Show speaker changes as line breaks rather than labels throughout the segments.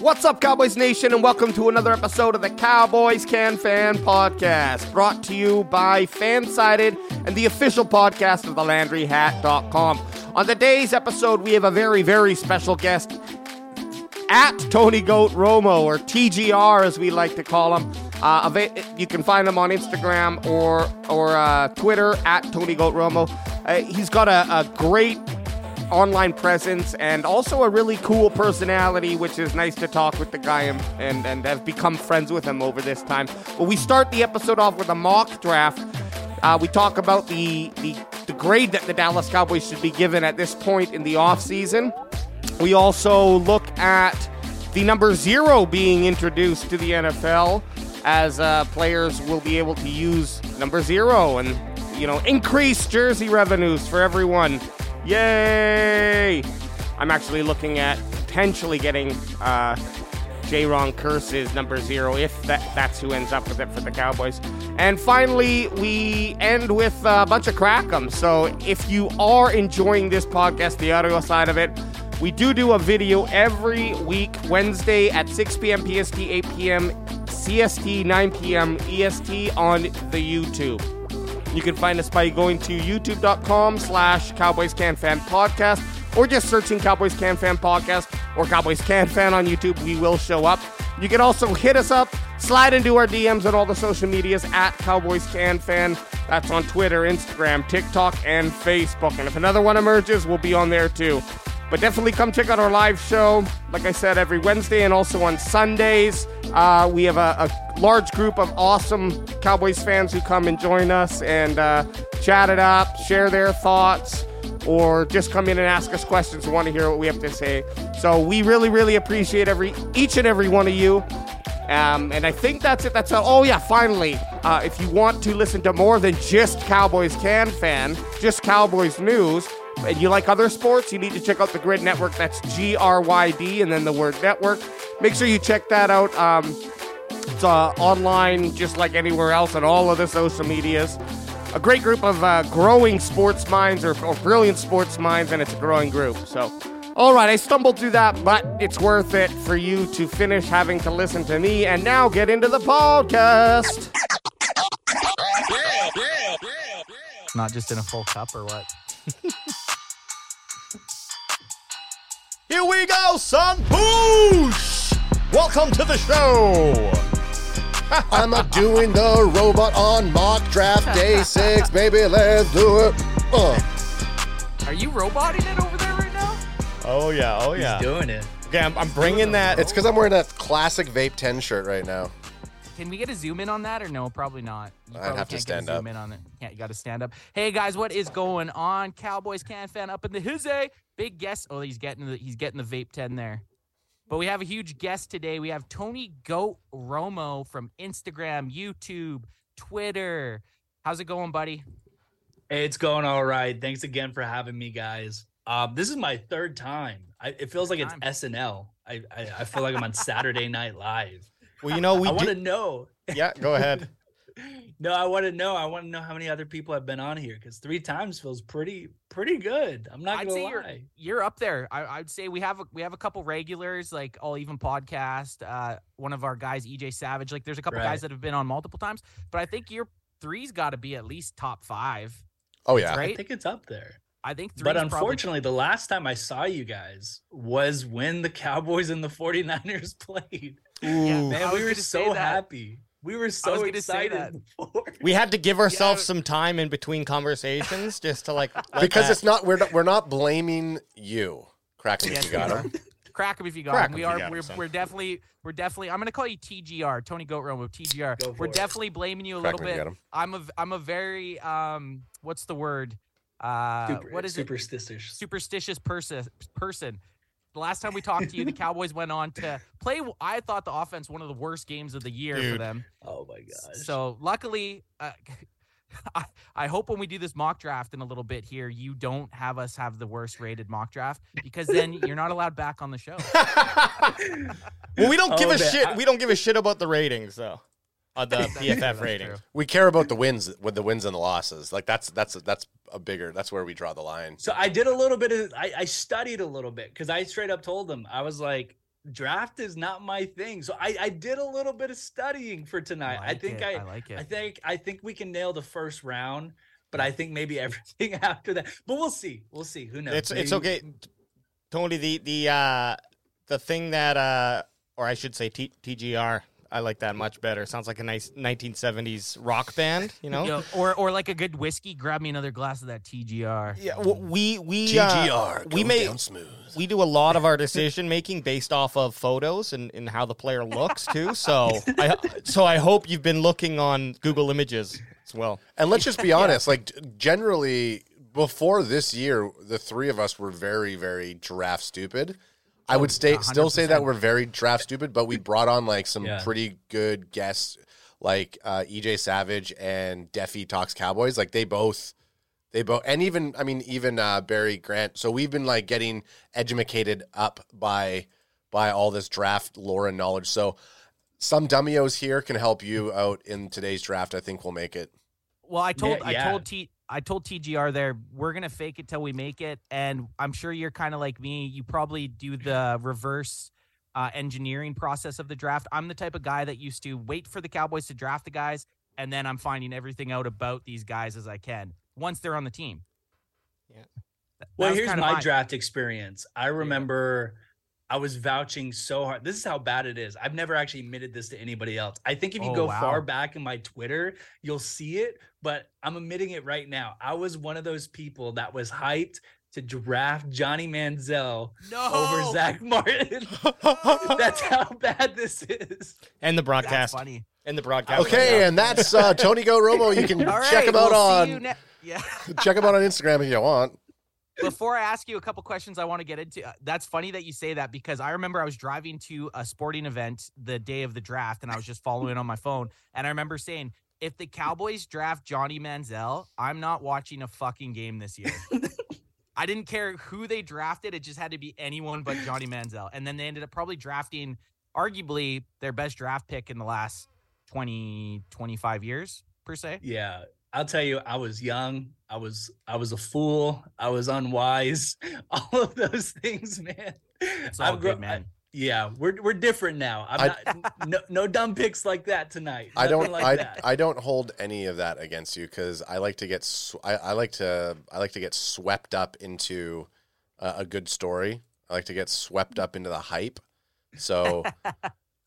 What's up, Cowboys Nation, and welcome to another episode of the Cowboys Can Fan Podcast, brought to you by Fansided and the official podcast of thelandryhat.com. On today's episode, we have a very, very special guest at Tony Goat Romo, or TGR as we like to call him. Uh, ava- you can find him on Instagram or or uh, Twitter at Tony Goat Romo. Uh, he's got a, a great online presence and also a really cool personality, which is nice to talk with the guy and, and, and have become friends with him over this time. But we start the episode off with a mock draft. Uh, we talk about the, the, the grade that the Dallas Cowboys should be given at this point in the offseason. We also look at the number zero being introduced to the NFL as uh, players will be able to use number zero and, you know, increase jersey revenues for everyone. Yay! I'm actually looking at potentially getting uh, J. Ron Curse's number zero, if that, that's who ends up with it for the Cowboys. And finally, we end with a bunch of crackums. So if you are enjoying this podcast, the audio side of it, we do do a video every week, Wednesday at 6 p.m. PST, 8 p.m. CST, 9 p.m. EST E on the YouTube. You can find us by going to youtube.com slash Cowboys Can Fan Podcast or just searching Cowboys Can Fan Podcast or Cowboys Can Fan on YouTube. We will show up. You can also hit us up, slide into our DMs on all the social medias at Cowboys Can Fan. That's on Twitter, Instagram, TikTok, and Facebook. And if another one emerges, we'll be on there too. But definitely come check out our live show. Like I said, every Wednesday and also on Sundays. Uh, we have a, a large group of awesome Cowboys fans who come and join us and uh, chat it up, share their thoughts, or just come in and ask us questions and want to hear what we have to say. So we really, really appreciate every each and every one of you. Um, and I think that's it. That's all. Oh, yeah, finally. Uh, if you want to listen to more than just Cowboys Can Fan, just Cowboys News, and you like other sports, you need to check out the Grid Network. That's G R Y D and then the word network. Make sure you check that out. Um, it's uh, online just like anywhere else on all of the social medias. A great group of uh, growing sports minds or, or brilliant sports minds, and it's a growing group. So, all right, I stumbled through that, but it's worth it for you to finish having to listen to me and now get into the podcast.
not just in a full cup or what?
Here we go, son. Boosh! Welcome to the show.
I'm a doing the robot on mock draft day six, baby. Let's do it. Uh.
Are you roboting it over there right now?
Oh yeah, oh yeah.
He's doing it.
Okay, I'm, I'm bringing that.
It's because I'm wearing a classic vape 10 shirt right now.
Can we get a zoom in on that or no? Probably not. You
I'd
probably
have to
can't get a
stand
Zoom
up.
in on it. Yeah, you got to stand up. Hey guys, what is going on? Cowboys can fan up in the hizzy. Big guest. Oh, he's getting the he's getting the vape ten there. But we have a huge guest today. We have Tony Goat Romo from Instagram, YouTube, Twitter. How's it going, buddy?
Hey, It's going all right. Thanks again for having me, guys. Um, this is my third time. I, it feels like it's
Time.
SNL. I, I, I feel like I'm on Saturday Night Live.
Well, you know, we
I want to
did.
know.
Yeah, go ahead.
No, I want to know. I want to know how many other people have been on here because three times feels pretty pretty good. I'm not
I'd
gonna
say
lie.
you're you're up there. I, I'd say we have a, we have a couple regulars like All Even Podcast. Uh, one of our guys, EJ Savage. Like there's a couple
Right.
guys that have been on multiple times, but I think your three's got to be at least top five,
Oh yeah.
I
right?
think it's up there.
I think three.
But unfortunately, the last time I saw you guys was when the Cowboys and the 49ers played.
Ooh.
I
Man,
was
we were
gonna say
so
that.
happy. We were so
gonna say that.
excited for it.
We had to give ourselves
Yeah.
some time in between conversations just to like. let
because
that-
it's not we're not, we're not blaming you. Crack me if
Yes,
you got
we
him.
crack 'em if you got
Crack
'em.
'em
We
if you
are
got 'em,
we're,
son.
we're definitely we're definitely I'm gonna call you TGR Tony Goat Rome with TGR.
Go
we're
for it.
definitely blaming you a
Crack
little
'em if you got
bit.
'em.
I'm a I'm a very um what's the word uh
Super,
what is it
superstitious?
superstitious person person. The last time we talked to you, the Cowboys went on to play. I thought the offense one of the worst games of the year for
Dude.
them.
oh my gosh.
So luckily, uh, I, I hope when we do this mock draft in a little bit here, you don't have us have the worst rated mock draft because then you're not allowed back on the show.
well, we don't give
Oh,
a
man,
shit.
I-
we don't give a shit about the ratings though. Uh, the PFF
That's
ratings.
true.
We care about the wins with the wins and the losses. Like that's that's that's a bigger that's where we draw the line.
So I did a little bit of I, I studied a little bit because I straight up told them I was like draft is not my thing. So I, I did a little bit of studying for tonight. I,
like
think
it.
I
Oh, I like it.
I think I think we can nail the first round, but I think maybe everything after that. But we'll see. We'll see. Who knows?
It's it's
Maybe-
okay, Tony. The the uh, the thing that uh, or I should say T- TGR. I like that much better. Sounds like a nice 1970s rock band. You
Oh.
know.
You know, or or like a good whiskey. Grab me another glass of that TGR.
Yeah, w- we we uh,
GGR.
we
go
may
down smooth.
we do a lot of our decision making based off of photos and, and how the player looks too. So I so I hope you've been looking on Google Images as well.
And let's just be honest, like g- generally before this year, the three of us were very, very draft stupid. I would stay, still say that we're very draft stupid, but we brought on like some
Yeah.
pretty good guests, like uh, EJ Savage and Deffy Talks Cowboys. Like they both, they both, and even I mean even uh, Barry Grant. So we've been like getting edumacated up by by all this draft lore and knowledge. So some dummios here can help you out in today's draft. I think we'll make it.
Well, I told I
yeah.
told T I told TGR there we're gonna fake it till we make it, and I'm sure you're kind of like me. You probably do the reverse uh, engineering process of the draft. I'm the type of guy that used to wait for the Cowboys to draft the guys, and then I'm finding everything out about these guys as I can once they're on the team.
Yeah.
Th- that
Well,
was
here's
kinda
my
mine.
draft experience. I remember I was vouching so hard. This is how bad it is. I've never actually admitted this to anybody else. I think if you
Oh,
go
wow.
far back in my Twitter, you'll see it, but I'm admitting it right now. I was one of those people that was hyped to draft Johnny Manziel
No,
over Zach Martin. That's how bad this is.
and the
That's
broadcast
funny.
and the broadcast.
Okay, and that's uh, Tony Go Robo. You can
All right,
check him out
we'll see you
on
ne- yeah.
check him out on Instagram if you want.
before I ask you a couple questions, I want to get into. uh, That's funny that you say that because I remember I was driving to a sporting event the day of the draft, and I was just following on my phone, and I remember saying, "If the Cowboys draft Johnny Manziel, I'm not watching a fucking game this year." I didn't care who they drafted; it just had to be anyone but Johnny Manziel. And then they ended up probably drafting, arguably, their best draft pick in the last 20, 25 years per se.
Yeah. I'll tell you, I was young. I was I was a fool. I was unwise. All of those things, man.
It's all
I've
good,
grown-
man.
Yeah, we're we're different now. I'm not no, no dumb picks like that tonight.
I don't.
Nothing like
I
that.
I don't hold any of that against you because I like to get. Sw- I, I like to. I like to get swept up into uh, a good story. I like to get swept up into the hype. So.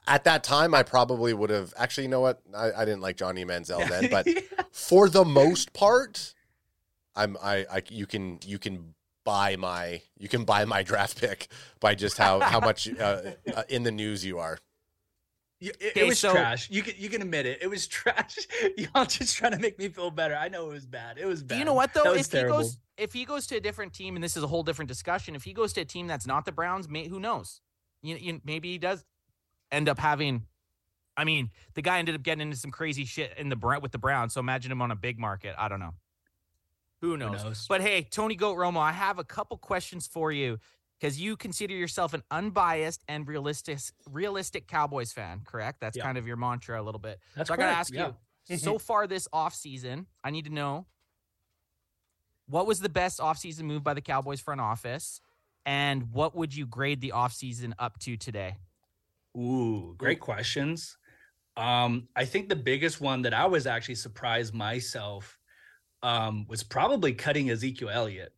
At that time, I probably would have actually. You know what? I, I didn't like Johnny Manziel then, but for the most part, I'm I, I you can you can buy my you can buy my draft pick by just how how much uh, uh, in the news you are.
Y- it, it
Okay,
was
so-
trash. You can you can admit it. It was trash. Y'all just trying to make me feel better. I know it was bad. It was bad.
Do you know what though?
That was
if
terrible.
he goes if he goes to a different team, and this is a whole different discussion, if he goes to a team that's not the Browns, may, who knows? You, you maybe he does end up having. I mean, the guy ended up getting into some crazy shit in the Bra- with the Browns. So imagine him on a big market. I don't know. Who knows?
knows?
But hey, Tony Goat Romo, I have a couple questions for you. because you consider yourself an unbiased and realistic realistic Cowboys fan, correct? That's
Yeah.
kind of your mantra a little bit.
That's
so I gotta
correct,
ask
yeah.
you. so far this offseason, I need to know what was the best offseason move by the Cowboys front office, and what would you grade the offseason up to today?
Ooh, great questions. Um, I think the biggest one that I was actually surprised myself um, was probably cutting Ezekiel Elliott.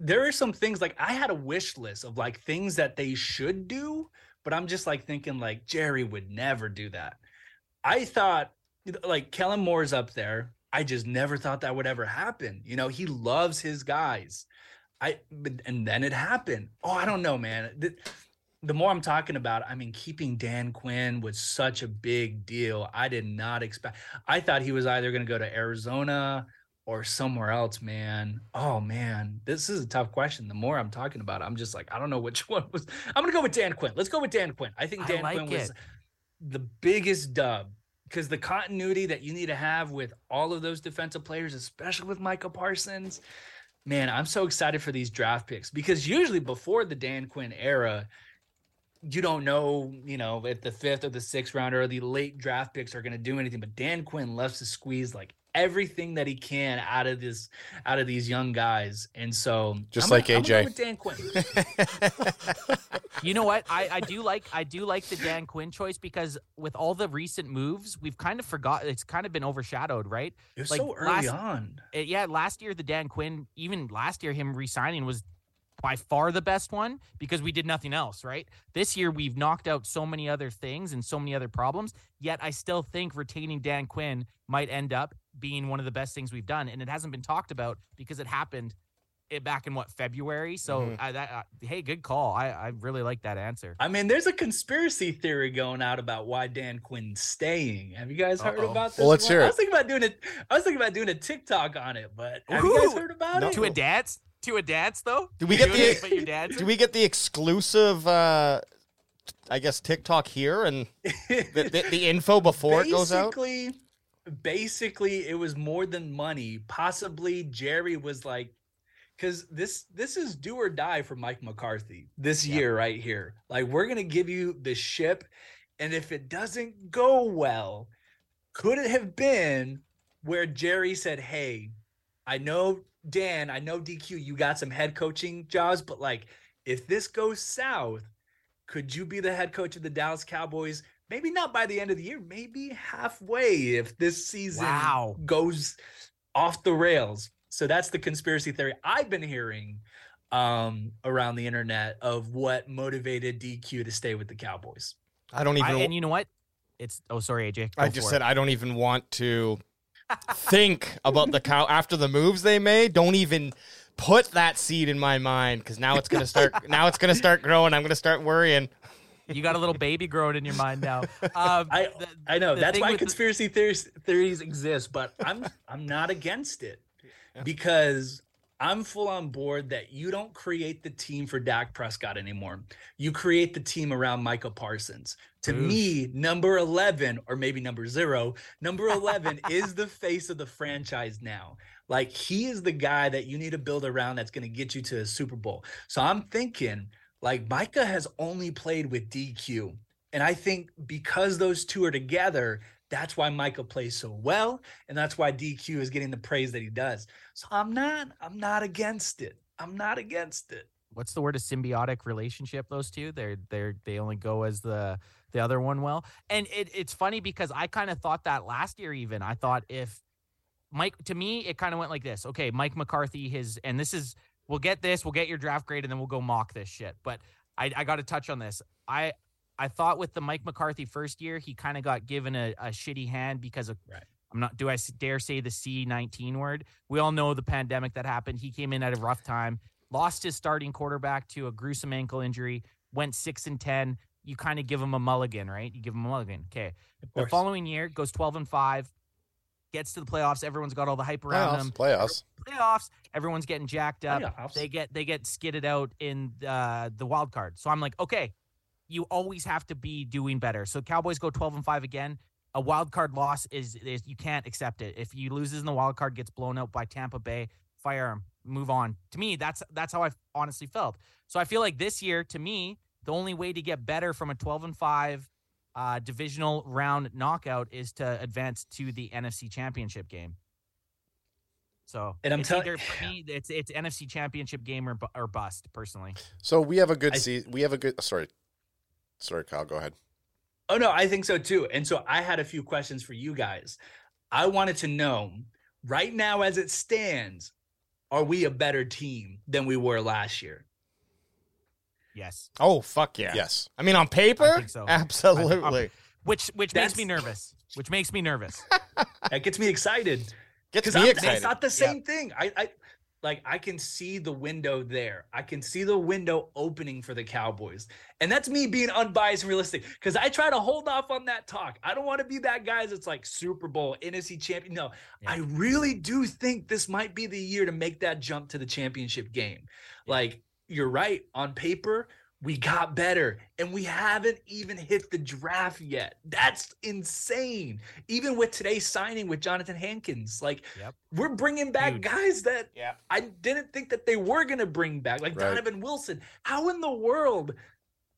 There are some things like I had a wish list of like things that they should do, but I'm just like thinking like Jerry would never do that. I thought like Kellen Moore's up there. I just never thought that would ever happen. You know, he loves his guys. I but- and then it happened. Oh, I don't know, man. Th- the more I'm talking about, it, I mean, keeping Dan Quinn was such a big deal. I did not expect. I thought he was either going to go to Arizona or somewhere else, man. Oh man, this is a tough question. The more I'm talking about it, I'm just like, I don't know which one was. I'm going to go with Dan Quinn. Let's go with Dan Quinn. I think
I
Dan
like
Quinn was
it.
the biggest dub because the continuity that you need to have with all of those defensive players, especially with Micah Parsons. Man, I'm so excited for these draft picks because usually before the Dan Quinn era, you don't know, you know, if the fifth or the sixth rounder or the late draft picks are going to do anything. But Dan Quinn loves to squeeze like everything that he can out of this, out of these young guys, and so
Just
I'm
like
gonna- I'm gonna
AJ.
go with Dan Quinn.
You know what? I, I do like I do like the Dan Quinn choice because with all the recent moves, we've kind of forgot it's kind of been overshadowed, right?
It was
Like,
so early
last-
on.
Uh, yeah, last year the Dan Quinn, even last year him re-signing was by far the best one because we did nothing else, right? This year we've knocked out so many other things and so many other problems. Yet I still think retaining Dan Quinn might end up being one of the best things we've done, and it hasn't been talked about because it happened it back in what February. So
Mm-hmm.
I, that, I, hey, good call. I I really like that answer.
I mean, there's a conspiracy theory going out about why Dan Quinn's staying. Have you guys heard
Uh-oh.
about this?
Well, let's
one?
hear
I
it.
was thinking about doing it. I was thinking about doing a TikTok on it, but have you guys
Ooh.
heard about
No.
it?
To a dance, to a dance though.
Do we
You're
get
doing
the-
it, but you're dancing?
Do we get the exclusive, uh, I guess, TikTok here and the, the, the info before it goes out?
basically, basically, it was more than money. Possibly, Jerry was like, because this this is do or die for Mike McCarthy this year right here. Like, we're gonna give you the ship, and if it doesn't go well, could it have been where Jerry said, "Hey, I know Dan, I know DQ, you got some head coaching jobs, but like, if this goes south." could you be the head coach of the Dallas Cowboys? Maybe not by the end of the year, maybe halfway if this season
Wow.
goes off the rails. So that's the conspiracy theory I've been hearing um, around the internet of what motivated DQ to stay with the Cowboys.
I don't
I-
even.
and you know what? It's oh sorry, AJ.
I
Go
just
for it.
said I don't even want to think about the cow after the moves they made. Don't even put that seed in my mind because now it's gonna start. now it's gonna start growing. I'm gonna start worrying.
You got a little baby growing in your mind now. Um,
I
the-
I know
the
that's
thing
why
with the-
conspiracy theories theories exist, but I'm I'm not against it because I'm full on board that you don't create the team for Dak Prescott anymore. You create the team around Micah Parsons. To
Oof.
me, number 11 or maybe number 0, number 11 is the face of the franchise now. Like he is the guy that you need to build around that's going to get you to a Super Bowl. So I'm thinking like Micah has only played with DQ. And I think because those two are together, that's why Micah plays so well, and that's why DQ is getting the praise that he does. So I'm not, I'm not against it. I'm not against it.
what's the word a symbiotic relationship those two they're they're they only go as the the other one well and it, it's funny because i kind of thought that last year even i thought if mike to me it kind of went like this okay mike mccarthy his and this is we'll get this we'll get your draft grade and then we'll go mock this shit but i i got to touch on this i i thought with the mike mccarthy first year he kind of got given a, a shitty hand because of
Right.
i'm not do i s- dare say the c19 word we all know the pandemic that happened he came in at a rough time lost his starting quarterback to a gruesome ankle injury, went six and ten. You kind of give him a mulligan, right? You give him a mulligan. Okay. The
course.
following year goes twelve and five, gets to the playoffs. Everyone's got all the hype around
playoffs,
them.
playoffs.
Playoffs. Everyone's getting jacked up.
Playoffs.
They get they get skidded out in uh, the wild card. So I'm like, okay, you always have to be doing better. So Cowboys go 12 and 5 again. A wild card loss is, is you can't accept it. If you loses in the wild card, gets blown out by Tampa Bay, fire him. move on. To me, that's that's how I honestly felt. So I feel like this year, to me, the only way to get better from a 12 and 5 uh, divisional round knockout is to advance to the NFC Championship game. So
And I'm
it's
tell-
either for me, it's it's NFC Championship game or bu- or bust. Personally,
So we have a good
I-
season. We have a good. Sorry, sorry, Kyle. Go ahead.
Oh no, I think so too. And so I had a few questions for you guys. I wanted to know right now as it stands, are we a better team than we were last year?
yes.
Oh fuck yeah.
Yes.
I mean, on paper,
I think so. I
absolutely.
think- Which which makes me
That's-
nervous. Which makes me nervous.
That gets me excited.
Gets
Because
me
it's
excited.
not the same thing. I, I like I can see the window there. I can see the window opening for the Cowboys. And that's me being unbiased and realistic. Because I try to hold off on that talk. I don't want to be that guy that's like Super Bowl, NFC champion. No,
Yeah.
I really do think this might be the year to make that jump to the championship game. Like you're right, on paper. We got better and we haven't even hit the draft yet. That's insane. Even with today's signing with Jonathan Hankins, like we're bringing back
Huge.
guys that
Yeah.
I didn't think that they were going to bring back, like
Right.
Donovan Wilson. How in the world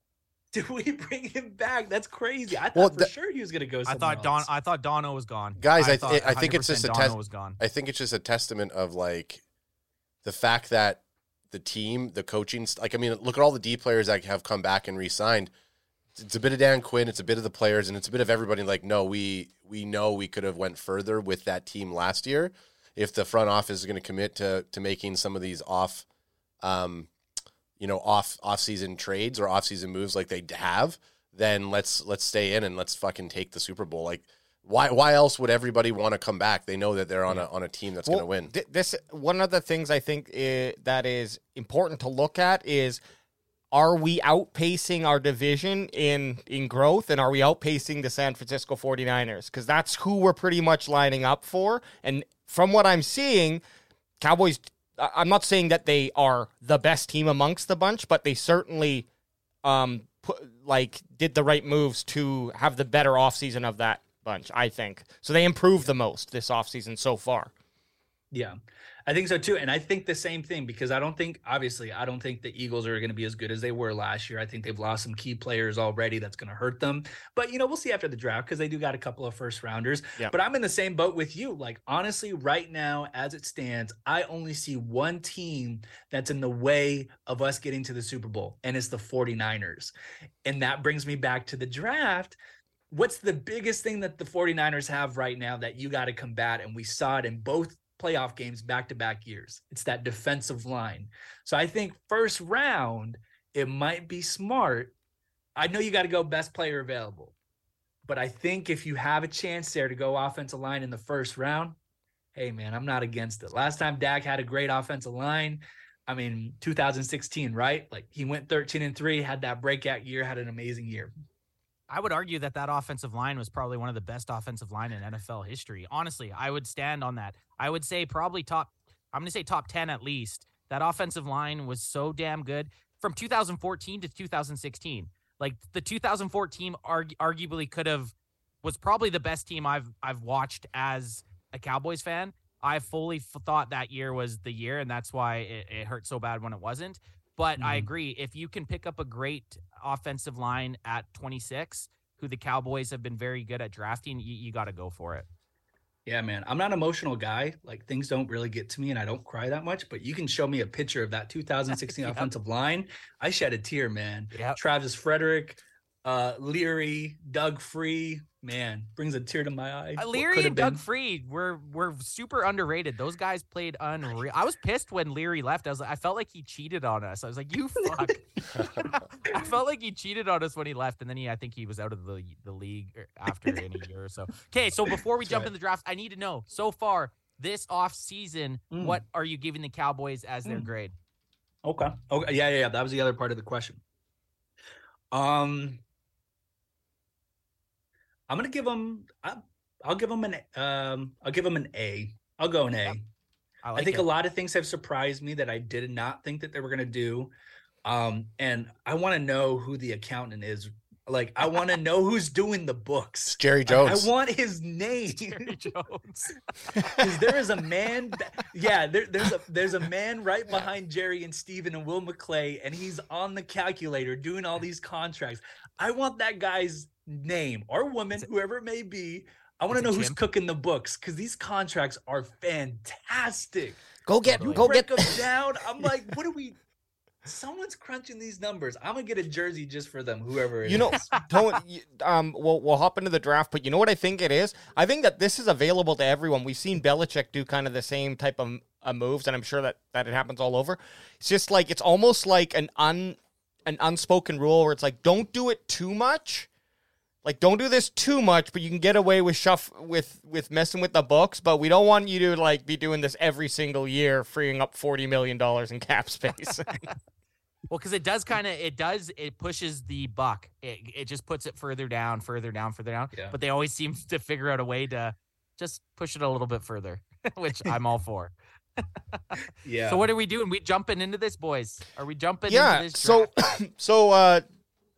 did we bring him back? That's crazy. I thought
Well,
for
that-
sure he was going to go.
I
Somewhere
thought Don.
else.
I thought Dono was gone.
Guys, I thi- I think
100%
it's just a
Dono
test-
was gone.
I think it's just a testament of like the fact that the team, the coaching, st- like I mean, look at all the D players that have come back and re-signed. It's- It's a bit of Dan Quinn, it's a bit of the players, and it's a bit of everybody. Like, no, we we know we could have went further with that team last year if the front office is going to commit to to making some of these off, um, you know, off off season trades or off season moves like they have. Then let's let's stay in and let's fucking take the Super Bowl. Like, why why else would everybody want to come back? They know that they're on a on a team that's going to
Well,
win.
thi- this one of the things I think i that is important to look at is are we outpacing our division in in growth and are we outpacing the San Francisco 49ers cuz that's who we're pretty much lining up for and from what I'm seeing Cowboys I- I'm not saying that they are the best team amongst the bunch but they certainly um put, like did the right moves to have the better offseason of that bunch I think so they improved the most this offseason so far
Yeah, I think so too. And I think the same thing because I don't think, obviously, I don't think the Eagles are going to be as good as they were last year. I think they've lost some key players already. That's going to hurt them. But, you know, we'll see after the draft because they do got a couple of first rounders.
Yeah.
But I'm in the same boat with you. Like, honestly, right now, as it stands, I only see one team that's in the way of us getting to the Super Bowl, and it's the 49ers. And that brings me back to the draft what's the biggest thing that the 49ers have right now that you got to combat and we saw it in both playoff games back to back years it's that defensive line so i think first round it might be smart i know you got to go best player available but i think if you have a chance there to go offensive line in the first round hey man i'm not against it last time Dak had a great offensive line i mean 2016 right like he went 13 and 3 had that breakout year had an amazing year
I would argue that that offensive line was probably one of the best offensive line in NFL history. Honestly, I would stand on that. I would say probably top. I'm going to say top ten at least. That offensive line was so damn good from 2014 to 2016. Like the 2014 arg- arguably could have was probably the best team I've I've watched as a Cowboys fan. I fully f- thought that year was the year, and that's why it, it hurt so bad when it wasn't. But I
Mhm.
agree. If you can pick up a great offensive line at 26, who the Cowboys have been very good at drafting, you, you got to go for it.
Yeah, man. I'm not an emotional guy. Like things don't really get to me and I don't cry that much, but you can show me a picture of that 2016
Yep.
offensive line. I shed a tear, man.
Yeah,
Travis Frederick, uh, Leary, Doug Free, man, brings a tear to my eye. What
Uh, Leary
could have
and Doug
been.
Freed were were super underrated. Those guys played unreal. I was pissed when Leary left. I was like, I felt like he cheated on us. I was like, you fuck. I felt like he cheated on us when he left, and then he I think he was out of the the league er, after in a year or so. Okay, so before we
That's
jump
right.
in the draft, I need to know so far this off season,
Mm.
what are you giving the Cowboys as their
Mm.
grade?
Okay. Okay. Yeah, yeah, yeah. That was the other part of the question. Um, I'm gonna give them. I, I'll give them an. Um, I'll give them an A. I'll go an A.
I like
I think
it.
a lot of things have surprised me that I did not think that they were going to do. Um, and I want to know who the accountant is Like I want to know who's doing the books.
It's Jerry
Like,
Jones.
I want his name.
Jerry Jones.
'Cause there is a man. ba- Yeah, there, there's a there's a man right behind Jerry and Steven and Will McClay, and he's on the calculator doing all these contracts. I want that guy's name or woman, whoever it may be. I want to
Is it
know who's
Jim?
cooking the books because these contracts are fantastic.
Go get,
You
go
break
get.
them down. I'm like, what are we? Someone's crunching these numbers. I'm gonna get a jersey just for them, whoever it
You know,
is.
don't. you- Um, we'll we'll hop into the draft, but you know what I think it is. I think that this is available to everyone. We've seen Belichick do kind of the same type of uh, moves, and I'm sure that that it happens all over. It's just like it's almost like an un an unspoken rule where it's like don't do it too much. Like don't do this too much, but you can get away with shuff with with messing with the books. But we don't want you to like be doing this every single year, freeing up forty million dollars in cap space.
Well, because it does kind of it does it pushes the buck. It it just puts it further down, further down, further down.
Yeah.
But they always seem to figure out a way to just push it a little bit further, which I'm all for.
Yeah.
So what are we doing? We jumping into this, boys? Are we jumping?
yeah
Into this
so
draft?
so uh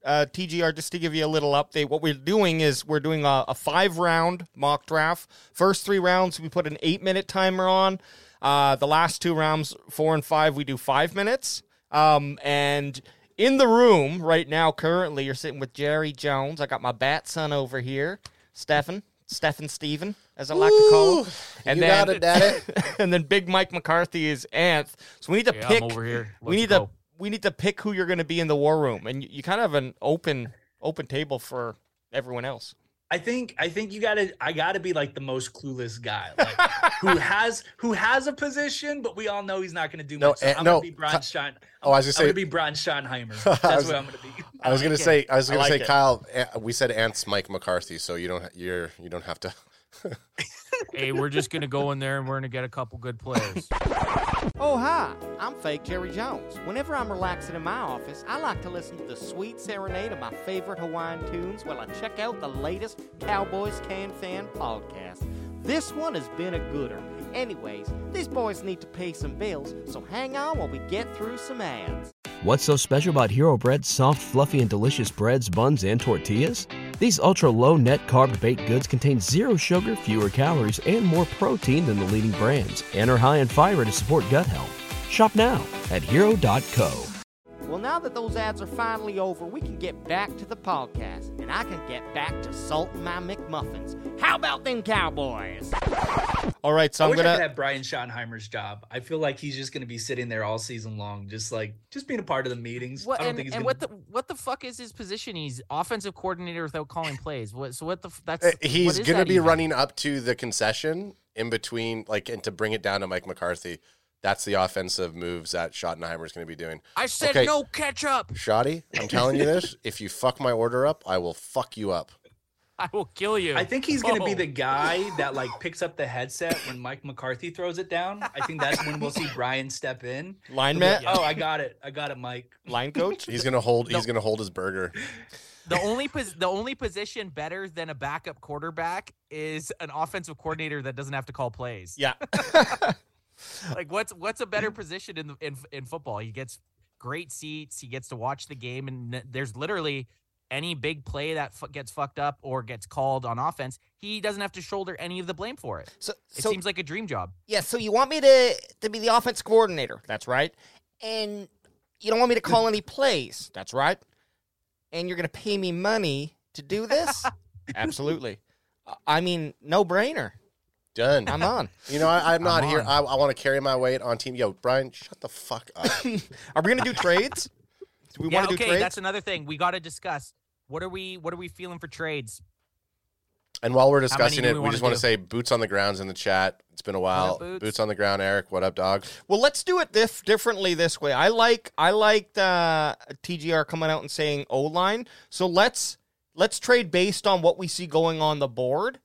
uh tgr just to give you a little update what we're doing is we're doing a, a five round mock draft first three rounds we put an eight minute timer on uh the last two rounds four and five we do five minutes um and in the room right now currently you're sitting with jerry jones i got my bat son over here stefan stefan steven as i like to call him and
you
then
got it, Daddy.
and then big mike mccarthy is anth so we need to
Yeah, I'm
pick
over here.
we
Let's
need to
go.
we need to pick who you're going to be in the war room, and you, you kind of have an open open table for everyone else.
I think I think you gotta I gotta be like the most clueless guy, like who has who has a position, but we all know he's not gonna do
No,
much. So
eh,
I'm
no,
gonna be
Ky-
Brian Stein.
Oh, I was
I'm gonna
gonna
be
say.
Brian Schottenheimer.
I
That's
was-
what I'm gonna be.
I was gonna
like it.
say. I was gonna
I like
say,
it.
Kyle. eh, We said Ant's Mike McCarthy, so you don't. You're. You don't have to.
hey, we're just gonna go in there and we're gonna get a couple good players.
Oh, hi, I'm fake Jerry Jones. Whenever I'm relaxing in my office, I like to listen to the sweet serenade of my favorite Hawaiian tunes while I check out the latest Cowboys Can Fan podcast. This one has been a gooder. Anyways, these boys need to pay some bills, so hang on while we get through some ads.
What's so special about Hero Bread's soft, fluffy, and delicious breads, buns, and tortillas? These ultra low net carb baked goods contain zero sugar, fewer calories, and more protein than the leading brands, and are high in fiber to support gut health. Shop now at hero.co.
Well, now that those ads are finally over, we can get back to the podcast, and I can get back to salting my McMuffins. How about them Cowboys?
All right, so
I
I'm
wish I could
gonna
have Brian Schottenheimer's job. I feel like he's just gonna be sitting there all season long, just like just being a part of the meetings.
What
I don't
and,
think he's
and
gonna-
what the what the fuck is his position? He's offensive coordinator without calling plays. What so what the f- that's
Uh,
Eh,
what
He's
is
gonna
that
be
even?
running up to the concession in between, like, and to bring it down to Mike McCarthy. That's the offensive moves that Schottenheimer's gonna be doing.
I said
Okay.
no ketchup.
Shoddy, I'm telling you this. If you fuck my order up, I will fuck you up.
I will kill you.
I think he's gonna be
Whoa.
the guy that like picks up the headset when Mike McCarthy throws it down. I think that's when we'll see Brian step in.
line
Like,
man,
oh, I got it. I got it, Mike.
line coach.
He's gonna hold. He's gonna hold his burger.
The only pos- the only position better than a backup quarterback is an offensive coordinator that doesn't have to call plays.
Yeah, Mm-hmm.
Like what's what's a better position in the, in in football? He gets great seats. He gets to watch the game, and n- there's literally any big play that fu- gets fucked up or gets called on offense, he doesn't have to shoulder any of the blame for it.
so
It
so
seems like a dream job.
yeah, so you want me to to be the offense coordinator? That's right. And you don't want me to call any plays? That's right. And you're gonna pay me money to do this? Absolutely. Uh, I mean, no brainer.
Done.
I'm on.
You know, I, I'm not
I'm
here.
on.
I, I want to carry my weight on team. Yo, Brian, shut the fuck up.
Are we gonna do trades? Do we
yeah,
want to
okay,
do trades?
that's another thing we got to discuss. What are we what are we feeling for trades?
and while we're
many
discussing
do
it,
we
we,
wanna
just want
do?
to say boots on the grounds in the chat. It's been a while.
up, Boots?
boots? on the ground, Eric. What up, dog?
Well, let's do it this differently this way. I like I liked uh, TGR coming out and saying O line. So let's let's trade based on what we see going on the board.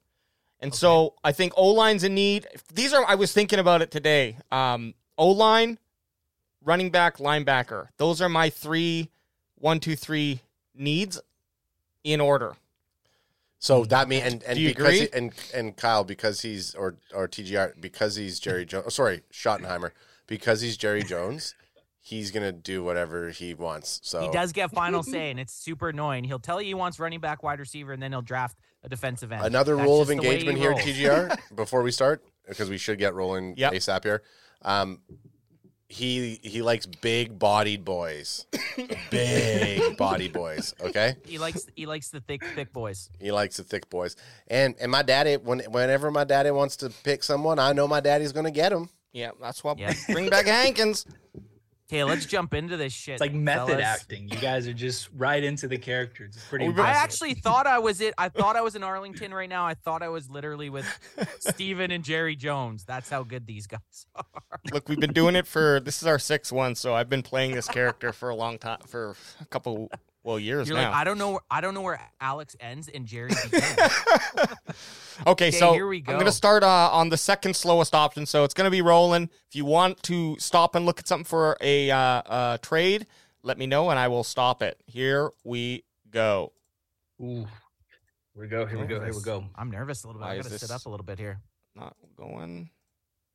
And so I think O line's in need. These are I was thinking about it today. Um, o line, running back, linebacker. Those are my three, one, two, three needs in order.
So that means and and
Mm. Do you
because
agree?
he- and and Kyle because he's oh, or or TGR because he's Jerry Jones. sorry, Schottenheimer because he's Jerry Jones. he's gonna do whatever he wants. So
He does get final say, and it's super annoying. He'll tell you he wants running back, wide receiver, and then he'll draft a defensive end.
Another
That's
rule of
just the way
engagement
he
here,
rolls.
TGR, before we start, because we should get rolling
Yep.
ASAP here. Um, he he likes big bodied boys, big body boys. Okay,
He likes he likes the thick thick boys.
he likes the thick boys. And and my daddy, when whenever my daddy wants to pick someone, I know my daddy's gonna get him.
Yeah, that's what.
Yeah.
Bring back Hankins.
Okay, let's jump into this shit.
It's like method
fellas.
acting. You guys are just right into the characters. It's pretty.
I
impressive.
actually thought I was it. I thought I was in Arlington right now. I thought I was literally with Steven and Jerry Jones. That's how good these guys are.
Look, we've been doing it for this is our sixth one, so I've been playing this character for a long time, for a couple well years
You're
now.
like, I don't know. Where, I don't know where Alex ends and Jerry begins.
okay,
Okay,
so
here we
I'm
go.
gonna start uh, on the second slowest option. So it's gonna be rolling. If you want to stop and look at something for a uh, uh, trade, let me know and I will stop it. Here we go.
Ooh. Here we go. Here we go. Here we go.
I'm nervous a little bit.
Why
I
is
gotta
this-
sit up a little bit here.
Not going.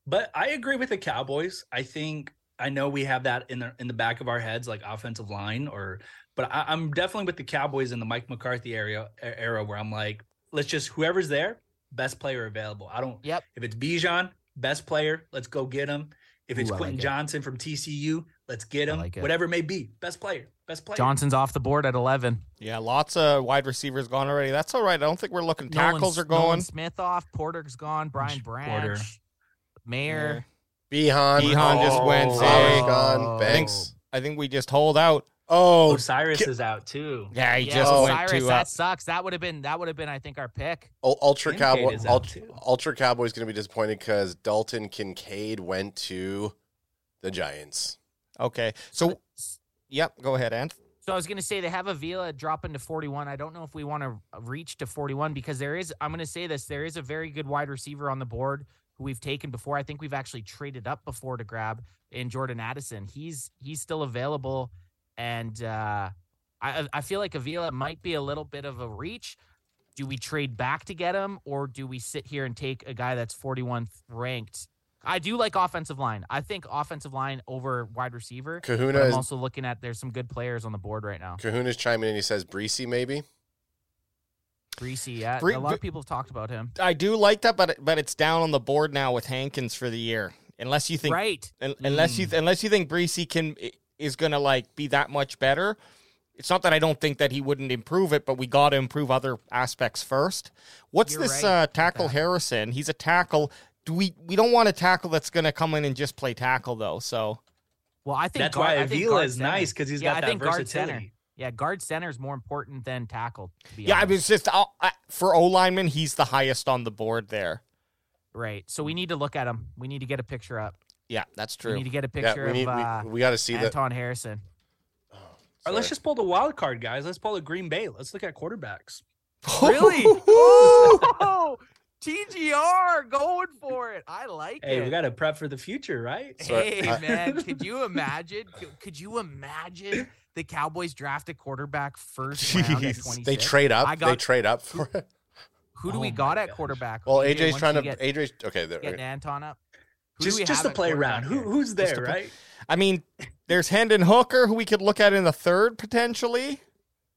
But I agree with the Cowboys. I think I know we have that in the in the back of our heads, like offensive line, or but I, I'm definitely with the Cowboys in the Mike McCarthy area e- era where I'm like, let's just whoever's there, best player available. I don't.
Yep.
If it's Bijan, best player, let's go get him. If it's
Ooh, I like
Quentin
it.
Johnson from TCU, let's get
I
him.
like it.
Whatever it may be, best player, best player.
Johnson's off the board at 11.
Yeah, lots of wide receivers gone already. That's all right. I don't think we're looking. Tackles
Nolan-
are going.
Nolan Smith off. Porter's gone. Brian Branch.
Porter.
Mayer.
Behan,
Behan
Oh.
just went,
Thomas
eh?
gone.
Thanks.
Banks.
I think we just hold out.
Oh,
Osiris is out too.
Yeah, he
Yeah, Oh,
just went
Cyrus,
to. Uh,
that sucks. That would have been that would have been, I think, our pick.
Ul- Ultra
Kincaid
Cowboy,
is out
Ultra,
too.
Ultra Cowboy's going to be disappointed because Dalton Kincaid went to the Giants.
okay, so yep, go ahead, Ant.
So I was gonna say they have Avila dropping to 41. I don't know if we want to reach to 41 because there is. I'm gonna say this. There is a very good wide receiver on the board who we've taken before. I think we've actually traded up before to grab in Jordan Addison. He's he's still available, and uh, I I feel like Avila might be a little bit of a reach. Do we trade back to get him, or do we sit here and take a guy that's 41th ranked? I do like offensive line. I think offensive line over wide receiver.
Kahuna
But I'm
is
also looking at there's some good players on the board right now.
Kahuna's chiming in. He says Breesy maybe.
Greasy, yeah.
Free-
a lot of people have talked about him.
I do like that, but but it's down on the board now with Hankins for the year. Unless you think,
right.
un- unless you unless you think Breesy can is gonna like be that much better. It's not that I don't think that he wouldn't improve it, but we got to improve other aspects first. What's
You're
this
right
uh, tackle Harrison? He's a tackle. Do we we don't want a tackle that's gonna come in and just play tackle though. So
Well, I think
That's
guard-
why
I think
Avila
guard
is
center.
nice because he's
yeah,
got
I
that
think guard center.
versatility.
Yeah, guard center is more important than tackle. To be
yeah, I
honest.
was just I'll, I, for O lineman, he's the highest on the board there.
right. So we need to look at him. We need to get a picture up.
Yeah, that's
We
true.
need to get a
Yeah,
picture
we need
of uh,
we, we got to see that.
Anton Harrison.
Or let's just pull the wild card, guys. Let's pull the Green Bay. Let's look at quarterbacks.
Really? oh, TGR going for it. I like
Hey,
it.
we got to prep for the future, right?
Sorry,
Hey
I-
man, could you imagine? could- Could you imagine the Cowboys draft a quarterback first round at
Jeez.
26?
They trade up.
I
they
got-
trade up for it.
Who do
Oh
we
my
got at
gosh.
quarterback?
Well,
AJ,
AJ's
once
trying
you
to.
get,
AJ's okay. There.
get Anton up. Who do
just
we
just
have
to
at
play around. Who
quarterback here?
who's
Just
there,
to play-
right?
I mean, there's Hendon Hooker, who we could look at in the third potentially.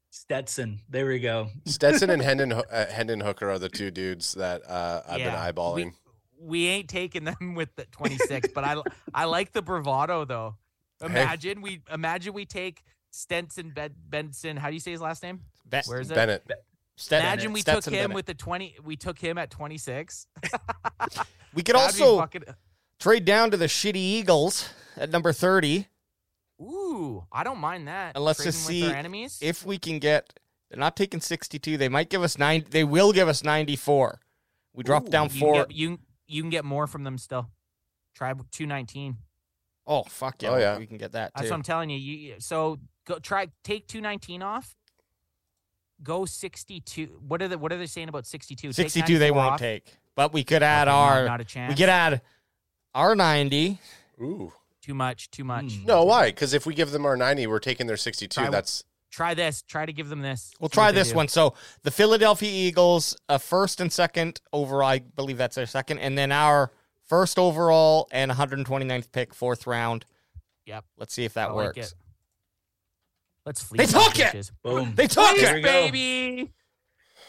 Stetson. There we go.
Stetson and Hendon Ho- uh, Hendon Hooker are the two dudes that uh, I've
Yeah,
been eyeballing.
We, we ain't taking them with the 26, but I I like the bravado though.
Hey.
Imagine we imagine we take Stenson Ben- Benson. How do you say his last name?
Be-
Where is it?
Bennett.
Stet-
Imagine we
Stetson
took him
Bennett.
with the 20. We took him at 26.
We
That'd be
could also
fucking-
trade down to the shitty Eagles at number thirty
Ooh, I don't mind that.
And let's just
Trading with
see
their enemies.
if we can get. They're not taking sixty-two. They might give us nine. They will give us ninety-four. We drop down
you can,
four.
get, you you can get more from them still. Try two nineteen.
Oh fuck yeah!
Oh, yeah.
we can get that
That's
too.
what I'm telling you. You you- so go try take two nineteen off. Go sixty two. What are the what are they saying about sixty two?
Sixty-two they won't take, but we could add
not,
our.
not a chance.
we could add our ninety.
Ooh.
too much. Too much.
Hmm.
No, why? Because if we give them our ninety, we're taking their sixty-two.
Try-
That's
Try this. Try to give them this.
We'll
See what
try
they
this
do.
one. So the Philadelphia Eagles, a first and second overall, I believe that's their second, and then our first overall and 129th pick, fourth round.
Yep.
Let's see if that
I like
works.
it. Let's flee.
They
these
took it!
bitches.
Boom.
They took
Fleece,
There
it.
we go.
baby.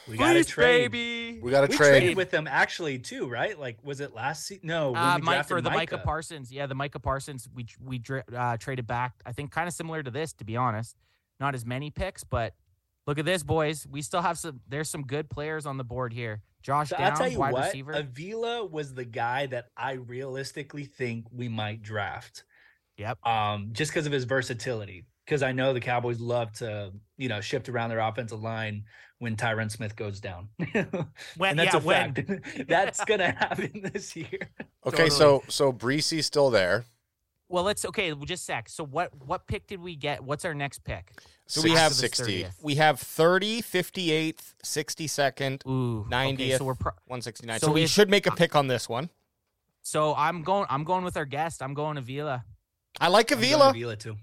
We got a
Fleece,
trade.
baby.
We got to
We
trade.
traded with them actually too, right? Like, was it last season? No, when
Uh,
we
Mike for
drafted
the Micah.
Micah.
Parsons. Yeah, the Micah Parsons. We we dra- uh, traded back. I think kind of similar to this, to be honest. Not as many picks, but look at this, boys. We still have some. There's some good players on the board here. Josh
So I'll
Downs,
tell you
wide
what,
receiver.
Avila was the guy that I realistically think we might draft.
Yep.
Um, just because of his versatility. Because I know the Cowboys love to, you know, shift around their offensive line when Tyron Smith goes down.
When-
and that's
yeah,
a
when.
fact. that's gonna happen this year.
Okay, so so Breesy's still there.
Well, let's okay. well, Just sec. So what what pick did we get? What's our next pick?
So we have-
After the
60.
30th.
We have 30, 58th, 62nd,
Ooh, okay,
90th.
so we're pro-
169.
So
So, we
is- uh,
should make a pick on this one.
so I'm going. I'm going with our guest. I'm going Avila.
I like
I'm going
Avila.
Avila too.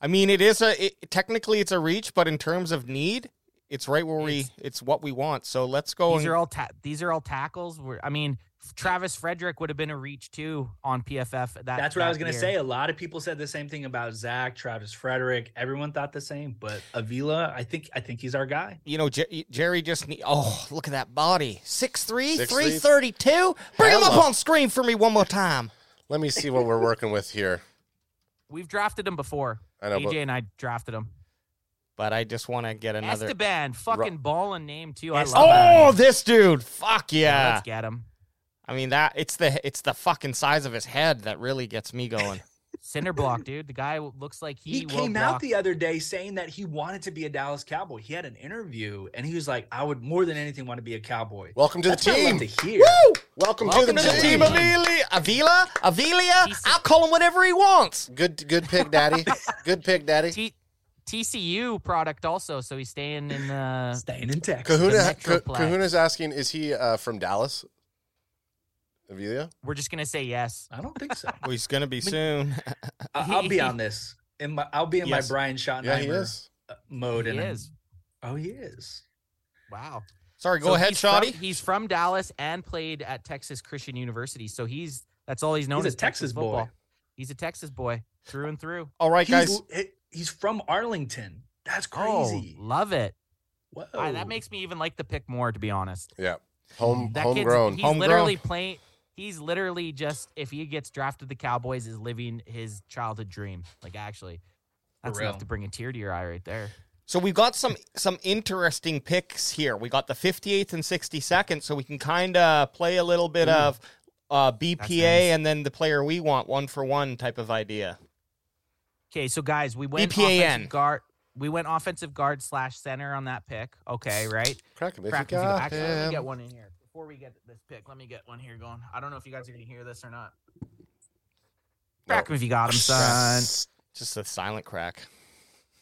I mean, it is a it, technically it's a reach, but in terms of need, it's right where we
It's-
it's, what we want. So let's go.
These
and-
are all ta- these are all tackles. We're, I mean, Travis Frederick would have been a reach too on PFF. That,
That's what I
that
was gonna
year.
say. A lot of people said the same thing about Zach, Travis Frederick. Everyone thought the same, but Avila, I think I think he's our guy.
you know, Jer- Jerry just need. Oh, look at that body. 6'3",
6'3"?
332. Bring him up
Hello.
on screen for me one more time.
Let me see what we're working with here.
We've drafted him before.
I know,
AJ
but-
and I drafted him.
But I just want to get another.
Esteban, fucking balling name too. I love that.
oh, this dude. Fuck yeah.
Let's get him.
I mean that it's the it's the fucking size of his head that really gets me going.
Cinder block, dude. The guy looks like he,
he
will
came out
block.
the other day saying that he wanted to be a Dallas Cowboy. He had an interview and he was like, "I would more than anything want to be a Cowboy."
Welcome to the
That's what I love
team.
to
Woo!
hear.
Welcome,
Welcome
to the team.
Avila, Avila, Avila.
He's-
I'll call him whatever he wants.
Good good pick, Daddy. good pick, Daddy.
T- TCU product also, so he's staying in uh, the.
Staying in Texas.
Kahuna,
Metroplex.
Ka- Kahuna's asking, is he uh, from Dallas? Avilia?
We're just gonna say yes.
I don't think so.
Well, he's gonna be soon.
I- I'll be on this. In my, I'll be in
Yes.
my Brian
Yeah, he
Schottenheimer
is.
uh, mode.
He
and I'm-
is.
Oh, he is.
Wow.
Sorry, go
So
ahead,
he's from-
Shoddy.
he's from Dallas and played at Texas Christian University, so he's that's all he's known
He's a
as Texas
Texas boy.
football. He's a Texas boy through and through.
All right,
He's-
guys.
he- he's from Arlington. That's crazy. Oh.
Oh, love it.
Whoa.
I- that makes me even like the pick more, to be honest.
Yeah. Home
That
homegrown.
kid's he's
Homegrown.
literally playing. He's literally just if he gets drafted, the Cowboys is living his childhood dream. Like actually,
For
that's enough
real.
to bring a tear to your eye right there.
So we've got some some interesting picks here. We got the 58th and 62nd, so we can kind of play a little bit of uh, BPA
nice.
and then the player we want, one for one type of idea.
Okay, so guys, we went
BPAN.
offensive guard. We went offensive guard slash center on that pick. Okay, right.
Crack him if
Crap,
you
if you-
got
actually, let me
him.
get one in here before we get this pick. Let me get one here going. I don't know if you guys are gonna hear this or not. Crack 'em if you got him, son.
Just a silent crack.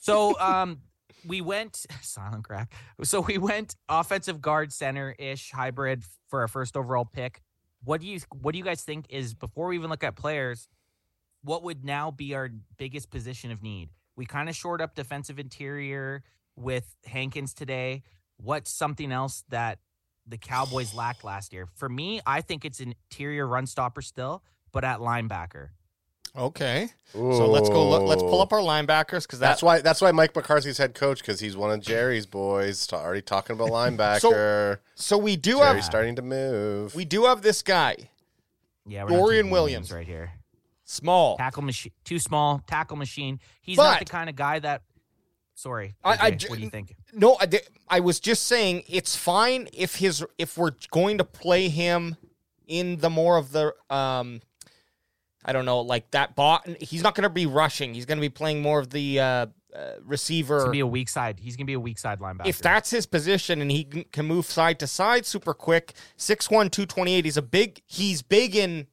So um we went silent crack. So we went offensive guard center ish hybrid for our first overall pick. What do you what do you guys think is before we even look at players, what would now be our biggest position of need? We kind of shored up defensive interior with Hankins today. What's something else that the Cowboys lacked last year? For me, I think it's an interior run stopper still, but at linebacker.
Okay. So let's go. Look, let's pull up our linebackers because
That's why. That's why Mike McCarthy's head coach because he's one of Jerry's boys. Ta- already talking about linebacker.
So we do
Jerry's
have
starting to move.
we do have this guy
Yeah, we're not
Dorian
taking
Williams.
right here.
small.
tackle machine too small tackle machine he's not the
But-
kind of guy that sorry
I- I
AJ,
ju-
what do you think
No, I, di- I was just saying it's fine if his if we're going to play him in the more of the um I don't know like that bot. He's not going to be rushing. He's going to be playing more of the uh, uh,
it's
receiver.
gonna be a weak side he's gonna be a weak side linebacker
if that's his position and he can- can move side to side super quick 6'1 228 he's a big he's big in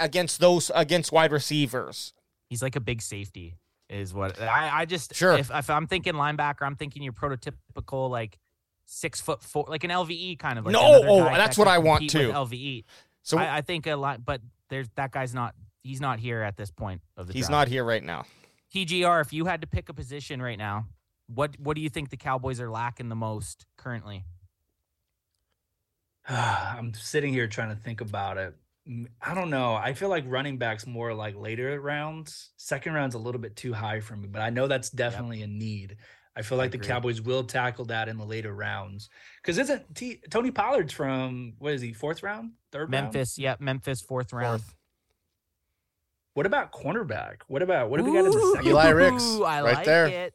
against those against wide receivers
he's like a big safety is what i, I just
Sure.
if, if i'm thinking linebacker i'm thinking your prototypical like six foot four like an lve kind of like
No,
another
oh,
guy
that's
that
what
can
I want
compete with
too.
lve
so
I, I think a lot but there's that guy's not he's not here at this point of the
he's
draft.
not here right now
TGR, if you had to pick a position right now, what what do you think the Cowboys are lacking the most currently?
I'm sitting here trying to think about it. Mm, I don't know. I feel like running backs more like later rounds. Second round's a little bit too high for me, but I know that's definitely a need. I feel like the Cowboys will tackle that in the later rounds because isn't T- Tony Pollard's from what is he fourth round, third round?
Memphis, yep, Memphis fourth round.
What about cornerback? What about what do we got in the
Ooh,
second?
Eli Ricks,
I
right
like
there.
It.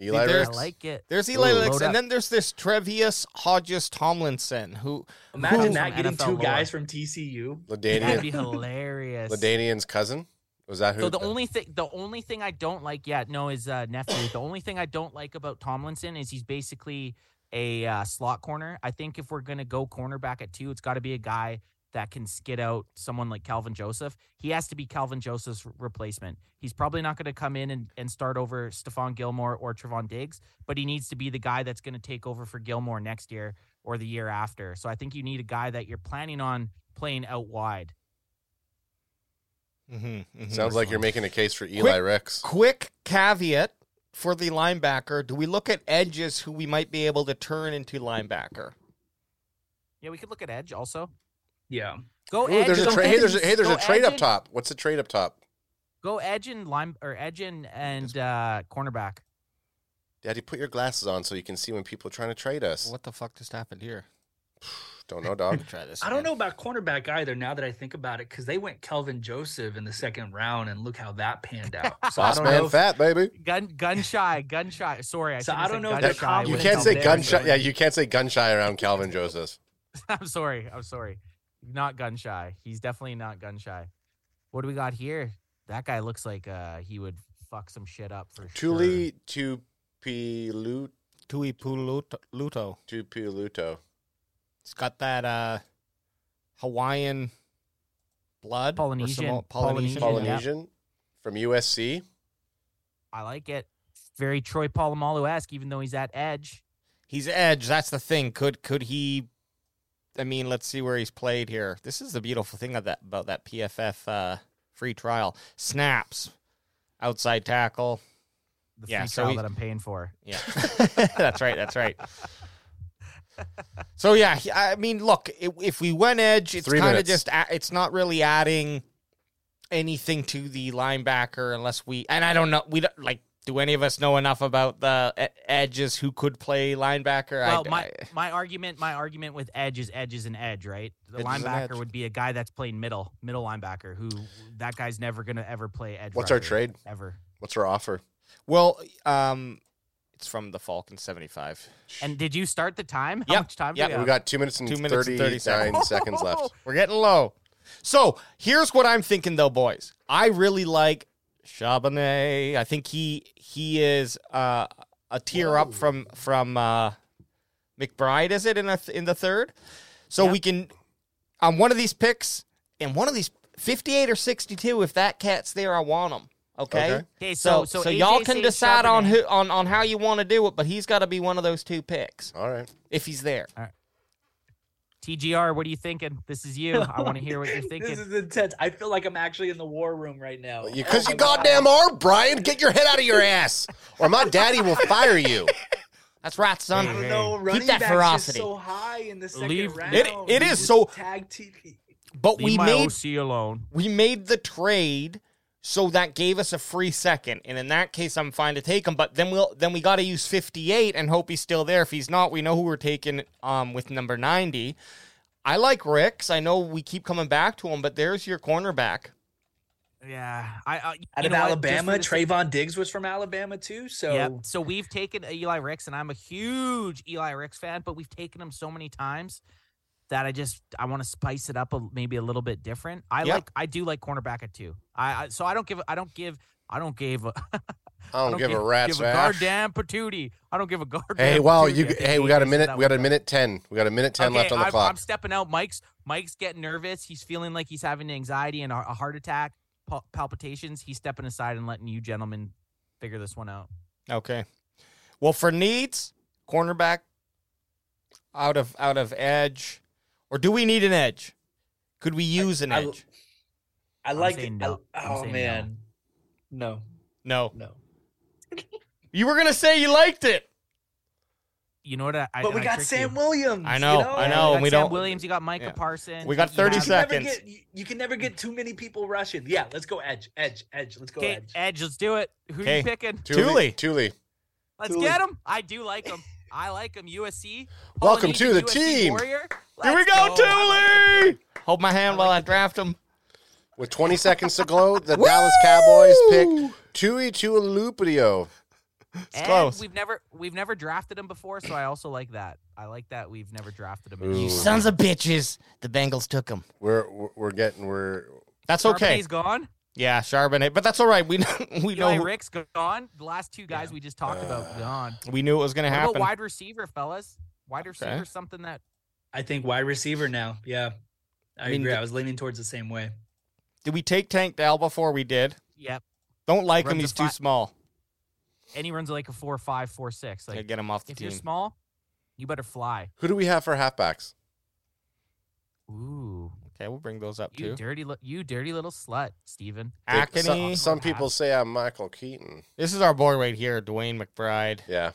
Eli
There's-
I
Ricks.
like it.
There's Eli
Ooh,
Lix,
load
and
up.
then there's this Trevius Hodges Tomlinson, who
Imagine
Who-
that getting
NFL
two
lore.
guys from TCU.
That'd
Ladanian,
be hilarious.
Ladanian's cousin. Was that who?
So the only thing, the only thing I don't like yet, no, is uh, nephew. the only thing I don't like about Tomlinson is he's basically a uh, slot corner. I think if we're gonna go cornerback at two, it's got to be a guy that can skid out someone like Calvin Joseph. He has to be Calvin Joseph's r- replacement. He's probably not gonna come in and, and start over Stephon Gilmore or Trevon Diggs, but he needs to be the guy that's gonna take over for Gilmore next year or the year after. So I think you need a guy that you're planning on playing out wide.
Mm-hmm,
sounds like
Uh-huh.
you're making a case for Eli
Quick-
Ricks.
Quick caveat for the linebacker: Do we look at edges who we might be able to turn into linebacker?
Yeah, we could look at edge also.
Yeah.
Go
Ooh,
edge.
there's a
go
tra- hey, there's a,
edge,
hey, there's
go
a trade up
edge and-
top. What's the trade up top?
Go edge and lime or edge and and uh, cornerback.
Daddy, put your glasses on so you can see when people are trying to trade us.
What the fuck just happened here?
Don't know, dog.
Try this.
I don't
again.
know about cornerback either now that I think about it because they went Kelvin Joseph in the second round and look how that panned out. So I
Boss
don't
man,
know. if-
fat baby.
Gun gun shy, gun shy. Sorry, I
So
shouldn't
I
have
don't
said
know if
gun
they're
shy.
You
confident
when
can't
it's
say
out
gun
there.
shy. Yeah, you can't say gun shy around Calvin Joseph.
I'm sorry. I'm sorry. Not gun shy. He's definitely not gun shy. What do we got here? That guy looks like uh, he would fuck some shit up for sure.
Tuli Tupilu
Tui Puluto. Luto.
Tupiluto.
It's got that uh, Hawaiian blood, or
Polynesian.
Samoa- Polynesian.
Polynesian.
yeah.
Polynesian from USC.
I like it. Very Troy Polamalu esque, even though he's at edge.
He's edge. That's the thing. Could could he? I mean, let's see where he's played here. This is the beautiful thing of that about that PFF uh, free trial snaps, outside tackle.
The
Yeah,
free
so
trial
he-
that I'm paying for.
Yeah, that's right. That's right. So yeah, he- I mean, look, i- if we went edge, it's
Three
kind of
minutes.
just a- it's not really adding anything to the linebacker unless we and I don't know we don't like do any of us know enough about the e- edges who could play linebacker? I-
Well, my,
I-
my argument my argument with edge is edge is an edge, right? The
Edge is an edge.
linebacker would be a guy that's playing middle, middle linebacker. Who that guy's never gonna ever play edge.
What's our
rusher,
trade?
ever?
What's our offer?
Well, um, it's from the Falcon seventy five.
And did you start the time? How
Yep,
much time?
yep,
do
We got two minutes and
Two minutes and
39
30 seconds.
seconds left.
We're getting low. So here's what I'm thinking though, boys. I really like Chabonet. I think he he is uh, a tier up from from uh, McBride. Is it in a th- in the third? So we can on one of these picks and one of these 58 or 62. If that cat's there, I want him. Okay.
Okay.
Okay,
So,
so-
so,
so
y'all
AJ
can
St.
decide on
Charbonnet.
who on, on how you want to do it, but he's got to be one of those two picks
All right.
if he's there.
TGR, what are you thinking? This is you. I want to hear what you're
This
thinking.
is intense. I feel like I'm actually in the war room right now. Oh
Because you goddamn are, Brian. Get your head out of your ass, or my daddy will fire you.
That's right, son.
I don't know. Running
Keep that
back's just
ferocity.
so high in the second
Leave-
round.
It- it
You
is
just
so-
tag TV.
But we
Leave my
made
OC alone.
we made the trade, so that gave us a free second. And in that case, I'm fine to take him. But then we'll then we got to use 58 and hope he's still there. If he's not, we know who we're taking um with number 90. I like Ricks. I know we keep coming back to him, but there's your cornerback.
Yeah, I, I you
Out of
know what? Just for
Alabama,
the sake-
Trayvon Diggs was from Alabama too. So
Yep. So we've taken a Eli Ricks, and I'm a huge Eli Ricks fan, but we've taken him so many times that I just I want to spice it up a, maybe a little bit different. I
Yeah.
like I do like cornerback at two. I, I so I don't give I don't give I don't give a,
I don't, give, a rat's
give a
ass.
goddamn patootie. I don't give a goddamn.
Hey, well,
patootie.
you.
I think
Hey, we
he
got a
said
minute.
that
We got
one.
a minute ten. We got a minute ten
Okay,
left on the
I'm,
clock.
I'm stepping out. Mike's Mike's getting nervous. He's feeling like he's having anxiety and a a heart attack, pal- palpitations. He's stepping aside and letting you gentlemen figure this one out.
Okay. Well, for needs, cornerback out of out of edge, or do we need an edge? Could we use an
I-
edge?
I like it.
saying no.
I-
I'm
oh
saying no.
man, no,
no.
no.
You were gonna say you liked it.
you know what? I, I-
But we
I
got
tricked
Sam
you.
Williams.
I know,
you know?
Yeah,
I know,
you got
and Oh, we
Sam
don't-
Williams. You got Micah
Yeah.
Parsons.
We got
you
30
You can
have-
never
seconds.
get- you, you can never get too many people rushing. Yeah, let's go edge, edge, edge. Let's go
Okay,
edge.
Edge, let's do it. Who are
Okay.
you picking?
Thule.
Thule.
Let's
Thule.
get him. I do like him. I like him. USC.
Welcome
Polynesian
to the
USC
team.
Warrior.
Here we
Let's
go,
I like
Thule.
it.
Hold my hand while I draft him.
With 20 seconds to go, the Dallas Cowboys pick Tui Tuilupidio.
And
close.
We've never we've never drafted him before, so I also like that. I like that we've never drafted him.
Ooh.
You sons of bitches. The Bengals took him.
We're we're- we're getting we're
That's okay.
He's gone.
Yeah, Charbonnet, but that's all right. We kn- we
Eli
know
Rick's gone. The last two guys we just talked
Uh,
about gone.
we knew it was gonna
What
happen.
about wide receiver, fellas? Wide receiver, something that
I think wide receiver now. Yeah, I,
mean,
agree.
the-
I was leaning towards the same way.
Did we take Tank Dell before we did?
yep.
Don't like him.
Runs a
He's too
fi-
small.
And he runs like a four five, four six.
Gotta
Like
get him off the
if
team.
you're small, you better fly.
who do we have for halfbacks?
Ooh.
okay, we'll bring those up
You
too.
dirty li- you dirty little slut, Steven.
They- some,
Ackeny.
some people say I'm Michael Keaton.
This is our boy right here, Dwayne McBride.
Yeah.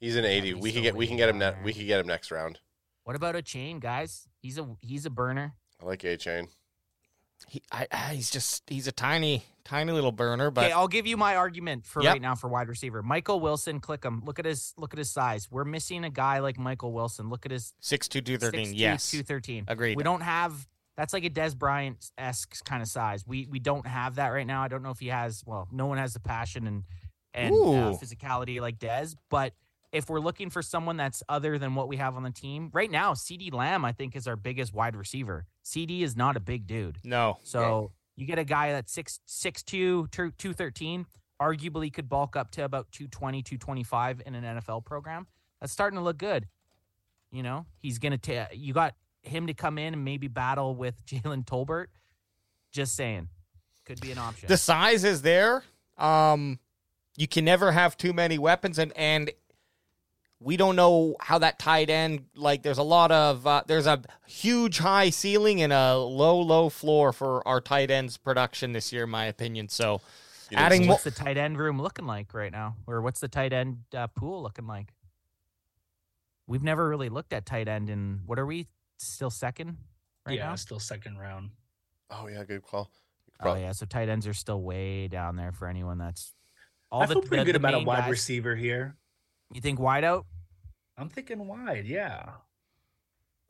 He's an 80.
he's
we can
so
get we
way
can get him
down
ne-
there.
we can get him next round.
What about a chain, guys? He's a he's a burner.
I like A Chain.
He, I, I, he's just he's a tiny, tiny little burner, but
okay, I'll give you my argument for
Yep.
right now for wide receiver. Michael Wilson, click him. Look at his look at his size. We're missing a guy like Michael Wilson. Look at his
six two two thirteen.
6'2",
Yes,
213.
agreed.
We don't have that's like a Des Bryant esque kind of size. We we don't have that right now. I don't know if he has. Well, no one has the passion and and uh,
Ooh.
physicality like Des. But if we're looking for someone that's other than what we have on the team right now, CD Lamb I think is our biggest wide receiver. CD is not a big dude,
No,
so you get a guy that's six six two two two thirteen. Arguably could bulk up to about 220, 225 in an NFL program. That's starting to look good. You know, he's gonna take. You got him to come in and maybe battle with Jalen Tolbert. Just saying, could be an option.
the size is there. Um, you can never have too many weapons, and and we don't know how that tight end. Like, there's a lot of uh, there's a huge high ceiling and a low low floor for our tight ends production this year, in my opinion. So,
think
adding
so?
more.
what's the tight end room looking like right now, or what's the tight end uh, pool looking like? We've never really looked at tight end, and what are we still second right
yeah,
now?
still second round.
Oh yeah, good call. You could
Oh
prob-
yeah, so tight ends are still way down there for anyone that's all
I
the
feel pretty
the-
good
the
about a
main
wide
guys-
receiver here.
You think wideout?
I'm thinking wide. Yeah,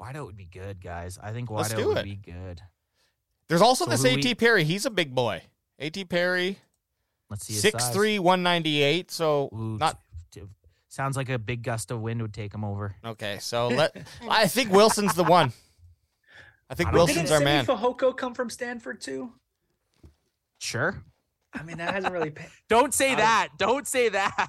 Wideout would be good, guys. I think
Let's
wideout
do
would
it.
be good.
There's also
So
this
who
At
we-
Perry. He's a big boy. At Perry,
Let's see. his
six
size.
three, one ninety eight. So
Ooh,
not
t- t- sounds like a big gust of wind would take him over.
okay. So let I think Wilson's the one. I think
I don't
Wilson's
didn't
our
Sammy
man.
Fajoko come from Stanford too?
Sure.
I mean, that hasn't really. pa-
Don't say
I-
that. Don't say that.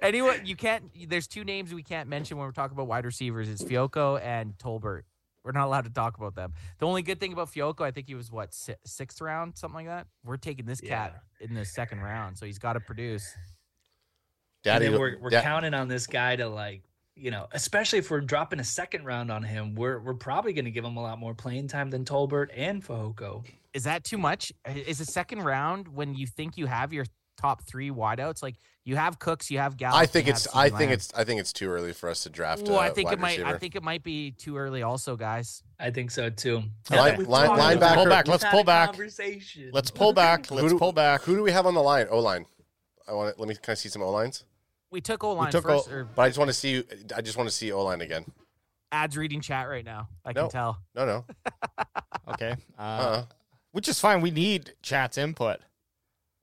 Anyone, you can't. There's two names we can't mention when we're talking about wide receivers. It's Fioco and Tolbert. We're not allowed to talk about them. The only good thing about Fioco, I think he was what si- sixth round, something like that. We're taking this cat in the second round, so he's got to produce.
Daddy,
and then we're, we're
da-
counting on this guy to like you know especially if we're dropping a second round on him we're we're probably going to give him a lot more playing time than tolbert and fahoko
Is that too much? I- Is the second round when you think you have your top three wideouts? Like you have Cooks, you have Gallup.
I think
you
it's
have
I
CeeDee
think
Lamb.
it's I think it's too early for us to draft.
Ooh,
uh,
I think
wide
it might.
receiver.
I think it might be too early, also, guys.
i think so too
Line-
We've
line-
talked about it.
linebacker- Pull
back,
We've
let's
had
pull
a
back.
conversation.
Let's pull back.
Who
Let's
do-
pull back.
Who do we have on the line? O line. I want. to Let me. Can I see some O lines?
We took O line
took
first,
O-
or
But I just want to see. I just want to see O line again.
ads reading chat right now. I
No.
can tell.
No, no.
Okay. Uh,
Uh. uh
Which is fine. We need chat's input.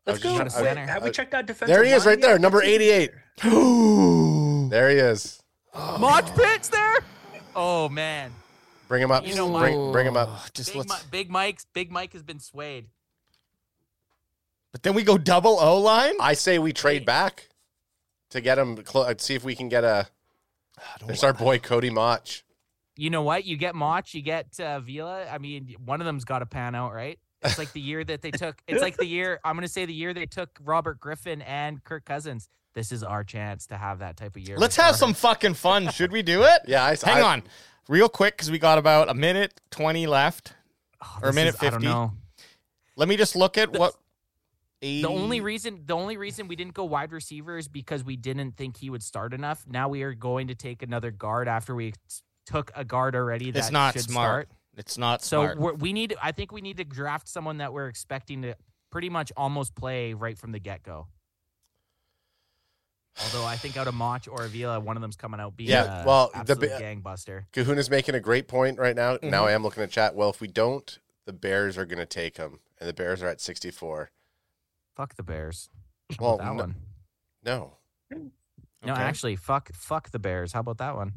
I
let's
was
go
just
trying to
Wait,
center.
have we
Uh,
checked out defense
There he is, right there, number 88.
Ooh.
There he is.
Mont Pitts there. Oh man,
Bring him up.
You know,
bring, bring him up.
Just
Big,
let's.
Mi- Big Mike's Big Mike has been swayed.
But then we go double O line.
I say we trade back to get him. Clo- uh, see if we can get a. There's our boy Cody Mach.
You know what? You get Mach, you get uh, Vila. I mean, one of them's got to pan out, right? It's like the year that they took. It's like the year I'm going to say the year they took Robert Griffin and Kirk Cousins. This is our chance to have that type of year.
Let's
with
have
our-
some fucking fun. Should we do it?
Yeah, I,
Hang
I-
on, real quick, because we got about a minute twenty left.
Oh,
or a
this
minute
is- I don't
50.
know.
Let me just look at what
The only reason the only reason we didn't go wide receiver is because we didn't think he would start enough. Now we are going to take another guard after we s- took a guard already. That
It's not
should Start.
smart. It's not
So
smart.
we're, we need. I think we need to draft someone that we're expecting to pretty much almost play right from the get go. Although I think out of Mach or Avila, one of them's coming out being
Yeah,
a
well, the
absolute
bi-
gangbuster.
Kahuna's making a great point right now. Now I am looking at chat. Well, if we don't, the Bears are going to take him, and the Bears are at 64.
Fuck the Bears.
Oh,
Well,
that
no,
one.
no.
No, actually, fuck, fuck the Bears. How about that one?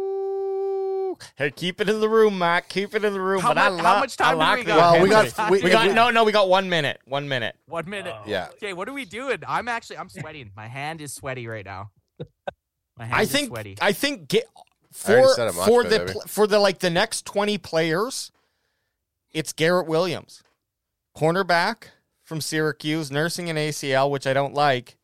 Ooh. Hey, keep it in the room, Mac. Keep it in the room.
How
but I
much- how
lo-
much
I
time do
like
Oh, we
Well, we
got?
the Panthers.
got-
we got no, no. We got one minute. One minute.
One minute.
Yeah.
Okay, what are we doing? I'm actually I'm sweating. My hand is sweaty right now. My hand
I
is
think.
sweaty.
I think get
I already
for
said I'm off
for
by
the
that,
pl- for the like the next twenty players. It's Garrett Williams, cornerback from Syracuse, nursing an ACL, which I don't like.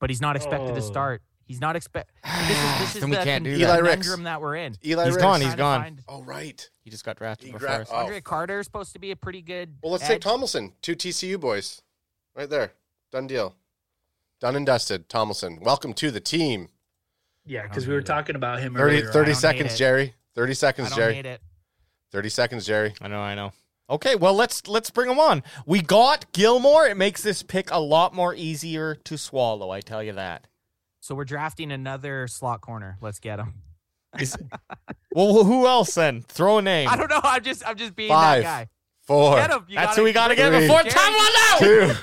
but he's not expected to
Oh.
start. He's not expect. This is this is
ah, Then we
the
can't do
con-
that. Eli Ricks.
conundrum that we're in.
Eli
He's
Ricks.
gone,
Trying
he's
to
gone.
find-
Oh, right.
He just got
He
drafted before
gra-
us.
oh.
Andre Carter is supposed to be a pretty good.
Well, let's
edge.
take Tomlinson. Two TCU boys. Right there. Done deal. Done and dusted. Tomlinson. Welcome to the team.
Yeah, because we were talking about him
30,
earlier.
30
don't hate
seconds,
it.
Jerry. 30
I
seconds,
don't
Jerry.
hate it.
30 seconds, Jerry.
I know, I know. Okay, well let's let's bring him on. We got Gilmore. It makes this pick a lot more easier to swallow. I tell you that.
So we're drafting another slot corner. Let's get him.
Well, who else then? Throw a name.
I don't know. I'm just I'm just being
Five,
that
Four.
guy. Get him. You
That's
gotta-
who we got to get
Three.
before
Jerry-
time one
Two.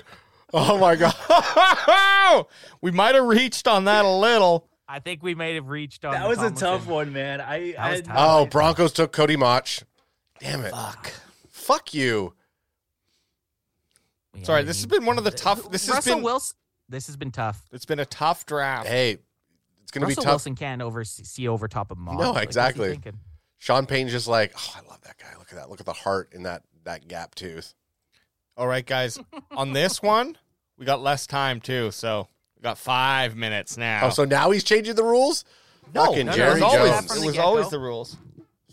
Oh, my God.
out. we might have reached on that a little.
I think we may have reached on.
That was
Tomlinson.
a tough one, man. I,
That was
I-
tough.
Oh, Broncos took Cody Mach. Damn it.
Fuck.
Fuck you.
Yeah,
Sorry,
I
this has
mean,
been one of the tough. This has
Russell
been
Wilson. This has been tough.
it's been a tough draft.
Hey, it's going to be
Russell
tough.
Wilson can over see over top of Moss.
No, exactly. Sean Payne's just like, oh, I love that guy. Look at that. Look at the heart in that that gap tooth.
All right, guys. on this one, we got less time too, so we got five minutes now.
Oh, so now he's changing the rules?
no,
Fucking
no, no,
Jerry
it was always,
Jones.
It
From the
was
get-go.
always the rules.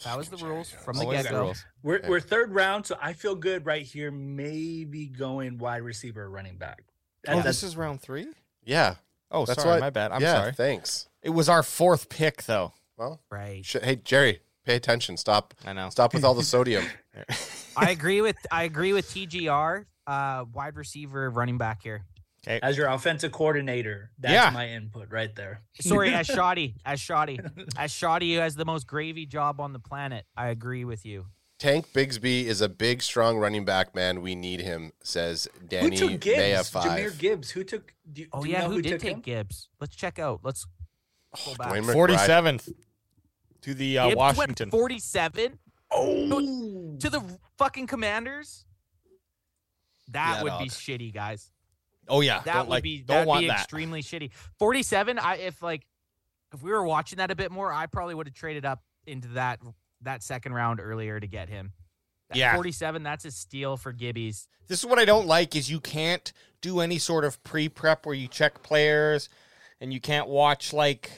That was the rules from the
Always
get
the
go.
rules.
we're, we're third round, so I feel good right here. Maybe going wide receiver, or running back. That-
Oh,
that's-
this is round three.
Yeah.
Oh,
That's
sorry,
why-
my bad. I'm
yeah,
sorry.
Thanks.
It was our fourth pick, though.
Well,
Right.
sh- hey, Jerry, pay attention. Stop.
I know.
Stop with all the sodium.
I agree with I agree with TGR. Uh, wide receiver, running back here.
as your offensive coordinator, that's
Yeah.
my input right there.
Sorry, as shoddy, as shoddy, as shoddy, who has the most gravy job on the planet. I agree with you.
Tank Bigsby is a big, strong running back, man. We need him, says
Who
Danny
took
Maya
Gibbs?
5.
Jameer Gibbs. Who took? Do,
Oh
do you
yeah,
know
who, did
took
take
him?
Gibbs? Let's check out. Let's
Oh,
go back.
Dwayne McBride.
Forty seventh to the uh,
Gibbs
Washington.
went forty-seven
Oh,
to the fucking Commanders. That
Yeah,
would
dog.
be shitty, guys.
oh yeah,
that
don't
would
like,
be
don't
that'd
want
be
that.
extremely shitty. Forty seven. I if like if we were watching that a bit more, I probably would have traded up into that that second round earlier to get him. That
Yeah.
forty seven. That's a steal for Gibbies.
This is what I don't like: is you can't do any sort of pre prep where you check players, and you can't watch like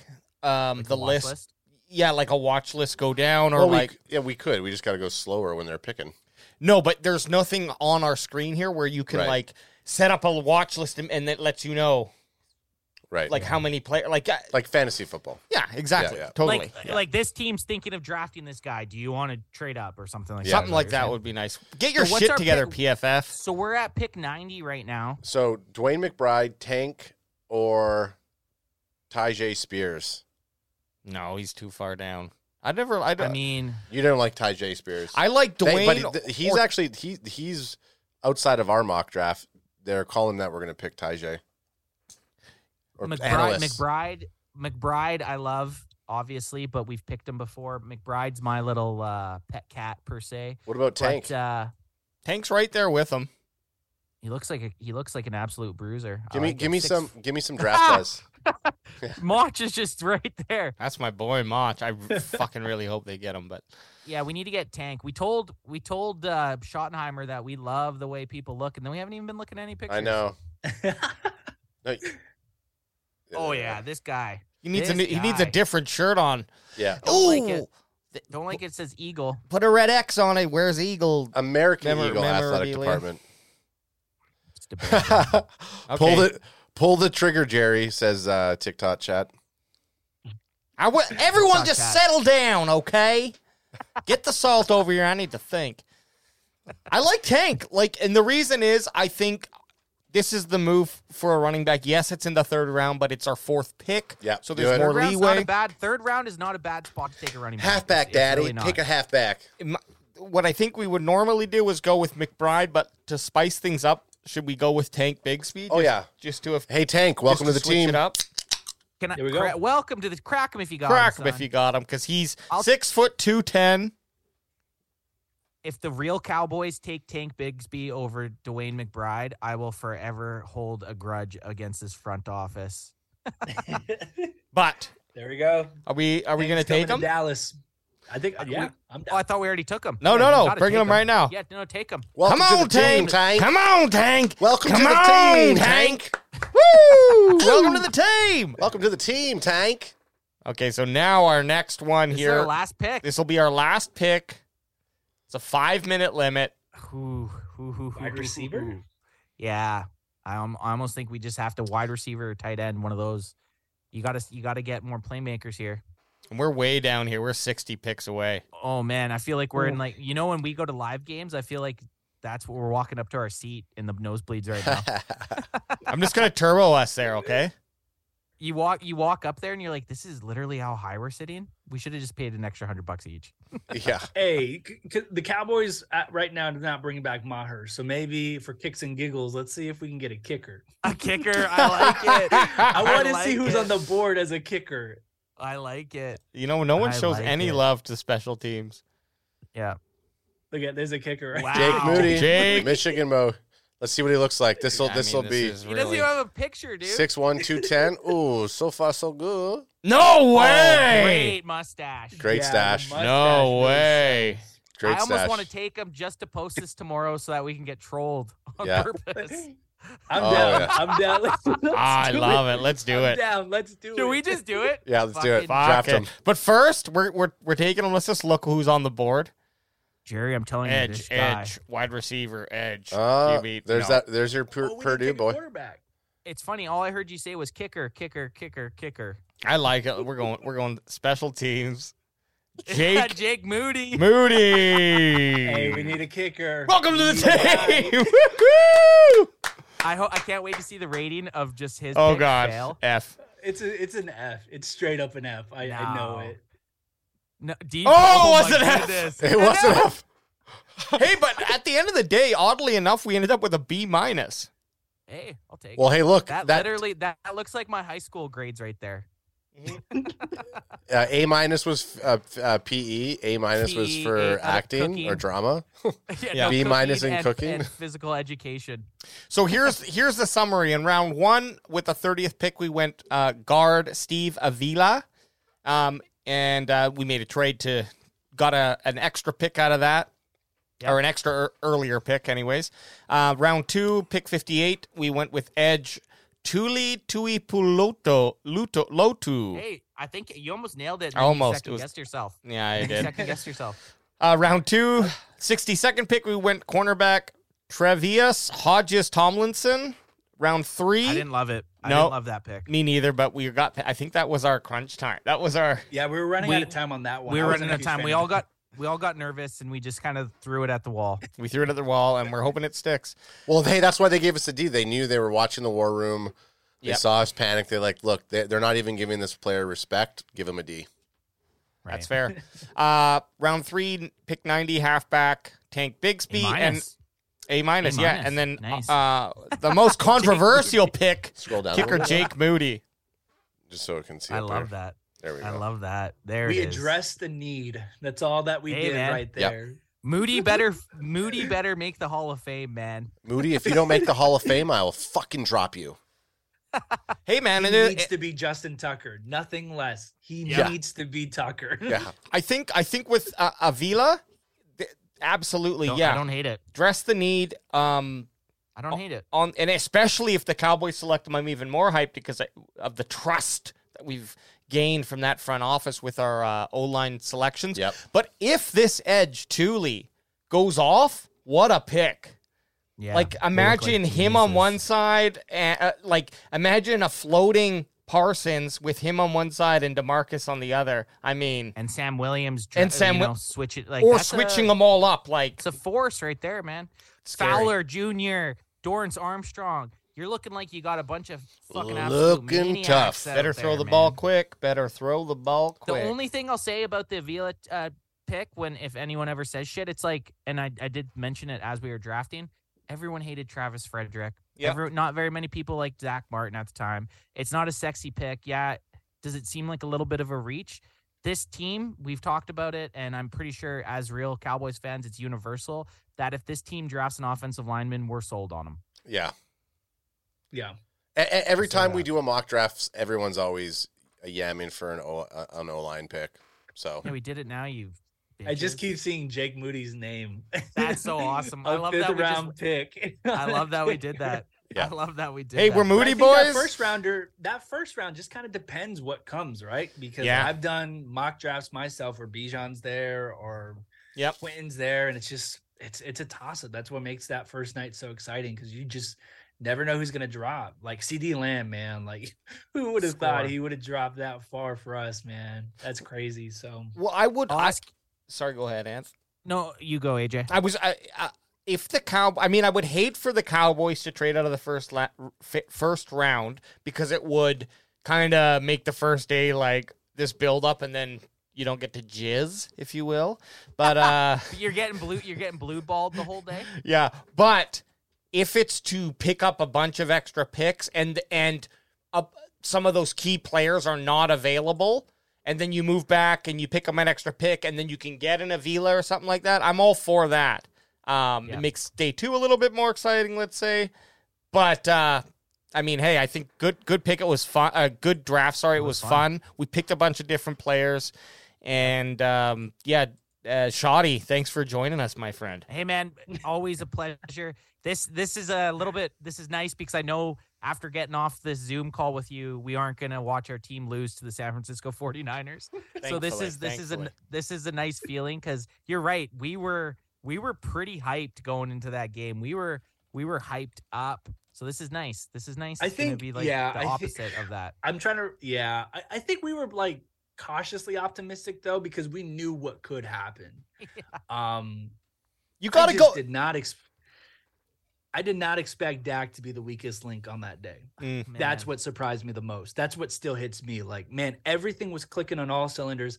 um
Like
the
a watch
list. Yeah, like a watch list go down or
Well, we-
like
yeah, we could. We just got to go slower when they're picking.
no, but there's nothing on our screen here where you can
Right.
like set up a watch list and, and it lets you know
Right. Like,
like how many players like uh,
like fantasy football.
yeah exactly
yeah.
totally
Like like this team's thinking of drafting this guy. Do you want to trade up or something like
Yeah.
that?
something like that
Yeah.
would be nice. Get your
So what's
shit
our
together,
pick-
PFF.
So we're at pick ninety right now.
So Dwayne McBride, Tank, or Tajay Spears?
No, he's too far down. I never. I,
I
don't.
mean,
You don't like Tajay Spears.
I like
They-
Dwayne.
but he- he's
or-
actually he he's outside of our mock draft. They're calling that we're going to pick Tajay. Or
McBride,
analysts.
McBride, McBride, I love obviously, but we've picked him before. McBride's my little uh, pet cat per se.
What about Tank?
But, uh,
Tank's right there with him.
he looks like a, he looks like an absolute bruiser. I
give me
like it.
give me
Six-
some give me some draft buzz.
Mach is just right there.
That's my boy Mach. I r- fucking really hope they get him. But
Yeah, we need to get Tank. We told we told uh, Schottenheimer that we love the way people look, and then we haven't even been looking at any pictures.
I know. No,
Oh yeah, this guy.
he needs a
This
new, he needs a
guy.
different shirt on.
yeah.
Don't like
Ooh,
it. Don't like it says eagle.
put a red X on it. Where's Eagle?
American
Memor-
Eagle Athletic
memorabilia.
Department.
debate.
Pull the pull the trigger, Jerry says uh, TikTok chat.
I w- everyone
Fuck
just
that.
settle down, okay? Get the salt over here. I need to think. I like Tank. Like, and the reason is I think this is the move for a running back. Yes, it's in the third round, but it's our fourth pick.
Yeah,
So
do
there's
it.
more
Third
Round's not a
leeway.
bad third round is not a bad spot to take a running back.
Halfback,
It's- it's
daddy.
really not.
Pick a halfback.
M- What I think we would normally do is go with McBride, but to spice things up, should we go with Tank Bigsby?
Oh,
Just-
yeah.
Just to have.
Hey Tank, welcome to the
just switch
team.
It up.
Can I,
Here we go.
cra- welcome to the crack him if you got
Crack
him,
him if
son.
you got him, because he's
I'll-
six foot two ten.
if the real Cowboys take Tank Bigsby over Dwayne McBride, I will forever hold a grudge against this front office.
But
there we go.
are we are we going to
It's coming
take
to
him?
Dallas. I think. Yeah, I'm
Oh, I
down.
thought we already took him.
No,
Yeah,
no,
you
no.
gotta
Bring
take
him right now.
Yeah, no, take him.
Welcome
Come
to
on,
the team,
Tank.
Tank.
Come on, Tank.
Welcome
Come
to the
on,
team,
Tank.
Tank.
Woo! Welcome to the team.
Welcome to the team, Tank.
Okay, so now our next one
This is
here.
our last pick.
this will be our last pick. It's a five minute limit.
Ooh, ooh, ooh, ooh,
Wide
ooh,
receiver?
ooh. Yeah, I, um, I almost think we just have to wide receiver or tight end, one of those. You gotta, you gotta get more playmakers here.
And we're way down here. We're 60 picks away.
Oh man, I feel like we're in like you know when we go to live games, I feel like that's what we're walking up to our seat in the nosebleeds right now.
I'm just going to turbo us there, okay?
you walk you walk up there and you're like, this is literally how high we're sitting. We should have just paid an extra hundred bucks each.
yeah.
Hey, c- c- the Cowboys at, right now do not bring back Maher, so maybe for kicks and giggles, let's see if we can get a kicker.
A kicker, I like it.
I want to see
like
who's
it.
on the board as a kicker.
I like it.
You know, no one
I
shows
like
any
it.
love to special teams.
Yeah.
Look at there's a kicker. Right?
Wow.
Jake Moody,
Ah, Jake.
Michigan Mo. Let's see what he looks like. This will
I
this will
mean,
be
is
He doesn't
really-
even have a picture, dude.
six one two ten. Ooh, so far so good.
No
Oh,
way.
great mustache.
Great
the
stash.
mustache
no
really
way.
Great
I almost
stash.
want to take him just to post this tomorrow so that we can get trolled on
Yeah.
purpose.
I'm
Oh,
down.
yeah.
I'm down. Let's, let's
Ah, I
do
love it. Let's do
I'm
it.
down. Let's do it.
Should we just do it?
yeah, let's do it.
Fucking-
Draft
Okay.
him.
But first, we're, we're, we're taking him. Let's just look who's on the board.
Jerry, I'm telling you,
Edge,
this guy.
edge, wide receiver, edge.
Uh,
QB.
there's
No.
that. There's your
Oh,
Pur-
we didn't
Purdue
pick a
boy.
Quarterback.
It's funny. All I heard you say was kicker, kicker, kicker, kicker.
I like it. We're going. We're going special teams. Jake
Jake Moody.
Moody.
Hey, we need a kicker.
Welcome to
We
the
need a guy.
team. Woo-hoo!
I hope I can't wait to see the rating of just his.
oh
pick
God.
fail.
F.
It's a, it's an F. It's straight up an F. I, I know
No.
it.
No, deep.
Oh,
my
was it F?
goodness.
It wasn't F.
hey, but at the end of the day, oddly enough, we ended up with a B minus.
Hey, I'll take.
Well,
it.
hey, look.
that,
That,
literally that, that looks like my high school grades right there.
uh, A minus was uh, f- uh, PE. A minus was
PE,
for
uh,
acting or
cooking.
drama.
Yeah.
B minus
cooking
in
and-
cooking.
and physical education.
So here's here's the summary. In round one, with the thirtieth pick, we went uh, guard Steve Avila, um, and uh, we made a trade to got a an extra pick out of that, or an extra ear- earlier pick, anyways. Uh, round two, pick fifty eight, we went with edge Tuli Tuipuloto Luto Lotu.
Hey, I think you almost nailed it. and
I
then you
almost- it
second
was-
guessed yourself.
Yeah, I
You
did.
second guessed yourself.
Uh, round two, 62nd pick, we went cornerback Trevius Hodges Tomlinson. Round three.
I didn't love it. I
No.
didn't love that pick.
Me neither, but we got. I think that was our crunch time. That was our.
Yeah, we were running
We-
out of time on that one.
we
I
were
wasn't
running out of
a
time.
huge
We
fan.
all got we all got nervous and we just kind of threw it at the wall.
We threw it at the wall, and we're hoping it sticks.
Well, hey, that's why they gave us a D. They knew they were watching the war room. They
Yep.
saw us panic. They're like, look, they're, they're not even giving this player respect. Give him a D.
That's fair. Uh, round three, pick ninety, halfback Tank Bigsby
A
and
minus.
A minus.
A
Yeah,
minus.
and then
Nice.
uh, the most controversial pick,
Scroll down. a little
kicker
bit,
Jake Moody.
Just so it can see.
I
up
love
there.
that.
There we go.
I love that. There
We
it is.
addressed the need. That's all that we
Hey,
did
man.
right
Yep.
there.
Moody better Moody better make the Hall of Fame, man.
Moody, if you don't make the Hall of Fame, I will fucking drop you.
Hey man,
He
and uh,
needs
it,
to be Justin Tucker, nothing less. He
Yeah.
needs to be Tucker.
Yeah.
I think I think with uh, Avila, th- absolutely,
Don't- I
yeah.
don't hate it.
Dress the need. Um,
I don't hate it.
on and especially if the Cowboys select him, I'm even more hyped because I, of the trust that we've gained from that front office with our uh, O line selections.
Yep.
But if this edge Thule goes off, what a pick!
Yeah.
like
they look
imagine him on
Jesus.
one side, and uh, like imagine a floating Parsons with him on one side and Demarcus on the other. I mean,
and Sam Williams dr-
And Sam
you
Wi-
know, switch it like
or
that's
switching
a,
them all up, like
It's a force right there, man.
Scary.
Fowler Jr., Dorrance Armstrong. You're looking like you got a bunch of fucking absolute
Looking
maniacs
tough.
out
better throw
there,
the
man.
ball quick, better throw the ball
The
quick.
only thing I'll say about the Avila uh, pick, when if anyone ever says shit, it's like, and I, I did mention it as we were drafting. Everyone hated Travis Frederick.
Yep.
Every- not very many people liked Zach Martin at the time. It's not a sexy pick. Yeah. Does it seem like a little bit of a reach? This team, we've talked about it, and I'm pretty sure as real Cowboys fans, it's universal that if this team drafts an offensive lineman, we're sold on them.
Yeah.
Yeah.
E- e- every
So,
time
yeah.
we do a mock drafts, everyone's always uh, yamming for an O uh, an O line pick. So
Yeah, we did it now. You,
I just
bitches.
keep seeing Jake Moody's name.
That's so awesome. I
A
love
fifth
that we just-
round pick.
I love that we did that.
Yeah.
I love that we did.
hey,
that.
we're
But I
Moody
think that
boys.
First rounder. That first round just kind of depends what comes, right? Because
Yeah.
I've done mock drafts myself, where Bijan's there or
Yep.
Quinton's there, and it's just it's it's a toss up. That's what makes that first night so exciting because you just never know who's gonna drop. Like CD Lamb, man. Like who would have thought
Score.
he would have dropped that far for us, man? That's crazy. So
Well, I would
I'll
I-
ask-
Sorry, go ahead, Anth.
No, you go, AJ.
I was I, I if the cow I mean I would hate for the Cowboys to trade out of the first la- fi- first round because it would kind of make the first day like this build up and then you don't get to jizz if you will. But uh
You're getting blue. You're getting blue balled the whole day.
yeah, but if it's to pick up a bunch of extra picks and and uh, some of those key players are not available and then you move back and you pick up an extra pick and then you can get an Avila or something like that, I'm all for that. Um,
Yeah.
It makes day two a little bit more exciting, let's say. But uh, I mean, hey, I think good good pick. It was fun. Uh, good draft. Sorry, it, was, fun. We picked a bunch of different players, and um, yeah, uh, Shoddy, thanks for joining us, my friend.
Hey, man, always a pleasure. This this is a little bit. This is nice because I know after getting off this Zoom call with you, we aren't gonna watch our team lose to the San Francisco 49ers. so this
Thankfully,
is this is a
thankfully.
this is a nice feeling because you're right. We were we were pretty hyped going into that game. We were we were hyped up. So this is nice. This is nice.
I
It's gonna
think-
be like
yeah,
the
I thi-
opposite of that.
I'm trying to, yeah. I, I think we were like cautiously optimistic though because we knew what could happen. Um,
You
I
gotta
just
go.
Did not ex- I did not expect Dak to be the weakest link on that day. That's
Man.
what surprised me the most. That's what still hits me. Like, man, everything was clicking on all cylinders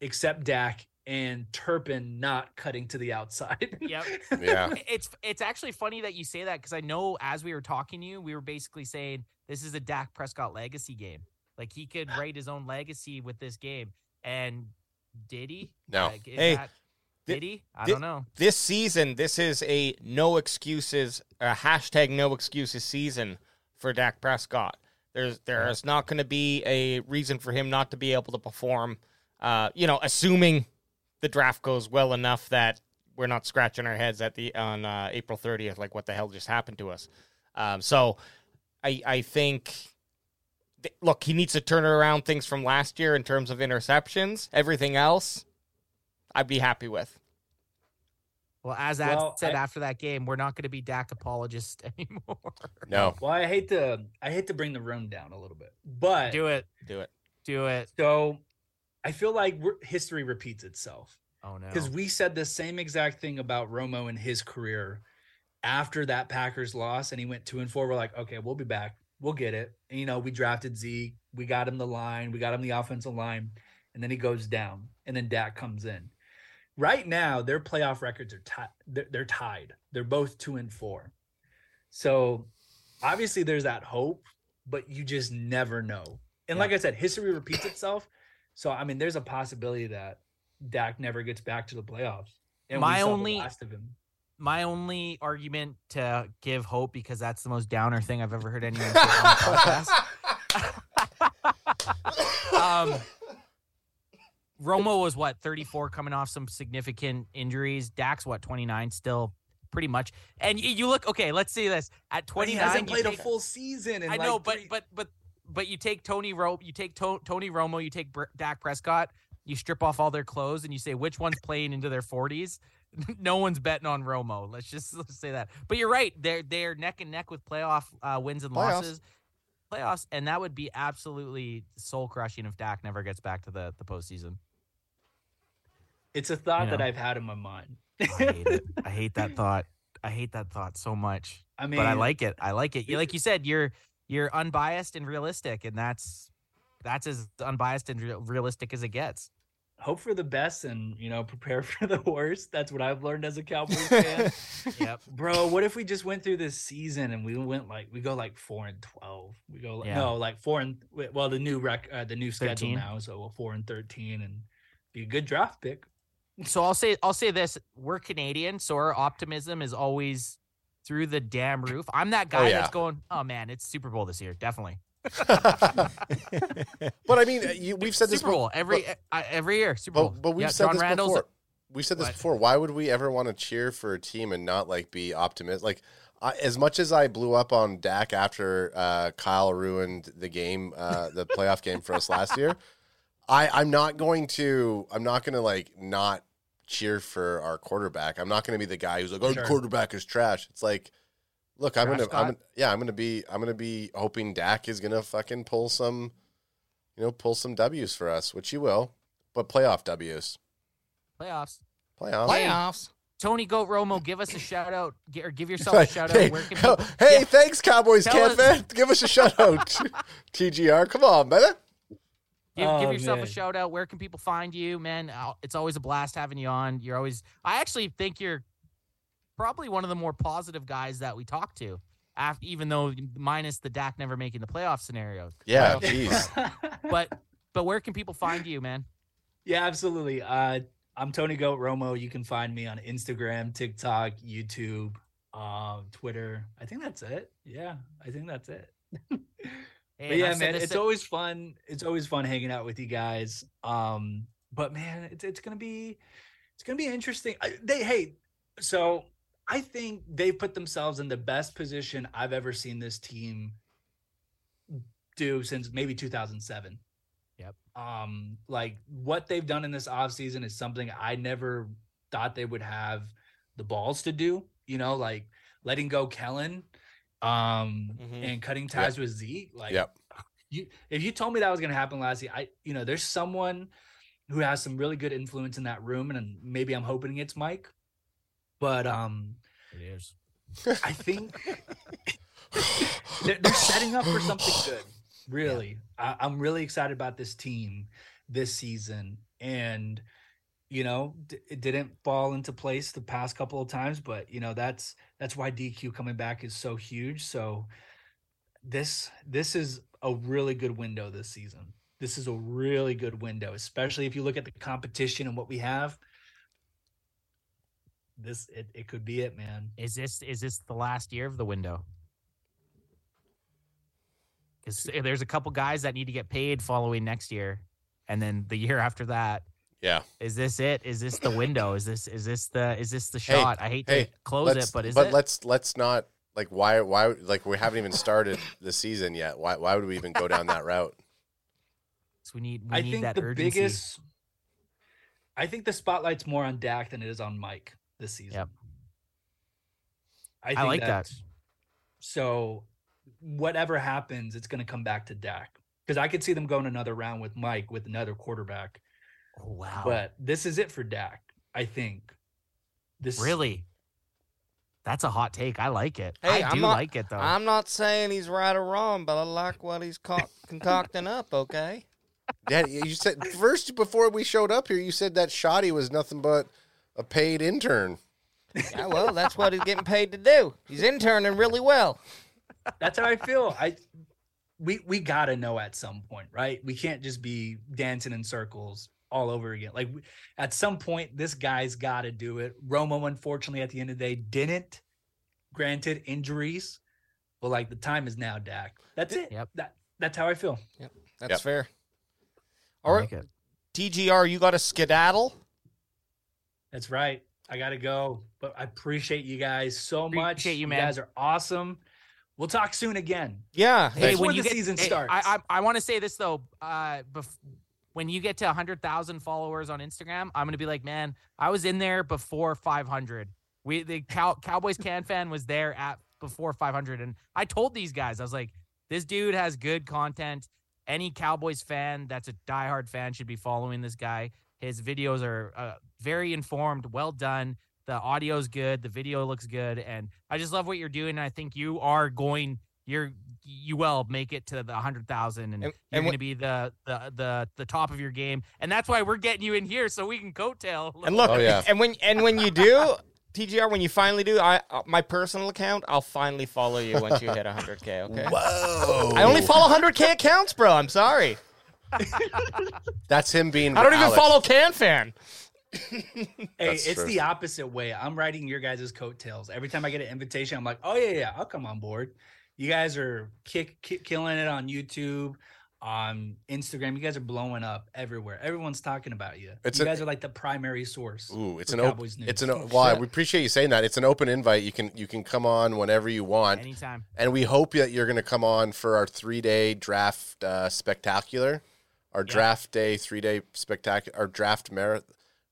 except Dak and Turpin not cutting to the outside.
Yep.
yeah,
it's it's actually funny that you say that because I know as we were talking to you, we were basically saying this is a Dak Prescott legacy game. Like he could write his own legacy with this game. And did he?
No.
Like, is
Hey,
that-
thi-
did he? I
thi-
don't know.
this season, this is a no excuses, a hashtag no excuses season for Dak Prescott. There's there is not going to be a reason for him not to be able to perform. Uh, you know, assuming the draft goes well enough that we're not scratching our heads at the on uh, April 30th, like what the hell just happened to us. Um, so I I think. th- Look, he needs to turn around things from last year in terms of interceptions. Everything else, I'd be happy with.
Well, as I
Well,
said
I-
after that game, we're not going to be Dak apologists anymore.
no,
well, I hate to I hate to bring the room down a little bit, but
Do it.
Do it.
Do it.
so I feel like we're, history repeats itself.
Oh no.
because we said the same exact thing about Romo and his career after that Packers loss, and he went two and four. We're like, okay, we'll be back, we'll get it. And, you know, we drafted Zeke, we got him the line, we got him the offensive line, and then he goes down, and then Dak comes in. Right now, their playoff records are tied. They're, they're tied. They're both two and four. So obviously, there's that hope, but you just never know. And like I said, history repeats itself. So I mean, there's a possibility that Dak never gets back to the playoffs. And we
My
saw the
only-
last of him.
my only argument to give hope because that's the most downer thing I've ever heard anyone say on the podcast. um, Romo was what 34 coming off some significant injuries. Dax what 29 still pretty much. And y- you look okay, let's see this. At
But
29
he hasn't
you
played a
take-
full season. In
I know, but but but but you take Tony Ro, you take to- Tony Romo, you take Br- Dak Prescott, you strip off all their clothes, and you say which one's playing into their forties. no one's betting on Romo. Let's just let's say that. But you're right. They're they're neck and neck with playoff uh, wins and
Playoffs.
losses, playoffs, and that would be absolutely soul crushing if Dak never gets back to the the postseason.
It's a thought
You
that
know.
I've had in my mind.
I hate it. I hate that thought. I hate that thought so much.
I mean,
but I like it. I like it. You like you said, you're you're unbiased and realistic, and that's that's as unbiased and real realistic as it gets.
hope for the best and you know prepare for the worst. That's what I've learned as a Cowboys fan.
Yep.
Bro, what if we just went through this season and we went like we go like four and twelve? We go like,
Yeah.
no like four and w- well the new rec uh, the new schedule
13.
now so we're four and thirteen and be a good draft pick.
so I'll say I'll say this: we're Canadian, so our optimism is always through the damn roof. I'm that guy
yeah.
that's going, "Oh man, it's Super Bowl this year, definitely."
but I mean, uh, you, we've said this
Super Bowl every I, every year. Super Bowl,
But, but we've
Yeah,
said
John
this
Randall's-
before. We've said this
What?
before. Why would we ever want to cheer for a team and not like be optimistic? Like I, as much as I blew up on Dak after uh, Kyle ruined the game, uh, the playoff game for us last year, I, I'm not going to. I'm not going to like not cheer for our quarterback. I'm not going to be the guy who's like, "Our
Sure.
quarterback is trash." It's like, look, I'm
Trash
gonna, I'm
Scott.
gonna, yeah, I'm gonna be, I'm gonna be hoping Dak is gonna fucking pull some, you know, pull some W's for us, which he will, but playoff W's.
playoffs.
Playoffs.
Playoffs.
Tony Goat Romo, give us a shout out gi- or give yourself a shout out. Where can
co-
people-
hey, thanks, Cowboys
Tell
Cat
us-
fan. Give us a shout out, TGR. Come on, man.
Give,
Oh,
give yourself
man.
a shout out. Where can people find you, man? I'll- It's always a blast having you on. You're always. I actually think you're probably one of the more positive guys that we talk to. After, even though minus the Dak never making the playoff scenario,
Yeah,
Playoff
jeez.
but but where can people find you, man?
Yeah, absolutely. Uh, I'm Tony Goat Romo. You can find me on Instagram, TikTok, YouTube, uh, Twitter. I think that's it. Yeah, I think that's it.
Hey,
but
and I
yeah,
said
man,
this
it's
at-
always fun. It's always fun hanging out with you guys. Um, but man, it's it's gonna be it's gonna be interesting. I, they hey, so I think they've put themselves in the best position I've ever seen this team do since maybe 2007.
Yep.
Um, like what they've done in this offseason is something I never thought they would have the balls to do. You know, like letting go Kellen, um,
Mm-hmm.
Mhm.
and cutting ties with Zeke. Like,
Yep.
you if you told me that was going to happen last year, I you know, there's someone who has some really good influence in that room, and maybe I'm hoping it's Mike, but um,
It is.
I think they're, they're setting up for something good. Really, I, I'm really excited about this team this season, and you know, d- it didn't fall into place the past couple of times, but you know, that's that's why DQ coming back is so huge. So this this is a really good window this season. This is a really good window, especially if you look at the competition and what we have. This it, it could be it, man.
Is this is this the last year of the window? Because there's a couple guys that need to get paid following next year, and then the year after that.
Yeah.
Is this it? Is this the window? Is this is this the is this the
Hey,
shot? I hate
hey,
to close it, but is it?
let's let's not like why why like we haven't even started the season yet. Why why would we even go down that route?
we need we
I
need
think
that
the
urgency.
biggest. I think the spotlight's more on Dak than it is on Mike this season.
Yep.
I, think
like that.
that's- So, whatever happens, it's going to come back to Dak because I could see them going another round with Mike with another quarterback.
Oh, wow.
But this is it for Dak. I think. This
really? That's a hot take. I like it.
Hey,
I
I'm
do
not-
like it though.
I'm not saying he's right or wrong, but I like what he's co- concocting up, okay?
Dad, you said first before we showed up here, you said that Shoddy was nothing but a paid intern.
Yeah, well, that's what he's getting paid to do. He's interning really well.
That's how I feel. I we we gotta know at some point, right? We can't just be dancing in circles all over again. Like we- at some point, this guy's gotta do it. Romo, unfortunately, at the end of the day, didn't. Granted, injuries, but like the time is now, Dak. That's it.
Yep.
That that's how I feel.
That's
Yep.
fair.
I
All
like
right,
it.
TGR, you got a skedaddle?
That's right. I gotta go. But I appreciate you guys so much.
Appreciate you,
You
man.
guys are awesome. We'll talk soon again.
Yeah.
Hey,
Before
when you
the
get,
season
hey,
starts.
I I, I want to say this though. Uh, bef- when you get to 100,000 followers on Instagram, I'm going to be like, man, I was in there before 500. We the Cow- Cowboys can fan was there at before 500, and I told these guys, I was like, this dude has good content. Any Cowboys fan that's a diehard fan should be following this guy. His videos are uh, very informed, well done. The audio's good, the video looks good, and I just love what you're doing. And I think you are going, you're you will make it to the hundred thousand, and,
And-
you're
and
going
what-
to be the, the the the top of your game. And that's why we're getting you in here so we can coattail. a
And
little
Oh,
look,
yeah.
and when and when you do, TGR, when you finally do, I uh, my personal account, I'll finally follow you once you hit 100k. Okay.
Whoa!
I only follow 100k accounts, bro. I'm sorry.
That's him being.
I don't even
Alex.
follow CanFan.
Hey,
That's
it's
true.
the opposite way. I'm riding your guys' coattails. Every time I get an invitation, I'm like, oh yeah, yeah, I'll come on board. You guys are kick, kick killing it on YouTube, on Instagram. You guys are blowing up everywhere. Everyone's talking about you.
It's
you
a-
guys are like the primary source.
Ooh, it's
for
an open.
Cowboys news.
It's an. o- Well, I- we appreciate you saying that. It's an open invite. You can you can come on whenever you want,
anytime.
and we hope that you're going to come on for our three day draft uh, spectacular, our draft day three day spectacular, our draft marathon.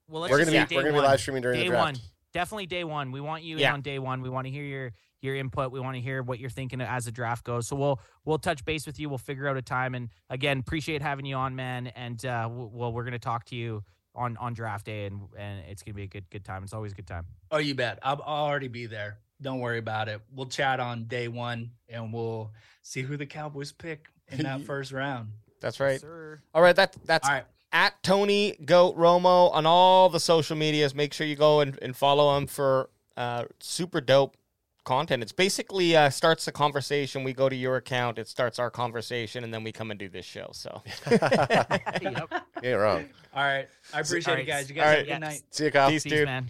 Well,
We're gonna
just
be
say
we're
day
gonna be
one.
live streaming during
day
the draft.
one definitely day one we want you in
Yeah.
on day one we want to hear your your input we want to hear what you're thinking as the draft goes so we'll we'll touch base with you we'll figure out a time and again appreciate having you on man and uh w- well we're gonna talk to you on on draft day and and it's gonna be a good good time it's always a good time
Oh, you bet. I'll, I'll already be there. Don't worry about it. We'll chat on day one, and we'll see who the Cowboys pick in that first round.
That's right.
sir
All right, that that's
All right.
at Tony Goat Romo on all the social medias. Make sure you go and, and follow him for uh, super dope content. It's basically uh, starts the conversation. We go to your account, it starts our conversation, and then we come and do this show. So
Yeah, you're wrong.
All right. I appreciate
right.
it, guys. You
All
guys have a
right.
good night.
See you, Kyle.
Peace,
Peace,
dude.
man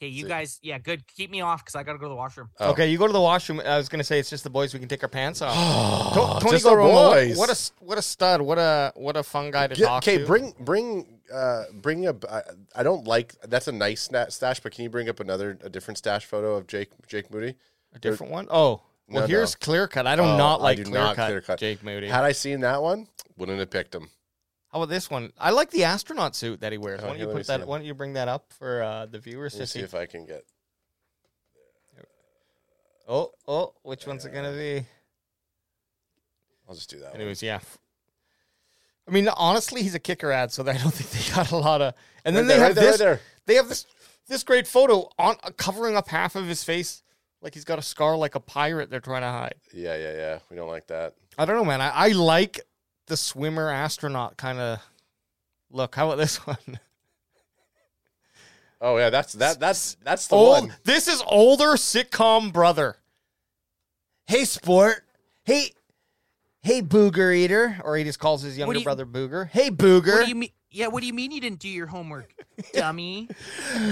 okay you
See-
guys yeah good keep me off because i gotta go to the washroom
Oh.
okay, you go to the washroom. I was gonna say it's just the boys. We can take our pants off. To- Tony
Oh, just
Goat
the
Romo, what-
boys.
what a s- what a stud. What a what a fun guy to
Get-
talk
okay,
to.
bring bring uh bring up. I, I don't like that's a nice sna- stash, but can you bring up another a different stash photo of Jake Jake Moody?
a different one. Oh.
No,
Well,
no.
here's clear cut. I do
Oh,
not
I
like
do
clear,
not
cut,
clear cut.
Jake Moody.
Had I seen that one, wouldn't have picked him.
How about this one? I like the astronaut suit that he wears.
Oh,
why don't
here,
you
let me
put
see
that?
it.
Why don't you bring that up for uh, the viewers
Let me
to
see
see?
if I can get.
oh, oh, which one's it gonna be?
I'll just do that. One.
Anyways, yeah. I mean, honestly, he's a kicker ad, so I don't think they got a lot of. And then
Right
they
there,
have
right there, right
this.
there.
They have this this great photo on uh, covering up half of his face, like he's got a scar like a pirate. They're trying to hide.
Yeah, yeah, yeah. We don't like that.
I don't know, man. I, I like the swimmer astronaut kind of look. How about this one?
Oh yeah, that's that that's that's the
old.
one.
This is older sitcom brother. Hey, sport. Hey, hey, booger eater, or he just calls his younger
do you-
brother booger. Hey, booger.
what do you mean yeah what do you mean you didn't do your homework dummy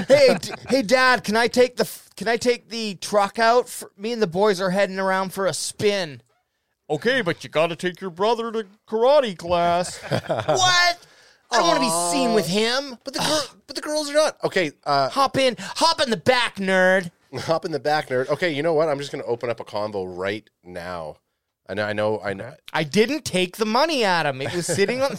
hey, d- hey, dad. Can I take the f- Can I take the truck out? For, me and the boys are heading around for a spin. Okay, but you got to take your brother to karate class. what? I don't want to be seen with him.
But the girl, but the girls are not. Okay, uh,
Hop in, hop in the back, nerd.
hop in the back, nerd. Okay, you know what? I'm just gonna open up a convo right now. I know, I know, I know.
I didn't take the money out of him. It was sitting on.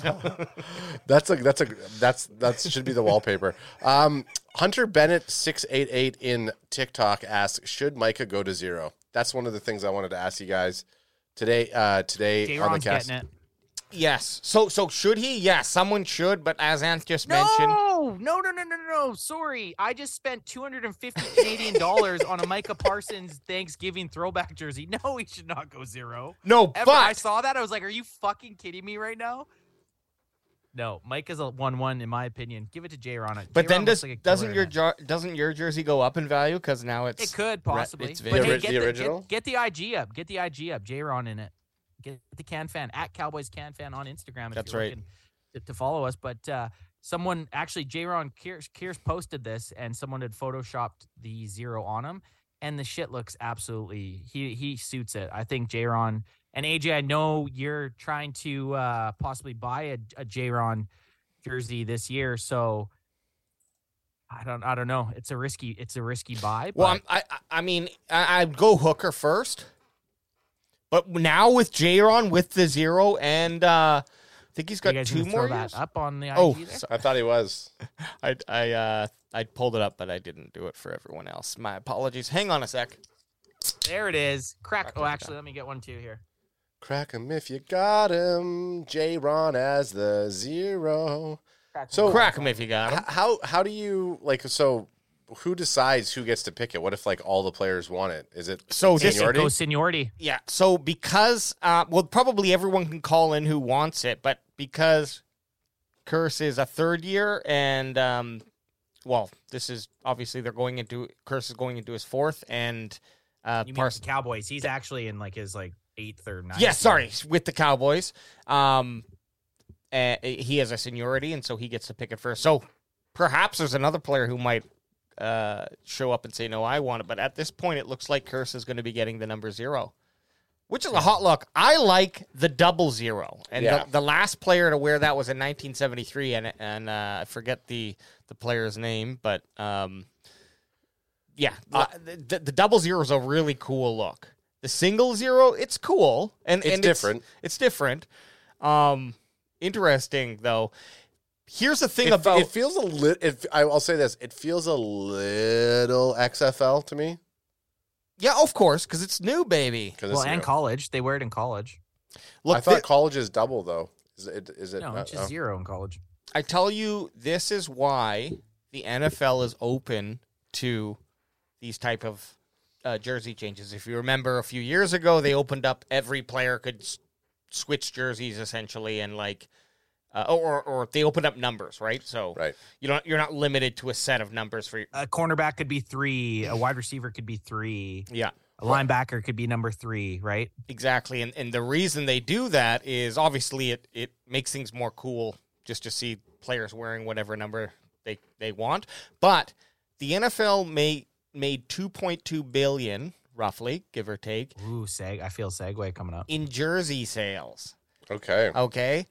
That's a that's a that's that should be the wallpaper. Um, Hunter Bennett six eight eight in TikTok asks, should Micah go to zero? That's one of the things I wanted to ask you guys today. Uh, today
j
on the
ron's
cast.
getting it
Yes. So so should he? Yes, someone should, but as Ant just mentioned,
No, Oh, no, no, no, no, no. Sorry, I just spent 250 Canadian dollars on a Micah Parsons Thanksgiving throwback jersey. No, he should not go zero.
no,
Ever. I
but
saw that, I was like, "Are you fucking kidding me right now?" No, Micah's a one-one in my opinion. Give it to J. Ron.
but then
J-Ron
does
looks like a
doesn't
killer
your
in it.
jar, doesn't your jersey go up in value because now it's
it could possibly?
it's
but
video.
hey,
The
get
ori- the original?
Get, get the IG up. Get the IG up. J. Ron in it. Get the Can Fan at Cowboys Can Fan on Instagram. If
That's
you're
right.
looking To, to follow us, but uh, someone actually J. Ron Kears Kears posted this, and someone had photoshopped the zero on him, and the shit looks absolutely he he suits it. I think J. Ron and AJ. I know you're trying to uh, possibly buy a, a J. Ron jersey this year, so. I don't. I don't know. It's a risky. It's a risky buy.
Well,
but-
I'm, I I- I mean I, I'd go Hooker first, but now with Jaron with the zero and uh, think he's
Are
got
you guys
two
gonna
more.
throw
years?
that up on the IG
Oh,
there?
so-
I thought he was.
I I uh I pulled it up, but I didn't do it for everyone else. My apologies. Hang on a sec.
There it is. Crack.
Crack
Oh,
on the
actually, let me get one too here.
Crack him if you got him. J. Ron as the zero.
Oh.
So
Crack him if you got him.
h- how how do you like? So who decides who gets to pick it? What if like all the players want it? Is it
So just
Seniority?
Go seniority.
yeah. So because uh, well, probably everyone can call in who wants it, but because Curse is a third year, and um, well, this is obviously they're going into Curse is going into his fourth, and uh,
You mean
Parson.
Cowboys? He's actually in like his like eighth or ninth.
Yeah,
year.
sorry, with the Cowboys. Um, uh, he has a seniority, and so he gets to pick it first. So perhaps there's another player who might uh, show up and say, "No, I want it." But at this point, it looks like Curse is going to be getting the number zero, which is a hot look. I like the double zero, and
Yeah.
the, the last player to wear that was in 1973, and and uh, I forget the the player's name, but um, yeah,
Uh,
the, the, the double zero is a really cool look. The single zero, it's cool and
It's
and
different.
It's, different. Um, interesting though. Here's the thing
It,
about
it feels a little. I'll say this. It feels a little XFL to me.
yeah, of course, because it's new, baby.
'cause it's
Well,
zero.
and college. They wear it in college.
Look,
I thought
thi-
college is double though. Is it? Is it?
No,
uh,
it's just
oh.
zero in college.
I tell you, this is why the NFL is open to these type of uh, jersey changes. If you remember, a few years ago, they opened up every player could s- switch jerseys essentially, and like, uh, or or they opened up numbers, right? So
Right.
you don't you're not limited to a set of numbers for. Your,
A cornerback could be three. A wide receiver could be three.
yeah,
A linebacker could be number three. Right.
exactly. And and the reason they do that is obviously it it makes things more cool just to see players wearing whatever number they they want. But the NFL may made 2.2 billion roughly, give or take,
Ooh, seg. I feel segue coming up.
in jersey sales.
Okay.
Okay.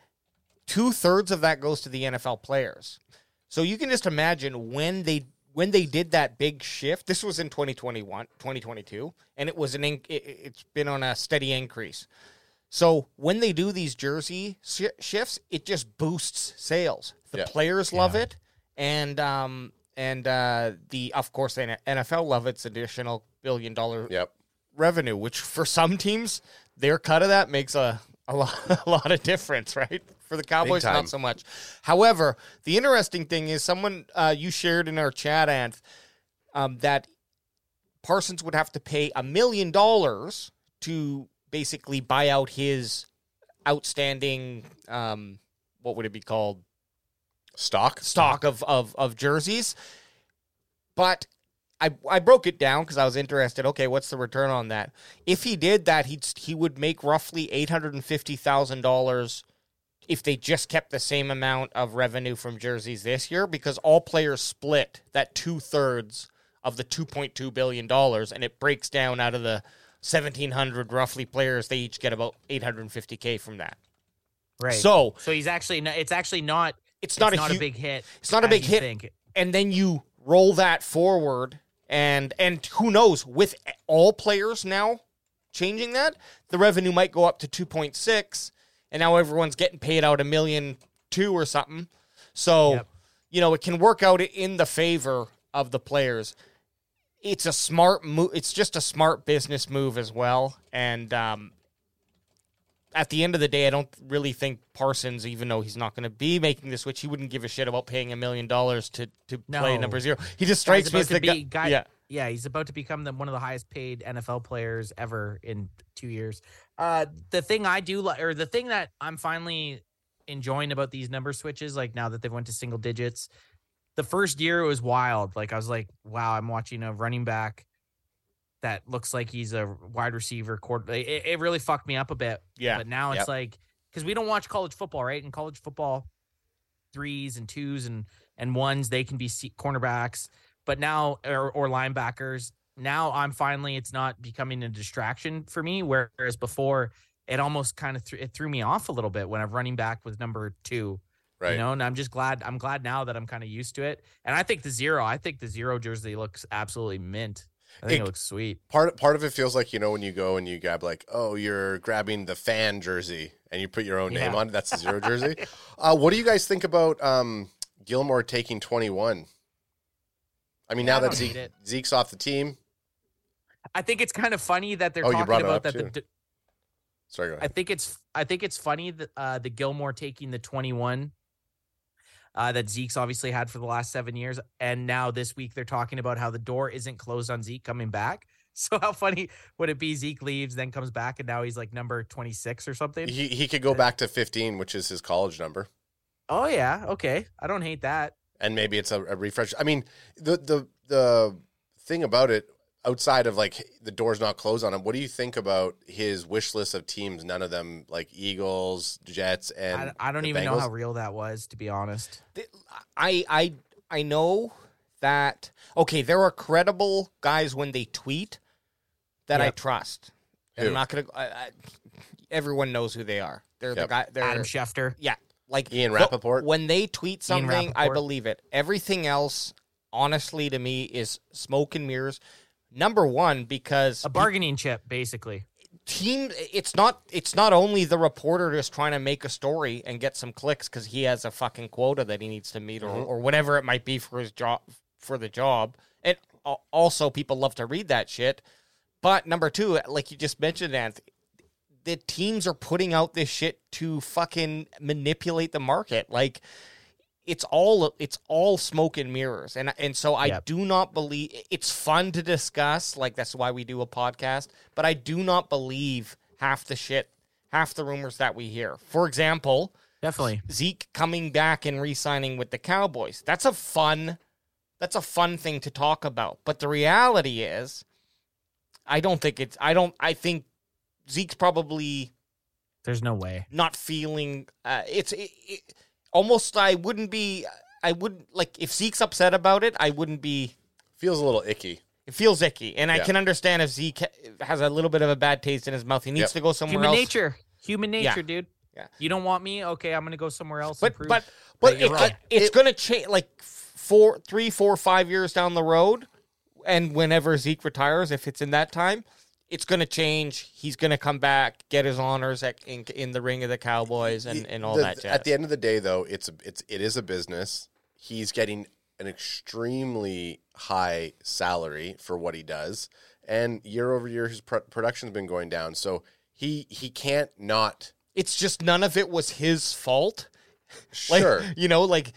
Two thirds of that goes to the NFL players. So you can just imagine when they when they did that big shift. This was in 2021, 2022, and it was an in, it, it's been on a steady increase. So when they do these jersey shi shifts, it just boosts sales. The
Yeah.
players love it, and um and uh the of course the NFL love its additional billion dollar
Yep.
revenue, which for some teams, their cut of that makes a, a, lot, a lot of difference, right? For the Cowboys,
time.
not so much. However, the interesting thing is someone uh, you shared in our chat, Anth, um, that Parsons would have to pay a million dollars to basically buy out his outstanding, um, what would it be called?
Stock.
stock of of of jerseys. But I I broke it down because I was interested. Okay, what's the return on that? If he did that, he'd he would make roughly eight hundred and fifty thousand dollars if they just kept the same amount of revenue from jerseys this year because all players split that two thirds of the two point two billion dollars, and it breaks down out of the. 1700 roughly players they each get about 850k from that
Right.
so
so he's actually no- it's actually not
it's
it's
not,
not,
a,
a,
hu-
big hit.
it's not a
as
big
you
hit.
think.
and then you roll that forward and and who knows with all players now changing that the revenue might go up to 2.6 and now everyone's getting paid out a million two or something so
Yep.
you know it can work out in the favor of the players it's a smart move it's just a smart business move as well and um at the end of the day, I don't really think Parsons, even though he's not going to be making the switch, he wouldn't give a shit about paying a million dollars to to play
No.
number zero. He just
Guy's
strikes me
about
as
to
the guy.
be- guy-
yeah,
yeah, he's about to become the, one of the highest paid NFL players ever in two years. Uh, the thing I do, li- or the thing that I'm finally enjoying about these number switches, like now that they've went to single digits, the first year it was wild. Like I was like, wow, I'm watching a running back that looks like he's a wide receiver. Quarter, it, it really fucked me up a bit.
yeah.
But now it's
Yep.
like because we don't watch college football, right? In college football, threes and twos and and ones they can be se- cornerbacks, but now or, or linebackers. Now I'm finally it's not becoming a distraction for me. Whereas before, it almost kind of th- it threw me off a little bit when I'm running back with number two.
Right.
You know, and I'm just glad I'm glad now that I'm kind of used to it. And I think the zero, I think the zero jersey looks absolutely mint. I think it,
It-
looks sweet.
Part part of it feels like you know when you go and you grab like oh you're grabbing the fan jersey and you put your own name
Yeah.
on it. That's the zero jersey. uh, what do you guys think about um, Gilmore taking twenty one? I mean,
Yeah, I
now that
don't need
Zeke,
it.
Zeke's off the team,
I think it's kind of funny that they're
Oh, you
talking
brought it
about
up
that. The,
too.
d-
sorry, go ahead.
I think it's I think it's funny that uh, the Gilmore taking the 21 uh, that Zeke's obviously had for the last seven years, and now this week they're talking about how the door isn't closed on Zeke coming back. So how funny would it be? Zeke leaves, then comes back, and now he's like number 26 or something.
he he could go back to fifteen, which is his college number.
oh yeah, okay. I don't hate that.
and maybe it's a, a refresh. I mean, the the the thing about it outside of like the doors not closed on him. What do you think about his wish list of teams? None of them like Eagles, Jets, and
I, I don't
the
even know
Bengals?
how real that was, to be honest.
Th- I I I know that okay, there are credible guys when they tweet that I
Yep.
trust. And
Who?
I'm not gonna. I, I, everyone knows who they are. They're the
Yep.
guy. They're
Adam Schefter.
yeah, like
Ian
th-
Rappaport?
when they tweet
Ian
something, I
Rappaport.
believe it. Everything else, honestly, to me, is smoke and mirrors. Number one, because
A bargaining chip, basically.
team it's not it's not only the reporter just trying to make a story and get some clicks because he has a fucking quota that he needs to meet or, or whatever it might be for his job for the job and al- also people love to read that shit but number two like you just mentioned Anth, the teams are putting out this shit to fucking manipulate the market like it's all it's all smoke and mirrors and and so i
Yep.
do not believe it's fun to discuss like that's why we do a podcast but i do not believe half the shit half the rumors that we hear for example
Definitely.
zeke coming back and re-signing with the cowboys that's a fun that's a fun thing to talk about but the reality is i don't think it's i don't i think zeke's probably
There's no way.
not feeling uh, it's it, it, almost I wouldn't be I wouldn't like if Zeke's upset about it I wouldn't be
feels a little icky.
it feels icky and I
Yeah.
can understand if Zeke ha- has a little bit of a bad taste in his mouth he needs
Yep.
to go somewhere
Human
else
nature. Human
Yeah.
nature, dude.
Yeah.
You don't want me? Okay, I'm gonna go somewhere else. and
but
prove-
but
that
but
you're
it,
wrong.
it's gonna change like four three four five years down the road and whenever Zeke retires if it's in that time. It's gonna change. He's gonna come back, get his honors at, in, in the ring of the Cowboys, and,
The-
and all
the-
that. Jazz.
At the end of the day, though, it's a- it's it is a business. He's getting an extremely high salary for what he does, and year over year, his pr- production's been going down. So he he can't not.
it's just none of it was his fault. Like,
Sure.
You know, like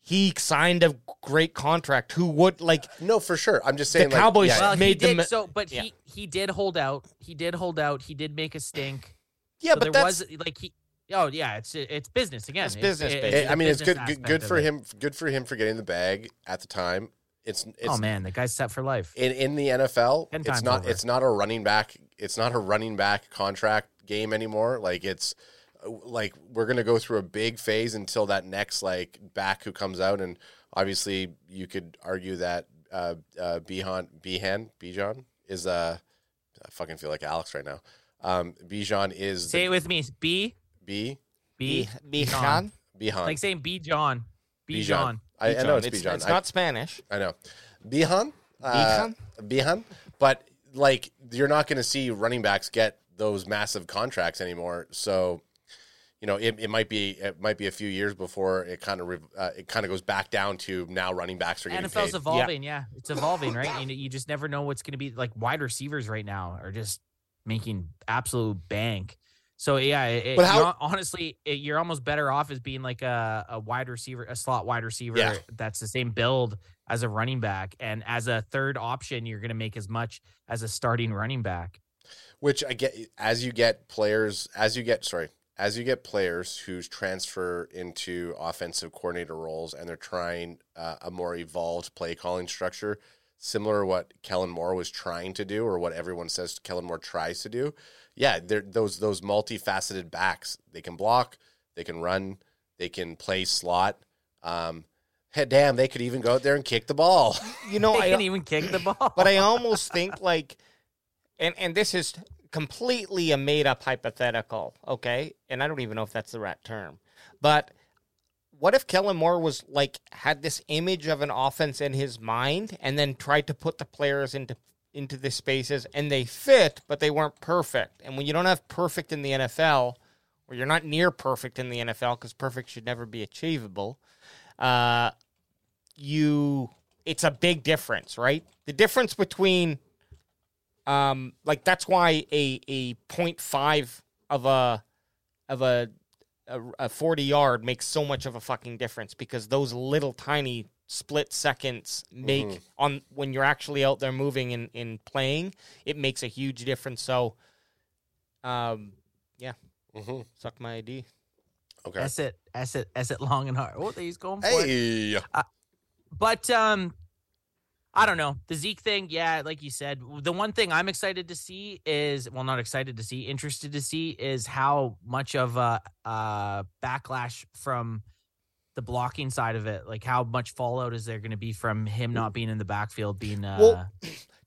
he signed a great contract. Who would like
No, for sure. I'm just saying, like,
Cowboys-
yeah,
Well,
Well,
made
Uh, he
the
did,
ma-
so, but
yeah.
he he did hold out. He did hold out. He did make a stink.
Yeah,
so there
but that's
was like he. Oh yeah, it's it's business again.
It's business,
it-
baby.
Hey,
the
I mean, it's
business
good, good,
aspect
good
of
for
it.
him. Good for him for getting the bag at the time. It's, it's
oh man, the guy's set for life.
in in the NFL.
Ten
It's
times
not
over.
it's not a running back. It's not a running back contract game anymore. Like it's uh, like we're gonna go through a big phase until that next like back who comes out, and obviously you could argue that uh, uh, Bihan Bihan Bijan is uh I fucking feel like Alex right now. Um, Bijan is
Say it with me. B
B
B
Bijan.
John.
Bihan.
like saying B John. B John.
I, I know it's
it's,
Bijan.
it's
I-
not Spanish.
I know. Bihan? Uh, Bihan? But, like, you're not going to see running backs get those massive contracts anymore. So, you know, it, it might be it might be a few years before it kind of re- uh, it kind of goes back down to now running backs are getting
NFL's
paid.
evolving. Yeah. it's evolving, right? You, know, you just never know what's going to be like. Wide receivers right now are just making absolute bank. So yeah, it, it-
But how-
you're hon- honestly, it, you're almost better off as being like a, a wide receiver, a slot wide receiver
Yeah.
that's the same build as a running back, and as a third option, you're going to make as much as a starting running back.
Which I get as you get players as you get sorry as you get players who transfer into offensive coordinator roles and they're trying uh, a more evolved play calling structure, similar to what Kellen Moore was trying to do or what everyone says Kellen Moore tries to do. Yeah, they're, those those multifaceted backs they can block, they can run, they can play slot. Um, hey, damn, they could even go out there and kick the ball.
You know,
They
I
can't even kick the ball.
but I almost think like, and and this is completely a made up hypothetical, okay? And I don't even know if that's the right term, but what if Kellen Moore was like had this image of an offense in his mind and then tried to put the players into into the spaces and they fit, but they weren't perfect. And when you don't have perfect in the NFL, or you're not near perfect in the NFL because perfect should never be achievable, uh, you it's a big difference, right? The difference between um like that's why a a 0.5 of a of a a, a 40 yard makes so much of a fucking difference because those little tiny split seconds make on when you're actually out there moving and, and playing it makes a huge difference so um yeah
hmm
suck my id
Okay.
That's it. That's it. That's it. Long and hard. Oh, he's going for it.
hey.
But um, I don't know the Zeke thing. Yeah, like you said, the one thing I'm excited to see is well, not excited to see, interested to see is how much of a, a backlash from the blocking side of it. Like how much fallout is there going to be from him not being in the backfield, being uh,
Well,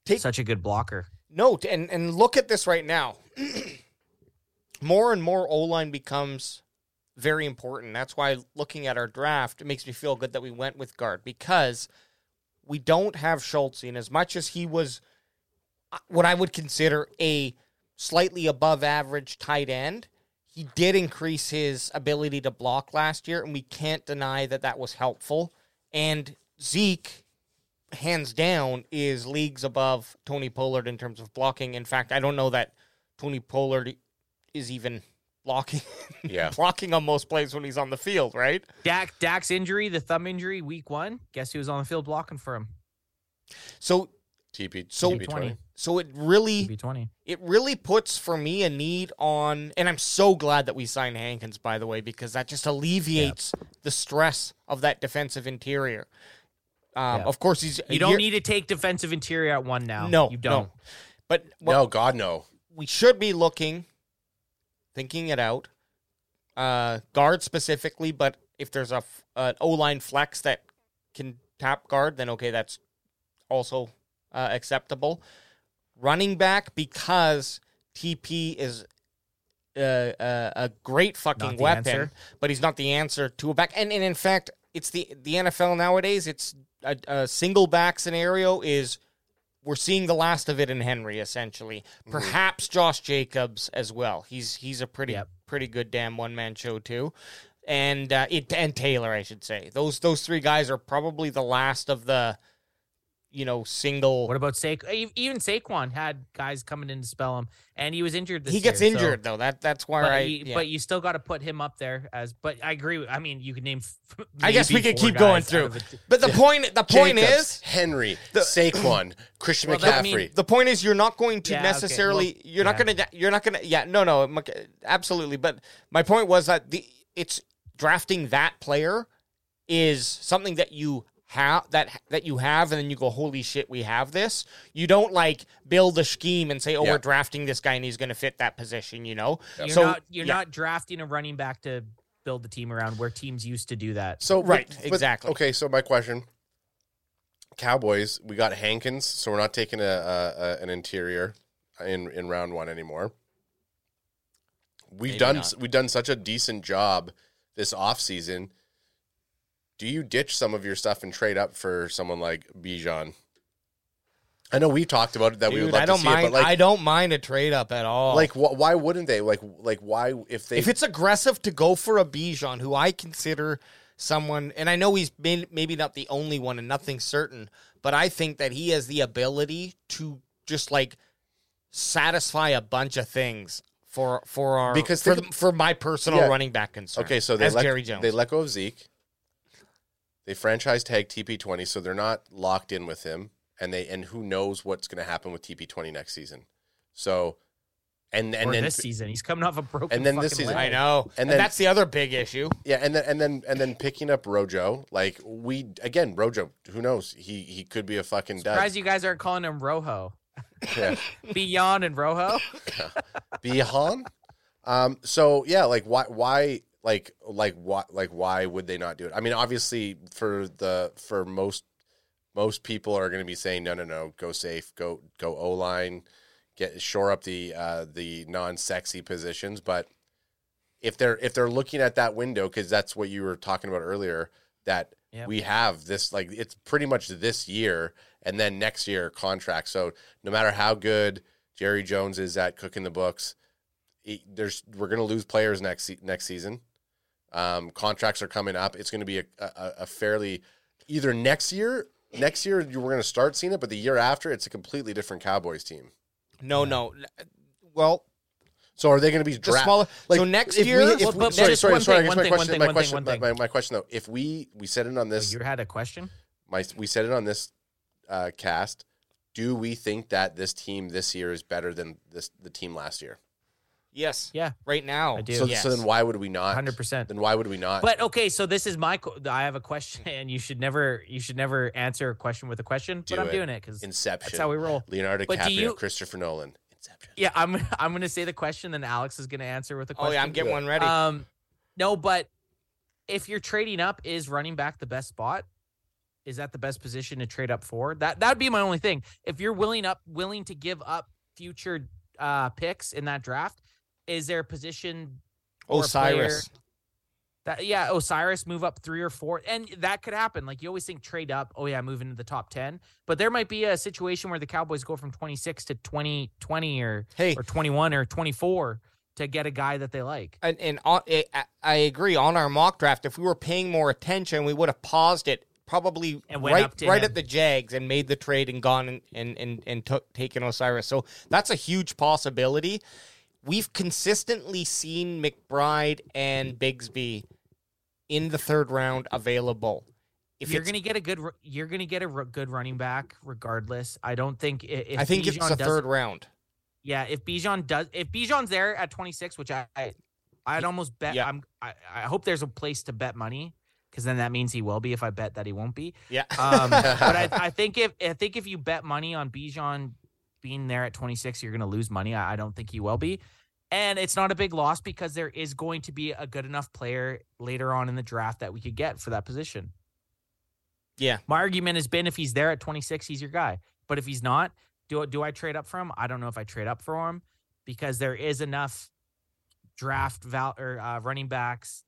take-
such a good blocker?
note and and look at this right now. more and more O line becomes very important. That's why looking at our draft, it makes me feel good that we went with guard because we don't have Schultz. And as much as he was uh, what I would consider a slightly above average tight end, he did increase his ability to block last year, and we can't deny that that was helpful. And Zeke hands down is leagues above Tony Pollard in terms of blocking. In fact, I don't know that Tony Pollard is even blocking
Yeah.
blocking on most plays when he's on the field, right?
Dak Dak's injury, the thumb injury, week one. Guess who was on the field blocking for him?
So
TP.
So-
TP twenty.
so it really
Be twenty.
it really puts for me a need on and I'm so glad that we signed Hankins by the way because that just alleviates the stress of that defensive interior. Um,
Yeah.
of course he's a
You don't
year-
need to take defensive interior at one now.
no
you don't.
No. But what
no, God, no.
we should be looking thinking it out. Uh, guard specifically, but if there's a f- an O line flex that can tap guard, then okay, that's also uh, acceptable. Running back because TP is uh, uh, a great fucking
Not the
weapon,
answer.
but he's not the answer to a back. And, and in fact, it's the the NFL nowadays. It's a, a single back scenario is we're seeing the last of it in Henry essentially.
Mm-hmm.
Perhaps Josh Jacobs as well. He's he's a pretty
Yep.
pretty good damn one man show too. And uh, it and Taylor, I should say. Those those three guys are probably the last of the you know single.
What about Saquon? Even Saquon had guys coming in to spell him, and he was injured. This
he gets
year, so-
injured though. That that's where
but,
I.
you,
yeah.
but you still got to put him up there as. But I agree. with- I mean, you could name. f-
I guess we
maybe
could
four
keep going
guys out
through.
of it.
But the point the point
Jacobs,
is
Henry, Saquon, Christian
Well, that
McCaffrey.
mean-
the point is you're not going to
Yeah, okay,
necessarily
well,
you're not
yeah.
going to you're not going to yeah no no Mc- absolutely but my point was that the it's drafting that player is something that you have that that you have and then you go holy shit we have this you don't like build a scheme and say oh
Yeah.
we're drafting this guy and he's going to fit that position you know
You're
so
not. You're
yeah.
not drafting a running back to build the team around where teams used to do that.
So
Right, exactly.
Okay, so my question: Cowboys, we got Hankins, so we're not taking a, a, a an interior in in round one anymore. We've
Maybe
done
not.
we've done such a decent job this offseason. Do you ditch some of your stuff and trade up for someone like Bijan? I know we talked about it that we would
Dude,
love
I don't
to see
mind
it, but like,
I don't mind a trade up at all
like wh- why wouldn't they? Like, like why if they?
if it's aggressive to go for a Bijan, who I consider someone, and I know he's been maybe not the only one and nothing's certain, but I think that he has the ability to just like satisfy a bunch of things for for our
Because
for,
think-
for my personal
Yeah.
running back concern.
Okay, so they
as
let,
Jerry Jones,
they let go of Zeke. They franchise tag TP20, so they're not locked in with him, and they and who knows what's going to happen with TP20 next season. So, and and
or
then
this season, he's coming off a broken.
and then this
fucking
season-
leg.
I know, and,
And then-
that's the other big issue.
yeah, and then and then and then picking up Rojo, like we again Rojo, who knows? He he could be a fucking dud.
Surprised you guys aren't calling him Rojo.
Yeah.
Beyond and Rojo.
Bihan. Um, so yeah, like why why like like what like why would they not do it? I mean, obviously for the for most most people are going to be saying no no no go safe go go O line get shore up the uh, the non sexy positions, but if they're if they're looking at that window because that's what you were talking about earlier that
Yep.
we have this like it's pretty much this year and then next year contract. So no matter how good Jerry Jones is at cooking the books, he, e, there's we're gonna lose players next se- next season. Um, contracts are coming up. It's gonna be a, a, a fairly either next year. Next year you we're gonna start seeing it, but the year after it's a completely different Cowboys team.
No, no. Well,
So are they going to be
The
draft?
smaller- so next
if
year-
we, if
Well,
we-
but- but
sorry,
just
sorry,
one
sorry. I
thing,
guess
one
my
thing,
question,
one
my
thing,
question,
one
my,
thing.
my, my question though, if we we said it on this,
you had a question?
my we said it on this uh, cast. Do we think that this team this year is better than this the team last year?
yes,
Yeah,
right now.
I do.
so,
yes.
so then why would we not?
100%.
Then why would we
uh,
not?
But okay, so this is my. qu- I have a question, and you should never, you should never answer a question with a question.
Do
but I'm
it.
doing it because
Inception.
that's how we roll.
Leonardo
But do
DiCaprio,
you-
Christopher Nolan. Inception.
Yeah, I'm. I'm gonna say the question, then Alex is gonna answer with a
Oh
question.
yeah, I'm getting one ready.
Um, no, but if you're trading up, is running back the best spot? Is that the best position to trade up for? That that would be my only thing. If you're willing up, willing to give up future uh picks in that draft, is there a position or a
Osiris.
player That yeah, Osiris move up three or four, and that could happen. Like you always think trade up. Oh yeah, move into the top ten, but there might be a situation where the Cowboys go from twenty six to 20, 20 or
Hey,
or twenty one or twenty four to get a guy that they like.
and, and on, I, I- I agree on our mock draft. If we were paying more attention, we would have paused it probably
And went
right
up to
right
him.
at the Jags and made the trade and gone and and and, and took taken Osiris. So that's a huge possibility. We've consistently seen McBride and Bigsby in the third round available. If
you're
it's-
going to get a good, ru- you're going to get a ru- good running back regardless. I don't think. i- If
I think
Bijan
it's the
does-
third round.
Yeah, if Bijan does, if Bijan's there at 26, which I, I I'd almost bet.
Yeah.
I'm. I, I hope there's a place to bet money because then that means he will be. If I bet that he won't be.
Yeah.
Um, but I, I think if I think if you bet money on Bijan being there at 26, you're going to lose money. I, I don't think he will be. And it's not a big loss because there is going to be a good enough player later on in the draft that we could get for that position.
Yeah.
My argument has been if he's there at 26, he's your guy. But if he's not, do do I trade up for him? I don't know if I trade up for him because there is enough draft val or uh, running backs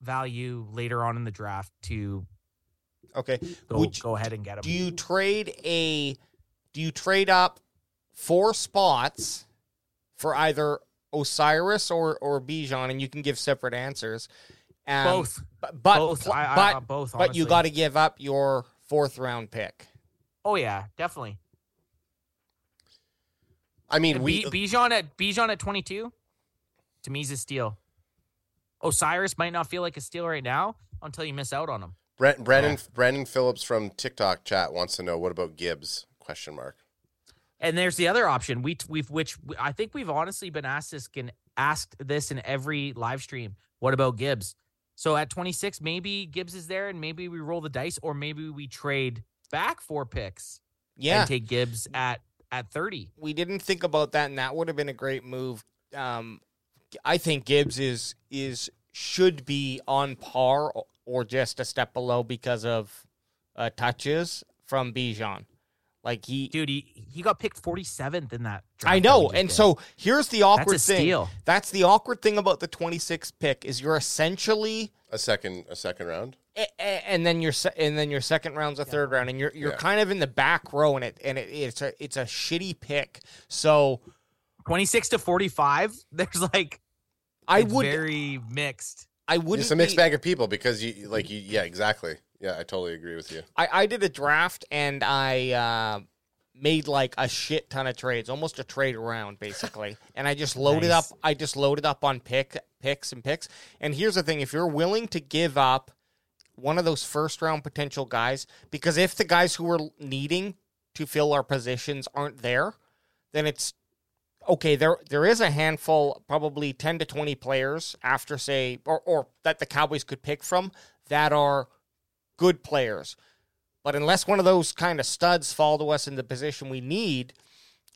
value later on in the draft to
Okay.
go,
Would you-
go ahead and get him.
Do you trade a do you trade up four spots for either Osiris or or Bijan and you can give separate answers? Um,
both,
bu- But
both,
pl-
I, I-
but
I- both.
but you
honestly.
got to give up your fourth round pick.
Oh yeah, definitely.
I mean,
And
we
B-
uh,
Bijan at Bijan at 22, to me is a steal. Osiris might not feel like a steal right now until you miss out on him.
Brent, Brandon Brandon Phillips from TikTok chat wants to know what about Gibbs? Question mark.
And there's the other option. We we've which I think we've honestly been asked this can asked this in every live stream. What about Gibbs? So at 26, maybe Gibbs is there, and maybe we roll the dice, or maybe we trade back four picks
Yeah,
and take Gibbs at at 30.
we didn't think about that, and that would have been a great move. Um, I think Gibbs is is should be on par o- or just a step below because of uh, touches from Bijan. Like he,
Dude, he, he got picked 47th in that. Draft that
I
we
know.
just
And
did.
so here's the awkward
that's a
thing.
steal.
That's the awkward thing about the 26th pick is you're essentially
A second a second round.
a- a- and then your se- and then your second round's a third round and you're you're
Yeah.
kind of in the back row and it and it, it's a it's a shitty pick. So
26 to 45. There's like
I
it's
would
very mixed.
I wouldn't
It's a mixed
be-
bag of people because you like you yeah, exactly. Yeah, I totally agree with you.
I, I did a draft and I uh, made like a shit ton of trades, almost a trade around basically. and I just loaded
Nice.
up. I just loaded up on pick picks and picks. And here's the thing: if you're willing to give up one of those first round potential guys, because if the guys who we're needing to fill our positions aren't there, then it's okay. There there is a handful, probably ten to twenty players after say or or that the Cowboys could pick from that are good players. But unless one of those kind of studs fall to us in the position we need,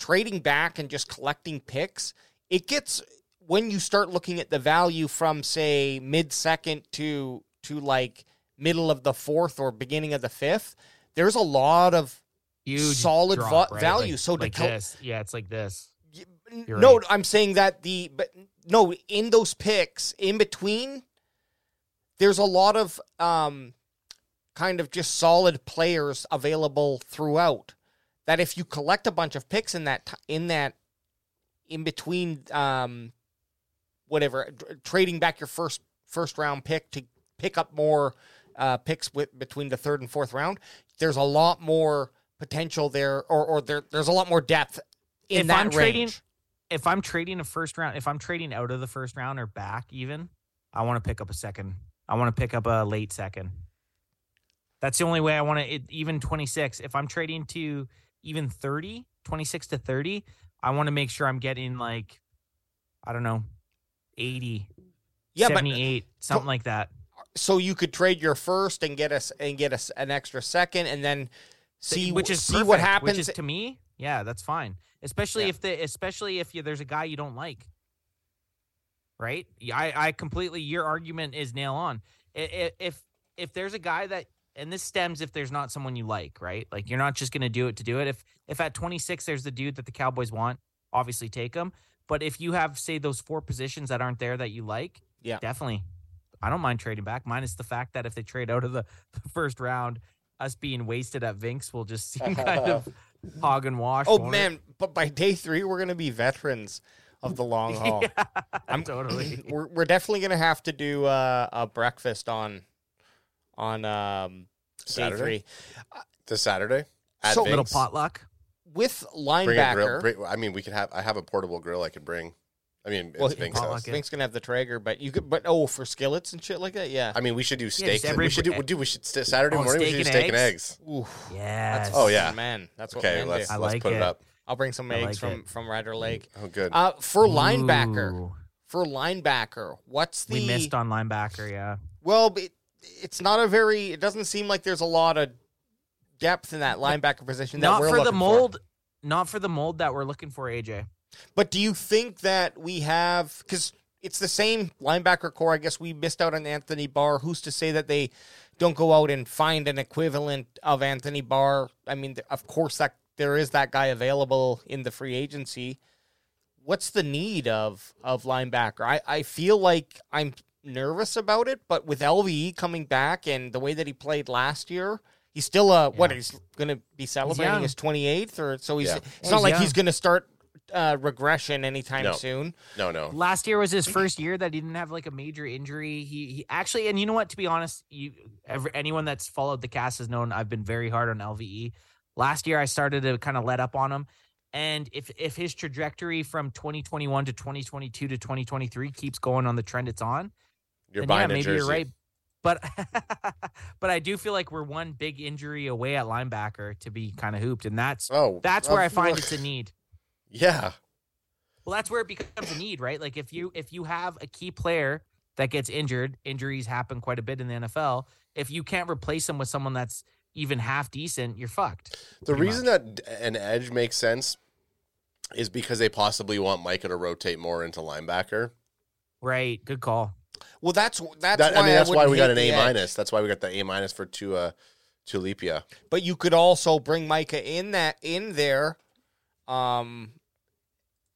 trading back and just collecting picks, it gets when you start looking at the value from say mid second to to like middle of the fourth or beginning of the fifth, there's a lot of
Huge
Solid
drop,
va-
right?
value.
Like-
So to
like
co-
this. Yeah, it's like this.
Y-
You're
no,
right.
I'm saying that the but no in those picks in between, there's a lot of um, kind of just solid players available throughout. That if you collect a bunch of picks in that t- in that in between um whatever tr- trading back your first first round pick to pick up more uh, picks with, between the third and fourth round, there's a lot more potential there, or or there, there's a lot more depth in
If
that
I'm
range.
trading- If I'm trading a first round, if I'm trading out of the first round or back even, I want to pick up a second. I want to pick up a late second. That's the only way I want to even 26. If I'm trading to even 30, 26 to 30, I want to make sure I'm getting like I don't know, 80,
yeah, but
78, something like that.
so you could trade your first and get us and get us an extra second, and then see
which is
see what
perfect,
happens.
Which is to me, yeah, that's fine. Especially
Yeah.
if the especially if you, there's a guy you don't like, right? Yeah, I I completely your argument is nail on. I- i- If if there's a guy that and this stems if there's not someone you like, right? Like you're not just gonna do it to do it. If if at 26 there's the dude that the Cowboys want, obviously take him. But if you have say those four positions that aren't there that you like,
Yeah.
definitely. I don't mind trading back, minus the fact that if they trade out of the, the first round, us being wasted at Vinks will just seem kind of hog and wash.
oh
won't it?
man, but by day three we're gonna be veterans of the long haul.
yeah,
I'm-
totally.
we're we're definitely gonna have to do uh, a breakfast on on um, day
Saturday?
three
This Saturday at
So-
Little
Vinks?
potluck.
with
Bring a grill.
linebacker.
Bring, I mean, we could have. I have a portable grill I could bring. I mean, it's
Well,
Vinks
potluck
house.
it.
Fink's gonna have the Traeger, but you could, but oh, for skillets and shit like that, yeah.
I mean, we should do steak.
every-
we should do. Do we should Saturday
Oh,
morning? We should do
steak and
steak and eggs.
Ooh,
Yes.
Oh, yeah.
man, that's what
Okay,
men
let's
do.
I
let's
like
put it.
it.
up.
I'll bring some
I
eggs
like
from
it.
from Rider Lake.
Oh, good.
Uh, for linebacker,
Ooh.
for linebacker, what's the
We missed on linebacker. Yeah.
Well, but it, it's not a very. It doesn't seem like there's a lot of depth in that linebacker position. That
Not
we're
for the
looking
mold. Not for the mold that we're looking for, AJ.
But do you think that we have because it's the same linebacker core? I guess we missed out on Anthony Barr. Who's to say that they don't go out and find an equivalent of Anthony Barr? I mean, th- of course that there is that guy available in the free agency. What's the need of of linebacker? I I feel like I'm nervous about it, but with LVE coming back and the way that he played last year. He's still uh what
Yeah.
he's gonna be celebrating
young.
his twenty eighth or so he's
Yeah.
it's not
He's
like
young.
he's gonna start uh, regression anytime
No.
soon.
no, no.
Last year was his first year that he didn't have like a major injury. He, he actually, and you know what? To be honest, you ever, anyone that's followed the cast has known I've been very hard on LVE. Last year, I started to kind of let up on him, and if if his trajectory from 2021 to 2022 to 2023 keeps going on the trend it's on,
You're
then
buying
yeah,
a
maybe
jersey.
you're right. But but I do feel like we're one big injury away at linebacker to be kind of hooped, and that's
Oh,
that's where
oh,
I find
look.
it's a need.
Yeah,
Well, that's where it becomes a need, right? Like if you if you have a key player that gets injured, injuries happen quite a bit in the NFL. If you can't replace them with someone that's even half decent, you're fucked.
the
pretty
reason that d- an edge makes sense is because they possibly want Micah to rotate more into linebacker.
Right. Good call.
Well, that's that's
That,
why
I mean, that's why
wouldn't
we got
hate
an
the
A
edge.
minus. That's why we got the A minus for Tua Tulipia.
But you could also bring Micah in that in there, um,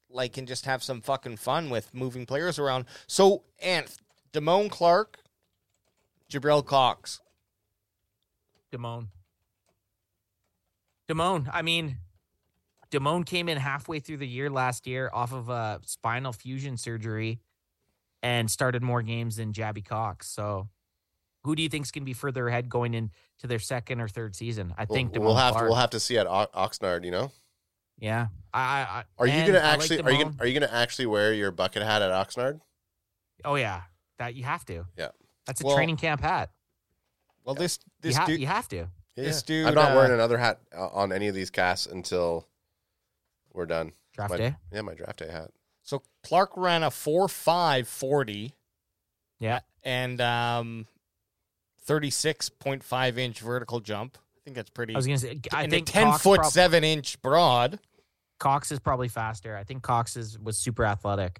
like and just have some fucking fun with moving players around. So, and Damone Clark, Jabril Cox.
Damone. Damone. I mean, Damone came in halfway through the year last year off of a spinal fusion surgery and started more games than Jabby Cox. So who do you think's going to be further ahead going into their second or third season? I
We'll,
think Damone
we'll have to,
Clark.
we'll have to see at O- Oxnard. You know,
Yeah. I, I, I
are you
man,
gonna
I like
actually are you gonna,
Damone.
are you gonna actually wear your bucket hat at Oxnard?
Oh yeah. That you have to.
Yeah.
That's a
Well,
training camp hat.
Well, this
You,
this
ha-
dude,
you have to.
This dude,
I'm not
uh,
wearing another hat uh, on any of these casts until we're done.
Draft
My-
day.
Yeah, my draft day hat.
so Clark ran a four five forty.
Yeah.
and um, thirty six point five inch vertical jump. I think that's pretty.
I was gonna say I
and a
think
ten
Cox
foot
prob-
seven inch broad.
Cox is probably faster. I think Cox is was super athletic.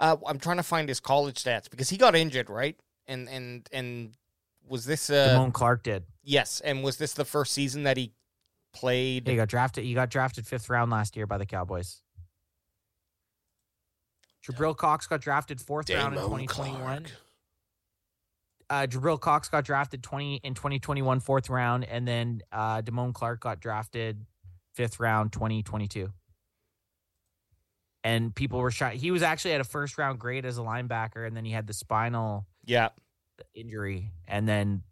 Uh, I'm trying to find his college stats because he got injured, right? And and and was this uh
Damone Clark did.
yes? And was this the first season that he played?
He got drafted. He got drafted fifth round last year by the Cowboys. Jabril Cox got drafted fourth round in
Damone
2021.
Clark.
uh, Jabril Cox got drafted 20 in 2021 fourth round, and then uh, Damone Clark got drafted fifth round 2022. And people were shot. He was actually at a first round grade as a linebacker, and then he had the spinal
Yeah.
injury, and then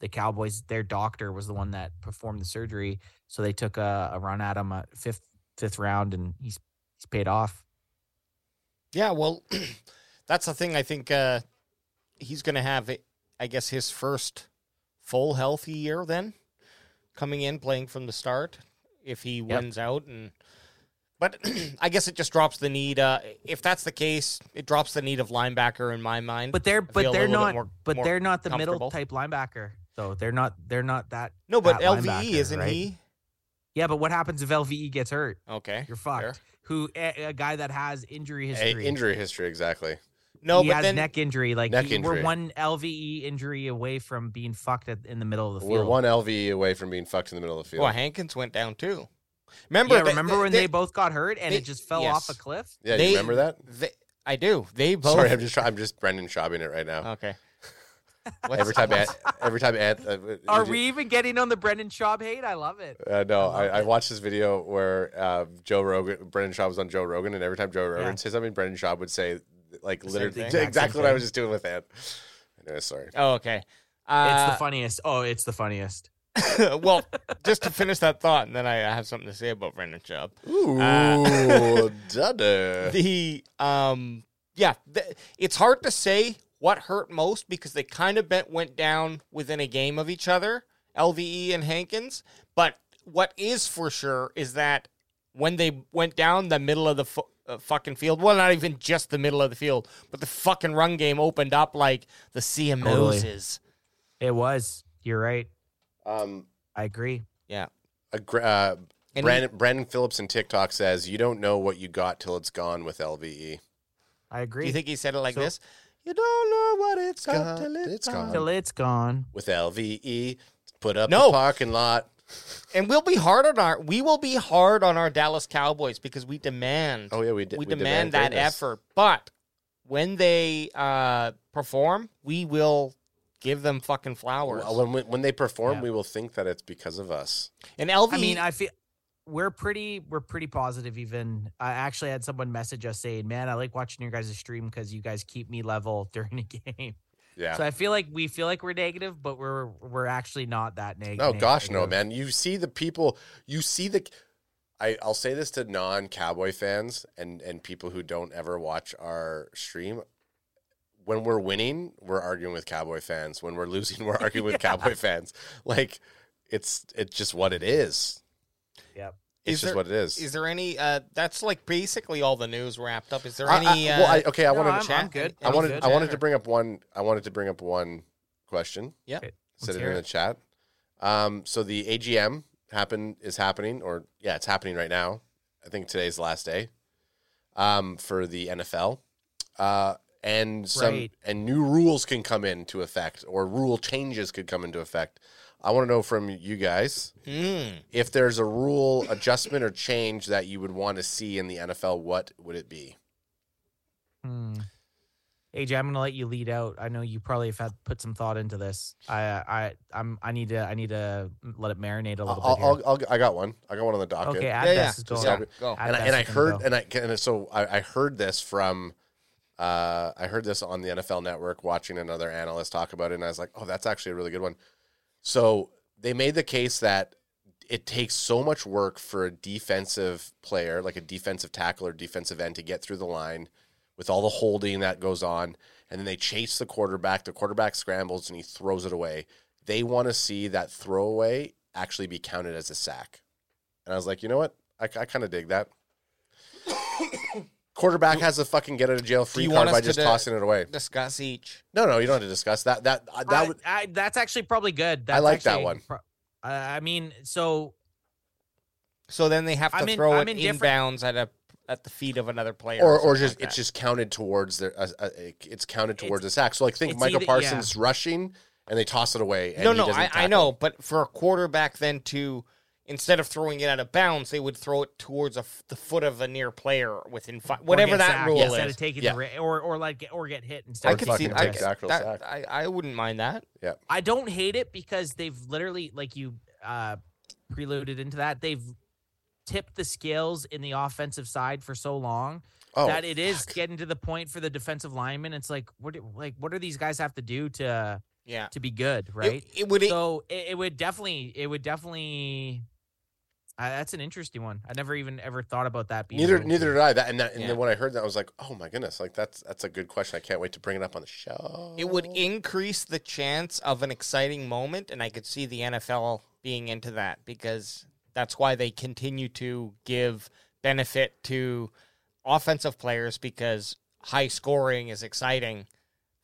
the Cowboys, their doctor was the one that performed the surgery, so they took a, a run at him at fifth fifth round, and he's he's paid off.
Yeah, well, that's the thing. I think uh, he's going to have, I guess, his first full healthy year then, coming in playing from the start if he wins out. And but I guess it just drops the need. Uh, if that's the case, it drops the need of linebacker in my mind.
But they're
I feel
but
a
they're
little
not
bit more-
but
more
they're not the middle
comfortable.
type linebacker though. They're not they're not that.
no, but
that
LVE
linebacker,
isn't
right?
he?
Yeah, but what happens if LVE gets hurt?
Okay,
You're fucked.
Fair.
Who a, a guy that has injury
A-
history?
injury history, exactly.
No,
he
but
has
then
neck injury. Like
Neck
he- we're
injury.
one LVE injury away from being fucked at, in the middle of the field.
We're one LVE away from being fucked in the middle of the field.
well, Hankins went down too. Remember?
yeah,
they-
remember when they, both got hurt and
they-
it just fell
yes.
off a cliff?
yeah,
they-
you remember that?
they- I do. They both.
Sorry, I'm just try- I'm just Brendan shopping it right now.
okay. Oh.
every time, Ant, every time, Ant, uh,
Are
you-
we even getting on the Brendan Schaub hate? I love it.
Uh, no, I,
love
I watched this video where uh, Joe Rogan, Brendan Schaub was on Joe Rogan, and every time Joe Rogan
Yeah.
says something, Brendan Schaub would say like
same
literally
thing.
exactly,
Exact same
what I
thing.
was just doing with that. Anyway, sorry.
Oh, okay.
it's
Uh,
the funniest. Oh, it's the funniest.
well, just to finish that thought, and then I have something to say about Brendan Chubb.
Ooh,
Uh,
dada.
The um, yeah, th- it's hard to say what hurt most because they kind of bent, went down within a game of each other, LVE and Hankins. But what is for sure is that when they went down the middle of the fu- uh, fucking field, well, not even just the middle of the field, but the fucking run game opened up like the sea of
Totally.
Moses.
It was. You're right.
Um,
I agree.
a gr- uh,
And
Brandon, Brandon Phillips in TikTok says, "You don't know what you got till it's gone." With E." LVE,
I agree.
Do you think he said it like
So-
this? You don't know what it's got
Got-
till it's,
it's
gone.
gone.
Till it's gone.
with LVE, put up
No.
the parking lot.
And we'll be hard on our we will be hard on our Dallas Cowboys because we demand
Oh yeah, we did.
we, demand, that
greatness.
effort. But when they uh perform, we will give them fucking flowers.
Well, When, when they perform,
Yeah.
we will think that it's because of us.
and LV
I mean, I feel we're pretty we're pretty positive. Even I actually had someone message us saying, "Man, I like watching your guys' stream because you guys keep me level during a game."
Yeah.
So I feel like we feel like we're negative, but we're we're actually not that neg-
No,
negative.
Oh, gosh, no, man. You see the people. You see the. I, I'll say this to non-cowboy fans and and people who don't ever watch our stream. When we're winning, we're arguing with cowboy fans. When we're losing, we're arguing with cowboy fans. Like it's it's just what it is.
Yep.
It's
Is
just
there-
what it is.
is there any uh that's like basically all the news wrapped up. Is there
I- I-
any uh,
well, I, okay, I
No,
wanted
I'm-
to
I'm good.
I
I'm
wanted
good.
I wanted to bring up one I wanted to bring up one question.
Yeah.
Okay,
Said
let's
it
hear
in
it.
the chat. Um, so the AGM happen is happening or yeah, it's happening right now. I think today's the last day. Um, for the NFL. Uh and some
Right.
and new rules can come into effect or rule changes could come into effect. I want to know from you guys
Hmm.
if there's a rule adjustment or change that you would want to see in the NFL, what would it be?
Hmm. AJ, I'm gonna let you lead out. I know you probably have had put some thought into this. I I I'm I need to I need to let it marinate a little
I'll,
bit.
I'll,
Here.
I'll, I got one. I got one on the docket.
okay,
Yeah,
Adbest
yeah.
is going.
stop
yeah, go.
Adbest
and I, and I
is Oh, gonna
heard
go.
and I and so I, I heard this from uh, I heard this on the NFL Network watching another analyst talk about it, and I was like, oh, that's actually a really good one. So they made the case that it takes so much work for a defensive player, like a defensive tackle or defensive end, to get through the line with all the holding that goes on, and then they chase the quarterback. The quarterback scrambles and he throws it away. They want to see that throwaway actually be counted as a sack. And I was like, you know what? I, I kind of dig that. Quarterback has a fucking get out of jail free
you
card
want us
by
to
just
do-
tossing it away.
Discuss each.
No, no, you don't have to discuss that. That uh, that
I-
would
I, that's actually probably good. That's
like that
actually
one.
pro- I I mean, so
So then they have to
I'm in-
throw
I'm
it
indifferent.
inbounds at a at the feet of another player.
or or
something
just
like
it's
that.
just counted towards their uh, uh, it's counted
It's-
towards the sack. So like think
it's
Michael
either- yeah.
Parsons rushing and they toss it away. And
no,
he
no,
doesn't
I, I
tackle.
know, but for a quarterback then to instead of throwing it out of bounds, they would throw it towards a f- the foot of a near player within five, whatever
get
that
sacked
rule
instead
is.
of taking
Yeah.
the ri- or or like or get hit instead.
I
Or
of
could
taking
see.
fucking
the
I,
take
risk.
the actual
that,
sack.
I, I wouldn't mind that.
I don't hate it because they've literally like you uh preluded into that. They've tipped the scales in the offensive side for so long
Oh,
that it is
fuck.
getting to the point for the defensive lineman. It's like what do, like what do these guys have to do to
Yeah,
to be good, right?
It, it would. It,
so it, it would definitely it would definitely uh, that's an interesting one. I never even ever thought about that being
Neither,
ruled.
neither did I. That and, that, and
Yeah.
then when I heard that, I was like, "Oh my goodness! Like that's that's a good question. I can't wait to bring it up on the show."
it would increase the chance of an exciting moment, and I could see the NFL being into that because that's why they continue to give benefit to offensive players because high scoring is exciting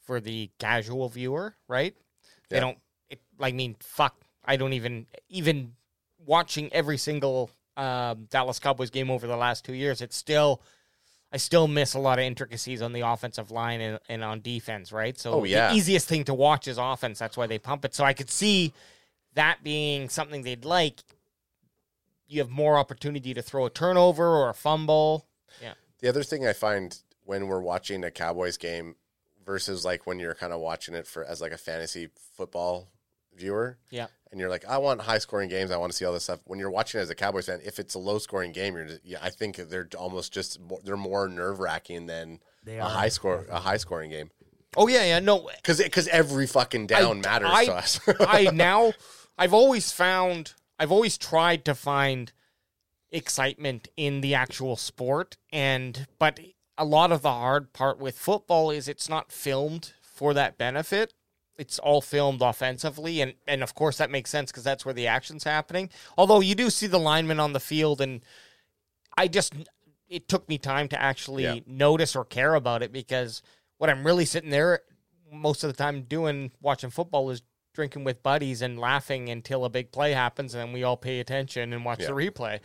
for the casual viewer, right? They
Yeah.
don't. It, I mean, fuck. I don't even even watching every single um, Dallas Cowboys game over the last two years. It's still. I still miss a lot of intricacies on the offensive line and, and on defense, right? So
Oh, yeah.
the easiest thing to watch is offense. That's why they pump it. So I could see that being something they'd like. You have more opportunity to throw a turnover or a fumble.
The other thing I find when we're watching a Cowboys game versus like when you're kind of watching it for as like a fantasy football viewer,
Yeah.
and you're like, I want high scoring games. I want to see all this stuff. When you're watching it as a Cowboys fan, if it's a low scoring game, you're just, yeah, I think they're almost just more, they're more nerve wracking than
They
a
are.
high score a high scoring game
Oh yeah, yeah. No,
because because every fucking down matters
I-
to us. Oh,
I now I've always found I've always tried to find excitement in the actual sport and but a lot of the hard part with football is it's not filmed for that benefit. It's all filmed offensively and and of course that makes sense cuz that's where the action's happening. Although you do see the linemen on the field and I just it took me time to actually
Yeah.
notice or care about it because what I'm really sitting there most of the time doing watching football is drinking with buddies and laughing until a big play happens and then we all pay attention and watch
Yeah.
the replay.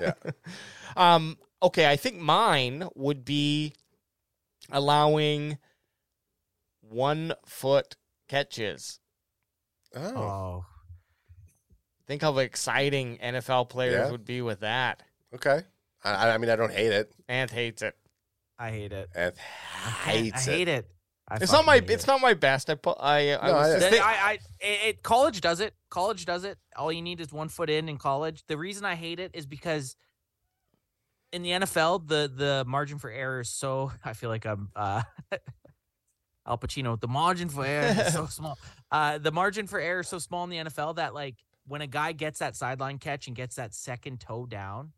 Yeah.
Um okay, I think mine would be allowing one foot catches.
oh,
Oh,
Think how exciting NFL players
Yeah.
would be with that.
okay. I, I- I mean, I don't hate it.
Ant hates it.
I hate it.
Eth
I hate,
hates
I hate
it.
it. I
it's not my
fucking hate
it's
it.
not my best. I put I, I
No,
was
I-
just
Then
thi-
I, I, it, it- college does it. College does it. All you need is one foot in in college. The reason I hate it is because in the NFL, the the margin for error is so. I feel like I'm uh, Al Pacino. The margin for error is so small. Uh, the margin for error is so small in the NFL that like when a guy gets that sideline catch and gets that second toe down,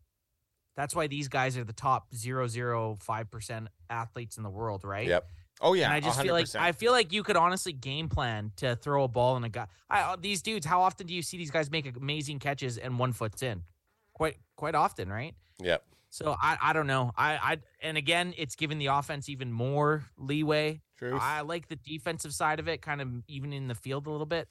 that's why these guys are the top 005 percent athletes in the world, right?
Yep.
Oh yeah,
and I just feel like
100%.
I feel like you could honestly game plan to throw a ball in a guy. I, uh, these dudes, how often do you see these guys make amazing catches and one foot's in? Quite quite often, right?
Yep.
So I, I don't know. I, I and again, it's giving the offense even more leeway.
Truth.
I like the defensive side of it, kind of even in the field a little bit.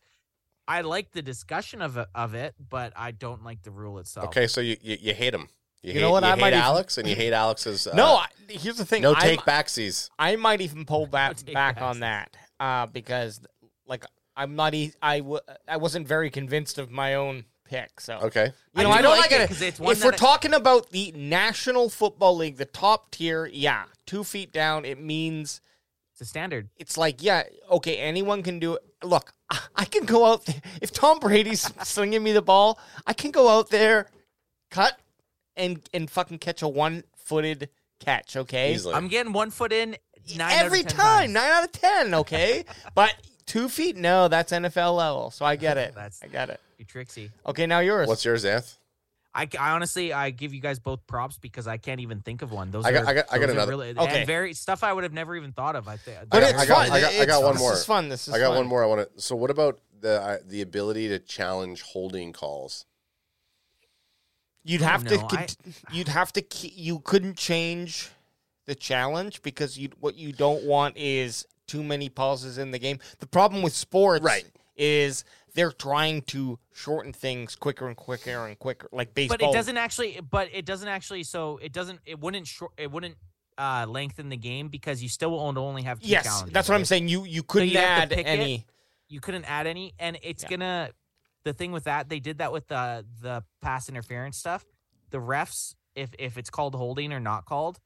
I like the discussion of it, of it, but I don't like the rule itself.
Okay, so you you, you hate him. You,
You
hate,
know what?
You
I
hate
might even-
Alex, and you hate Alex's. Uh,
no, I, here's the thing.
no
I'm-
take backsies.
I might even pull that
take
back
backs.
on that uh, because, like, I'm not. E- I w- I wasn't very convinced of my own pick. So
Okay.
you know,
I
I
do
don't
like
like
it
it.
'cause it's one
if we're
that I-
talking about the National Football League, the top tier, yeah, two feet down, it means
It's a standard.
it's like, yeah, okay, anyone can do it. Look, I, I can go out there. If Tom Brady's slinging me the ball, I can go out there, cut, and and fucking catch a one footed catch. Okay,
Easily.
I'm getting one foot in nine out of
every
10
time,
times.
nine out of ten. Okay, but two feet, no, that's NFL level. So I get it.
That's-
I get it.
You're tricksy.
Okay, now yours.
What's yours, Anth?
I, c- I honestly I give you guys both props because I can't even think of one. Those
I got-
are,
I got- I got
those are
another-
Really, and
Okay.
very stuff I would have never even thought of. I think.
but
I
it's
got- I got-
fun.
I got- I
It's-
got one
this
more.
This is fun. This is
I got
fun.
one more. I want to. So, what about the uh, the ability to challenge holding calls?
You'd have to.
no,
cont- you'd have to. Ke- you couldn't change the challenge because you what you don't want is too many pauses in the game. The problem with sports,
Right.
is they're trying to shorten things quicker and quicker and quicker, like baseball.
but it doesn't actually. But it doesn't actually. So it doesn't. It wouldn't. Short, it wouldn't uh, lengthen the game because you still only only have two
Yes,
challenges,
that's what I'm
right?
saying. You you couldn't
you have
add
to pick it?
any.
You couldn't add any, and it's
Yeah.
gonna. the thing with that, they did that with the the pass interference stuff. The refs, if if it's called holding or not called,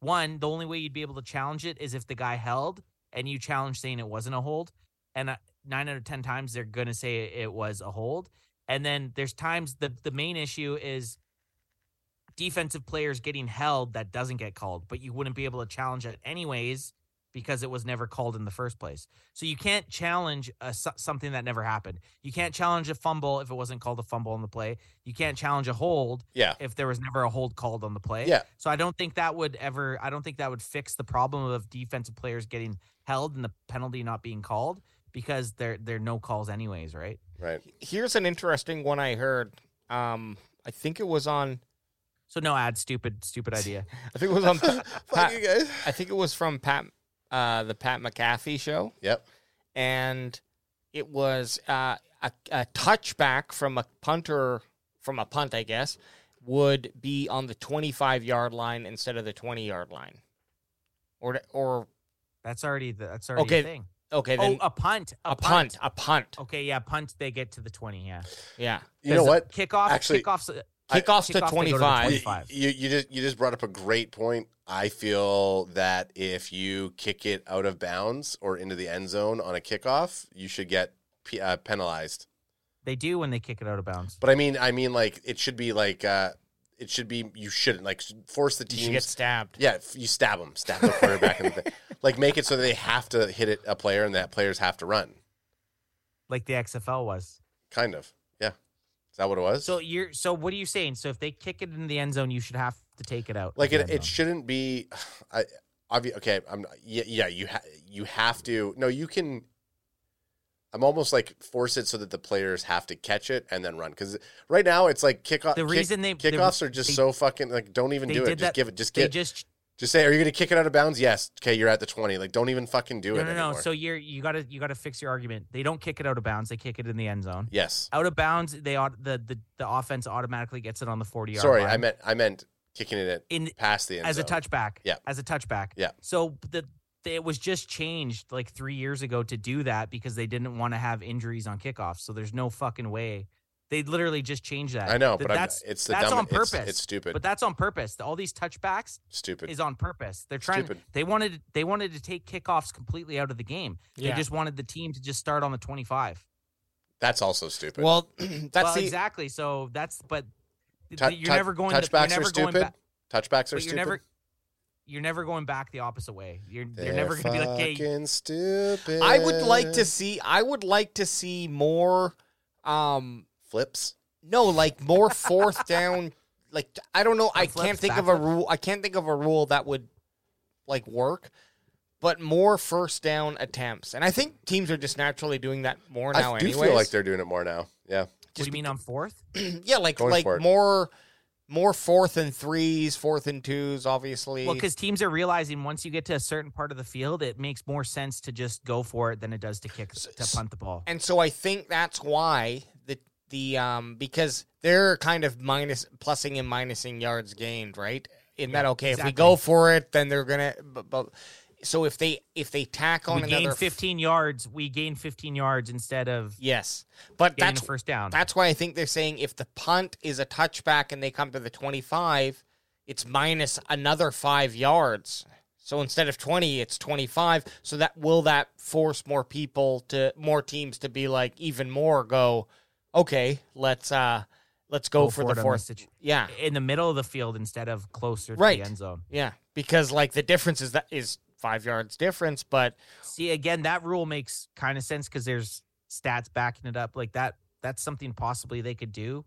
one, the only way you'd be able to challenge it is if the guy held and you challenge saying it wasn't a hold. And uh, nine out of ten times they're gonna say it was a hold. And then there's times the the main issue is defensive players getting held that doesn't get called, but you wouldn't be able to challenge it anyways because it was never called in the first place. So you can't challenge a, so- something that never happened. You can't challenge a fumble if it wasn't called a fumble on the play. You can't challenge a hold
Yeah.
if there was never a hold called on the play.
Yeah.
So I don't think that would ever I don't think that would fix the problem of defensive players getting held and the penalty not being called because there there're no calls anyways, right?
Right.
Here's an interesting one I heard. Um, I think it was on.
So no ad stupid stupid idea.
I think it was on. Pat,
Fuck you guys.
I think it was from Pat, uh, the Pat McAfee show.
Yep.
and it was uh, a, a touchback from a punter from a punt, I guess, would be on the 25 yard line instead of the 20 yard line, or or
That's already the that's already
Okay,
a thing.
okay,
Oh,
then
a punt. A,
a, punt, a punt,
Okay, yeah, punt. They get to the twenty. Yeah,
yeah,
You know what?
kickoff.
Actually-
kickoffs. uh,
I-
kickoffs
kickoff,
to
they go to the
25.
You,
25.
you you just you just brought up a great point. I feel that if you kick it out of bounds or into the end zone on a kickoff, you should get p- uh, penalized.
They do when they kick it out of bounds.
But I mean, I mean, like it should be like uh, it should be. You shouldn't like force the
you should get
teams.
stabbed.
Yeah, if you stab them, stab the quarterback, in the thing. like make it so they have to hit it, a player, and that players have to run.
Like the XFL was.
Kind of, yeah. Is that what it was?
So you're. So what are you saying? So if they kick it in the end zone, you should have to take it out. of
like
the
it,
end
it
zone.
shouldn't be i obvi- okay i'm not- yeah, yeah you ha- you have to no you can i'm almost like force it so that the players have to catch it and then run because right now it's like kickoff
The reason they- the re-
kickoffs are just
they-
so fucking like don't even
they
do
did
it just
that-
give it just
they
get just,
just
say are you gonna kick it out of bounds yes okay you're at the 20 like don't even fucking do
no
it
no
anymore.
no. So you're you gotta you gotta fix your argument. They don't kick it out of bounds. They kick it in the end zone.
yes
Out of bounds, they au- the the the offense automatically gets it on the forty yard.
sorry
line.
i meant i meant kicking it at
in
past the end
as a
zone.
touchback.
Yeah.
As a touchback.
Yeah.
So the it was just changed like three years ago to do that because they didn't want to have injuries on kickoffs. So there's no fucking way. They literally just changed that.
i know
Th-
but
that's
I'm, it's the
that's
dumb,
on purpose.
it's, it's stupid
But that's on purpose. All these touchbacks
stupid
is on purpose. They're trying.
Stupid.
They wanted they wanted to take kickoffs completely out of the game.
Yeah.
They just wanted the team to just start on the 25.
that's also stupid
Well, that's
well,
the,
exactly. So that's but th-
Tou-
you're
tou-
never going. to, you're
touchbacks
never
are
going
stupid
back-
touchbacks are
but
stupid
you're never you're never going back the opposite way. You're they're never gonna be like, hey,
stupid.
I would like to see. I would like to see more. Um,
flips.
No, like more fourth down. Like I don't know. I
Front flips,
can't think
back
of a
flips?
rule. I can't think of a rule that would like work. But more first down attempts, and I think teams are just naturally doing that more now.
I do
anyways.
feel like they're doing it more now. Yeah,
what do you mean on fourth?
yeah, like
going
like
for it.
more more fourth and threes, fourth and twos, obviously.
Well, because teams are realizing once you get to a certain part of the field, it makes more sense to just go for it than it does to kick to punt the ball.
and so I think that's why the the um because they're kind of minus plusing and minusing yards gained, right? Isn't that okay? If we
exactly.
go for it, then they're gonna. But, but so if they if they tack on
We
another
gain
f-
15 yards. We gain 15 yards instead of
yes, but
getting
that's
a first down.
that's why I think they're saying if the punt is a touchback and they come to the twenty five, it's minus another five yards. So instead of twenty, it's twenty five. So that will that force more people to more teams to be like even more go, okay, let's uh let's go,
Go
for
for it
the
on
fourth.
this situ-
yeah,
in the middle of the field instead of closer to
Right.
the end zone.
yeah, because like the difference is that is five yards difference, but
See, again, that rule makes kind of sense because there's stats backing it up. Like that, that's something possibly they could do.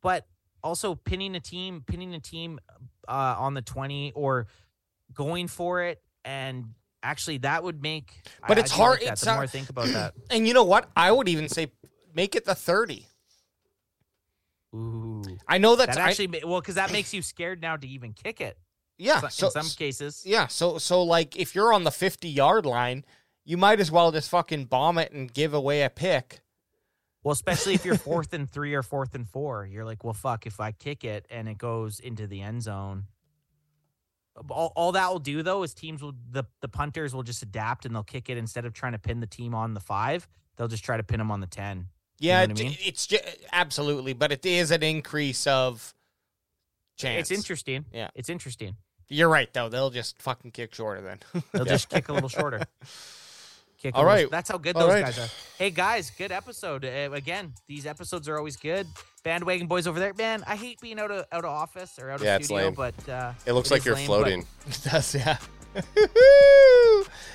But also pinning a team, pinning a team uh, on the twenty or going for it, and actually that would make. I-
But
I
it's
do
hard-
Like that,
it's
the more
hard-
I think about that.
and you know what? I would even say make it the thirty.
Ooh,
I know that's
that
I-
actually ma- well because that makes you scared now to even kick it.
yeah.
so-
Ah, so
in some cases,
Yeah, so so like if you're on the 50 yard line, you might as well just fucking bomb it and give away a pick.
Well, especially if you're fourth and three or fourth and four, you're like, well, fuck, if I kick it and it goes into the end zone. All, all that will do though is teams will the, the punters will just adapt and they'll kick it instead of trying to pin the team on the five, they'll just try to pin them on the ten.
Yeah,
know what I
it-
mean?
it's ju- absolutely, but it is an increase of chance.
It's interesting.
Yeah.
It's interesting.
You're right, though. They'll just fucking kick shorter then.
They'll just kick a little shorter. Kick a
All
little-
right.
That's how good
All
those
right.
guys are. Hey, guys, good episode. Uh, again, these episodes are always good. Bandwagon boys over there. Man, I hate being out of out of office or out
Yeah,
of
it's
studio,
lame.
but uh,
It looks
is
like you're
lame, but
floating.
it does, yeah.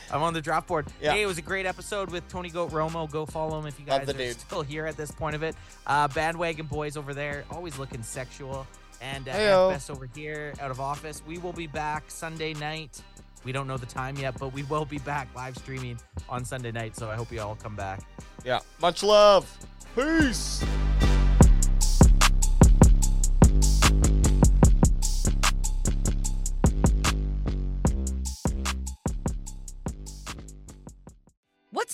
I'm on the drop board.
Yeah.
Hey, it was a great episode with Tony Goat Romo. Go follow him if you
Love
guys
the
are
dude.
still here at this point of it. Uh, Bandwagon boys over there, always looking sexual. And uh,
Heyo.
FS over here, out of office. We will be back Sunday night. We don't know the time yet, but we will be back live streaming on Sunday night. So I hope you all come back.
Yeah. Much love. Peace.
What's